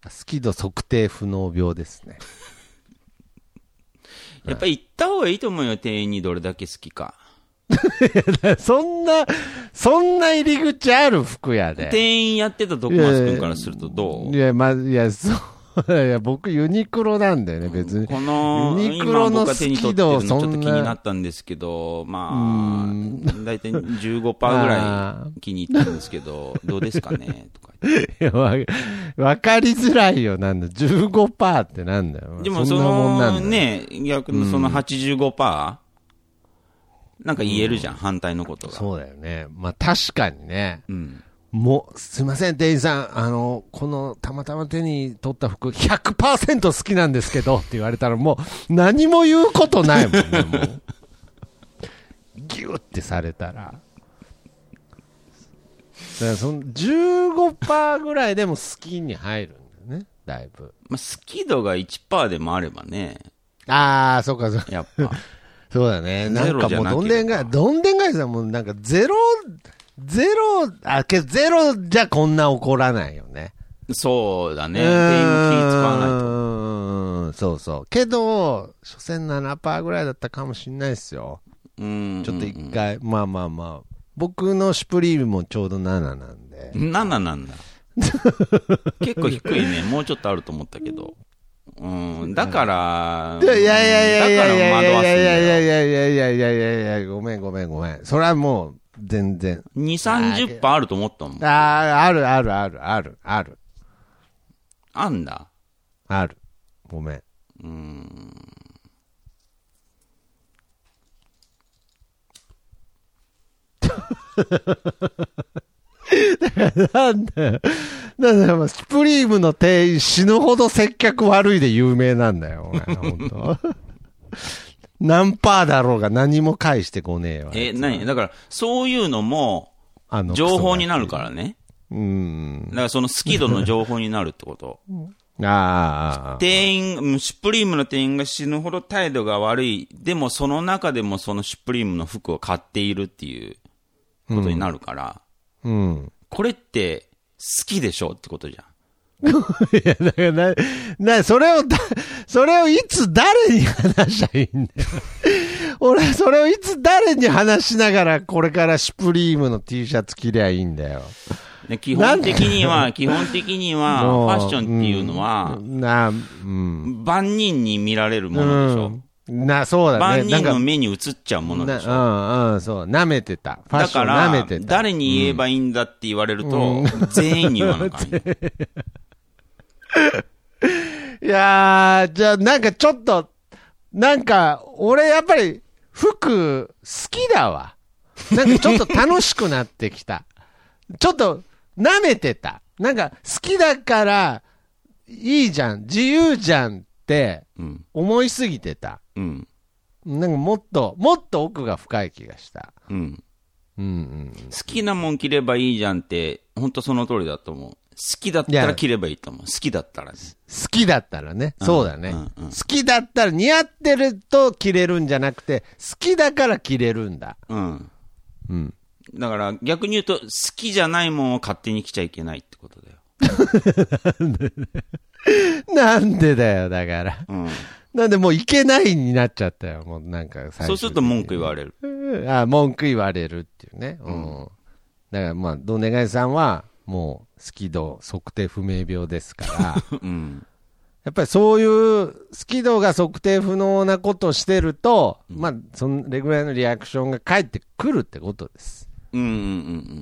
Speaker 1: スキード測定不能病ですね。
Speaker 2: やっぱり行った方がいいと思うよ、店員にどれだけ好きか。
Speaker 1: [LAUGHS] そんな、そんな入り口ある服屋で。
Speaker 2: 店員やってた徳松君からするとど
Speaker 1: いうや、ま、いや、そう、いや、僕ユニクロなんだよね、別に。
Speaker 2: この、
Speaker 1: ユニクロ
Speaker 2: 今
Speaker 1: の
Speaker 2: 僕が
Speaker 1: 好
Speaker 2: 手に
Speaker 1: き
Speaker 2: 取ってる
Speaker 1: 度、
Speaker 2: のちょっ
Speaker 1: そ
Speaker 2: と気
Speaker 1: ん
Speaker 2: にな
Speaker 1: な、
Speaker 2: ったんですけど、
Speaker 1: う
Speaker 2: まあ、
Speaker 1: ん。
Speaker 2: だいたい15%ぐ [LAUGHS] らい気に入ったんですけど、どうですかねとか言って
Speaker 1: いやわわかりづらいよ、なんだ。15%ってなんだよ。
Speaker 2: でもそ
Speaker 1: んなもんな
Speaker 2: の
Speaker 1: んだよ。
Speaker 2: ね、逆にその85%、なんか言えるじゃん、反対のことが。
Speaker 1: そうだよね。まあ確かにね。
Speaker 2: うん。
Speaker 1: もう、すいません、店員さん。あの、この、たまたま手に取った服100%好きなんですけどって言われたらもう、何も言うことないもんね、もう。ギュってされたら。だからその15%ぐらいでも好きに入るんだよね、だいぶ。
Speaker 2: まあ、好き度が1%でもあればね、
Speaker 1: ああ、そうか、そうか。
Speaker 2: やっ [LAUGHS] ぱ。
Speaker 1: そうだね。な
Speaker 2: ゼ
Speaker 1: ん
Speaker 2: ロ
Speaker 1: か
Speaker 2: じゃ
Speaker 1: もう
Speaker 2: な
Speaker 1: どんで
Speaker 2: ければ
Speaker 1: んがい、どんでんがいさんもなんかゼロ、ゼロ、あ、けどゼロじゃこんな怒らないよね。
Speaker 2: そうだね。
Speaker 1: う
Speaker 2: 店員も気使わないと。
Speaker 1: ーんそうそう。けど、所詮7%ぐらいだったかもしんないですよ。
Speaker 2: うん。
Speaker 1: ちょっと
Speaker 2: うん
Speaker 1: 一回、まあまあまあ。僕のシュプリームもちょうど7なんで。
Speaker 2: 7なん
Speaker 1: [LAUGHS]
Speaker 2: だ。結構低いね。もうちょっとあると思ったけど。うん。だから、
Speaker 1: いやいやいやいやいやいやいや
Speaker 2: だから惑わすん
Speaker 1: いやい
Speaker 2: だ
Speaker 1: や
Speaker 2: よ。
Speaker 1: いやいやいやいやいやいやいやごめんごめんごめん。それはもう、全然。
Speaker 2: 2、30%あると思ったもん。
Speaker 1: ああ、あるあるあるあるある
Speaker 2: あんだ。
Speaker 1: ある。ごめん。なんだよ。なんだよ、スプリームの店員死ぬほど接客悪いで有名なんだよ、お
Speaker 2: [LAUGHS]
Speaker 1: 前。本当何パーだろうが何も返してこねえわ。
Speaker 2: え、何だから、そういうのも、
Speaker 1: あの
Speaker 2: 情報に
Speaker 1: な
Speaker 2: なるからね。
Speaker 1: うん
Speaker 2: だ。から、そのスキドの情報になるってこと。
Speaker 1: ああ。
Speaker 2: 店員、うんシュプリームの店員が死ぬほど態度が悪い。でも、その中でもそのシュプリームの服を買っているっていうことになるから、
Speaker 1: うん。 [LAUGHS]
Speaker 2: これって好きでしょってことじゃん。
Speaker 1: いや、だからな、な、それをだ、それをいつ誰に話しゃいいんだよ。 [LAUGHS] 俺、それをいつ誰に話しながら、これからシュプリームの T シャツ着りゃいいんだよ。
Speaker 2: で基本的
Speaker 1: [LAUGHS]
Speaker 2: には、基本的には、フ
Speaker 1: もう
Speaker 2: ァッションっていうのは、
Speaker 1: な、うん。
Speaker 2: 万人に見られるものでしょ。
Speaker 1: うん、な、そうだね。
Speaker 2: 万人
Speaker 1: な
Speaker 2: の
Speaker 1: んか
Speaker 2: 目に映っちゃうものでしょ。
Speaker 1: なうんうん、そう。舐めてた。ファッ
Speaker 2: だ
Speaker 1: ショ
Speaker 2: か
Speaker 1: ン舐め
Speaker 2: ら
Speaker 1: て、た。
Speaker 2: 誰に言えばいいんだって言われると、全員に言わなあ
Speaker 1: [LAUGHS]
Speaker 2: かんよ。
Speaker 1: いやー、じゃあなんかちょっと、なんか、俺やっぱり、服、好きだわ。なんかちょっと楽しくなってきた。 [LAUGHS] ちょっと、舐めてた。なんか、好きだから、いいじゃん、自由じゃんって、
Speaker 2: うん。
Speaker 1: 思いすぎてた。
Speaker 2: うん。
Speaker 1: なんかもっと、もっと奥が深い気がした。
Speaker 2: うん。
Speaker 1: うんうん。
Speaker 2: 好きなもん着ればいいじゃんって、本当その通りだと思う。好きだったら着ればいいと思う。好きだったらね。
Speaker 1: 好きだったらね、そうだね、
Speaker 2: うんうん
Speaker 1: 好きだったら似合ってると着れるんじゃなくて、好きだから着れるんだ。
Speaker 2: うん。
Speaker 1: うん。
Speaker 2: だから逆に言うと、好きじゃないもんを勝手に着ちゃいけないってことだよ。
Speaker 1: なんでだよ、だから。
Speaker 2: うん。
Speaker 1: なんでもういけないになっちゃったよ、もうなんか最
Speaker 2: そうすると文句言われる。
Speaker 1: る。あ文句言われるっていうね。うん。だからまあ、どねがいさんは、もう好き度測定不明病ですから、 [LAUGHS]
Speaker 2: うん。
Speaker 1: やっぱりそういう好き度が測定不能なことをしてると、まあ、それぐらいのリアクションが返ってくるってことです。
Speaker 2: うんうんうん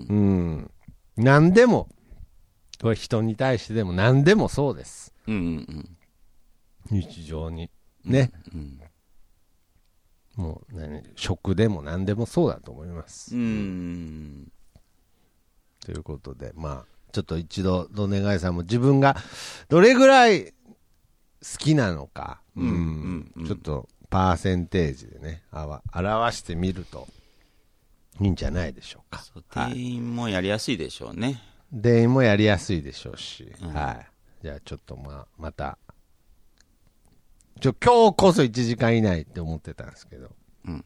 Speaker 1: うん。何でも、これ人に対してでも何でもそうです。
Speaker 2: うん。うんうん
Speaker 1: 日常に。ね。
Speaker 2: うん。
Speaker 1: もう何、食でも何でもそうだと思います。
Speaker 2: うん。
Speaker 1: ということで、まあ、ちょっと一度、どねがいさんも自分がどれぐらい好きなのか、うん
Speaker 2: うんうん
Speaker 1: ちょっとパーセンテージでね、あわ表してみるといいんじゃないでしょうか。
Speaker 2: そう店員もやりやすいでしょうね。
Speaker 1: 全員もやりやすいでしょうし、はい。じゃあちょっとまあ、また、ちょ、今日こそ1時間以内って思ってたんですけど、
Speaker 2: うん。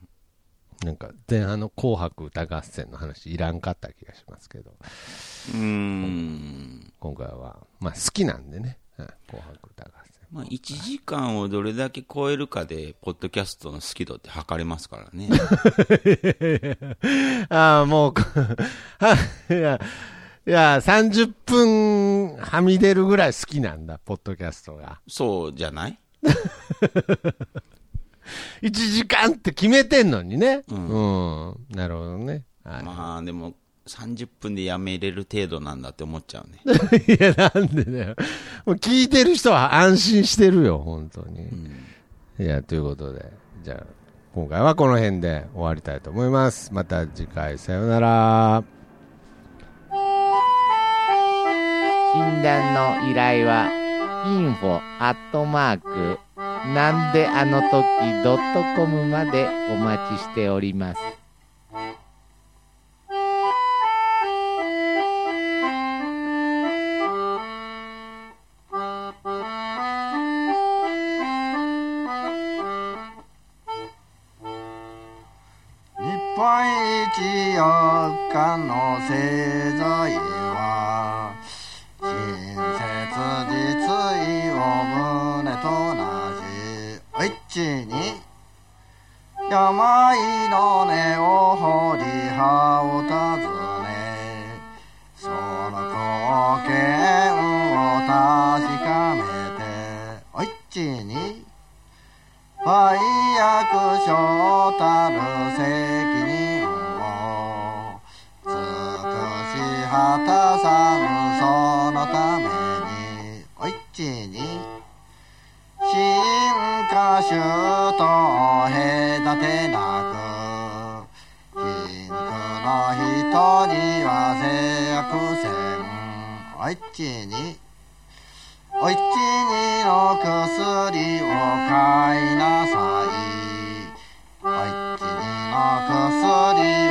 Speaker 1: なんか前半の紅白歌合戦の話いらんかった気がしますけど、
Speaker 2: うん。
Speaker 1: 今回は、まあ好きなんでね、はい紅白歌合戦。
Speaker 2: まあ、1時間をどれだけ超えるかで、ポッドキャストの好き度って測れますからね。
Speaker 1: ああ、もうこ、 [LAUGHS] はいや、いや、30分はみ出るぐらい好きなんだ、ポッドキャストが。
Speaker 2: そうじゃない
Speaker 1: 1時間って決めてんのにね。うん。なるほどね。はい。
Speaker 2: まあ、でも、30分でやめれる程度なんだって思っちゃうね。
Speaker 1: いや、なんでだよ。もう聞いてる人は安心してるよ、本当に。いや、ということで、じゃあ、今回はこの辺で終わりたいと思います。また次回、さようなら。
Speaker 3: 診断の依頼は info アットマークなんであの時ドットコムまでお待ちしております。
Speaker 4: 日本一四日の製材は親切実意を胸となし一ちに病の根を掘り葉を尋ねその貢献を確かめて一ちに愛役所たる責任を尽くし果たさぬそのためにおいちに進化種と隔てなく貧苦の人には制約せんおいちにおいちにの薬を買いなさい。おいちにの薬を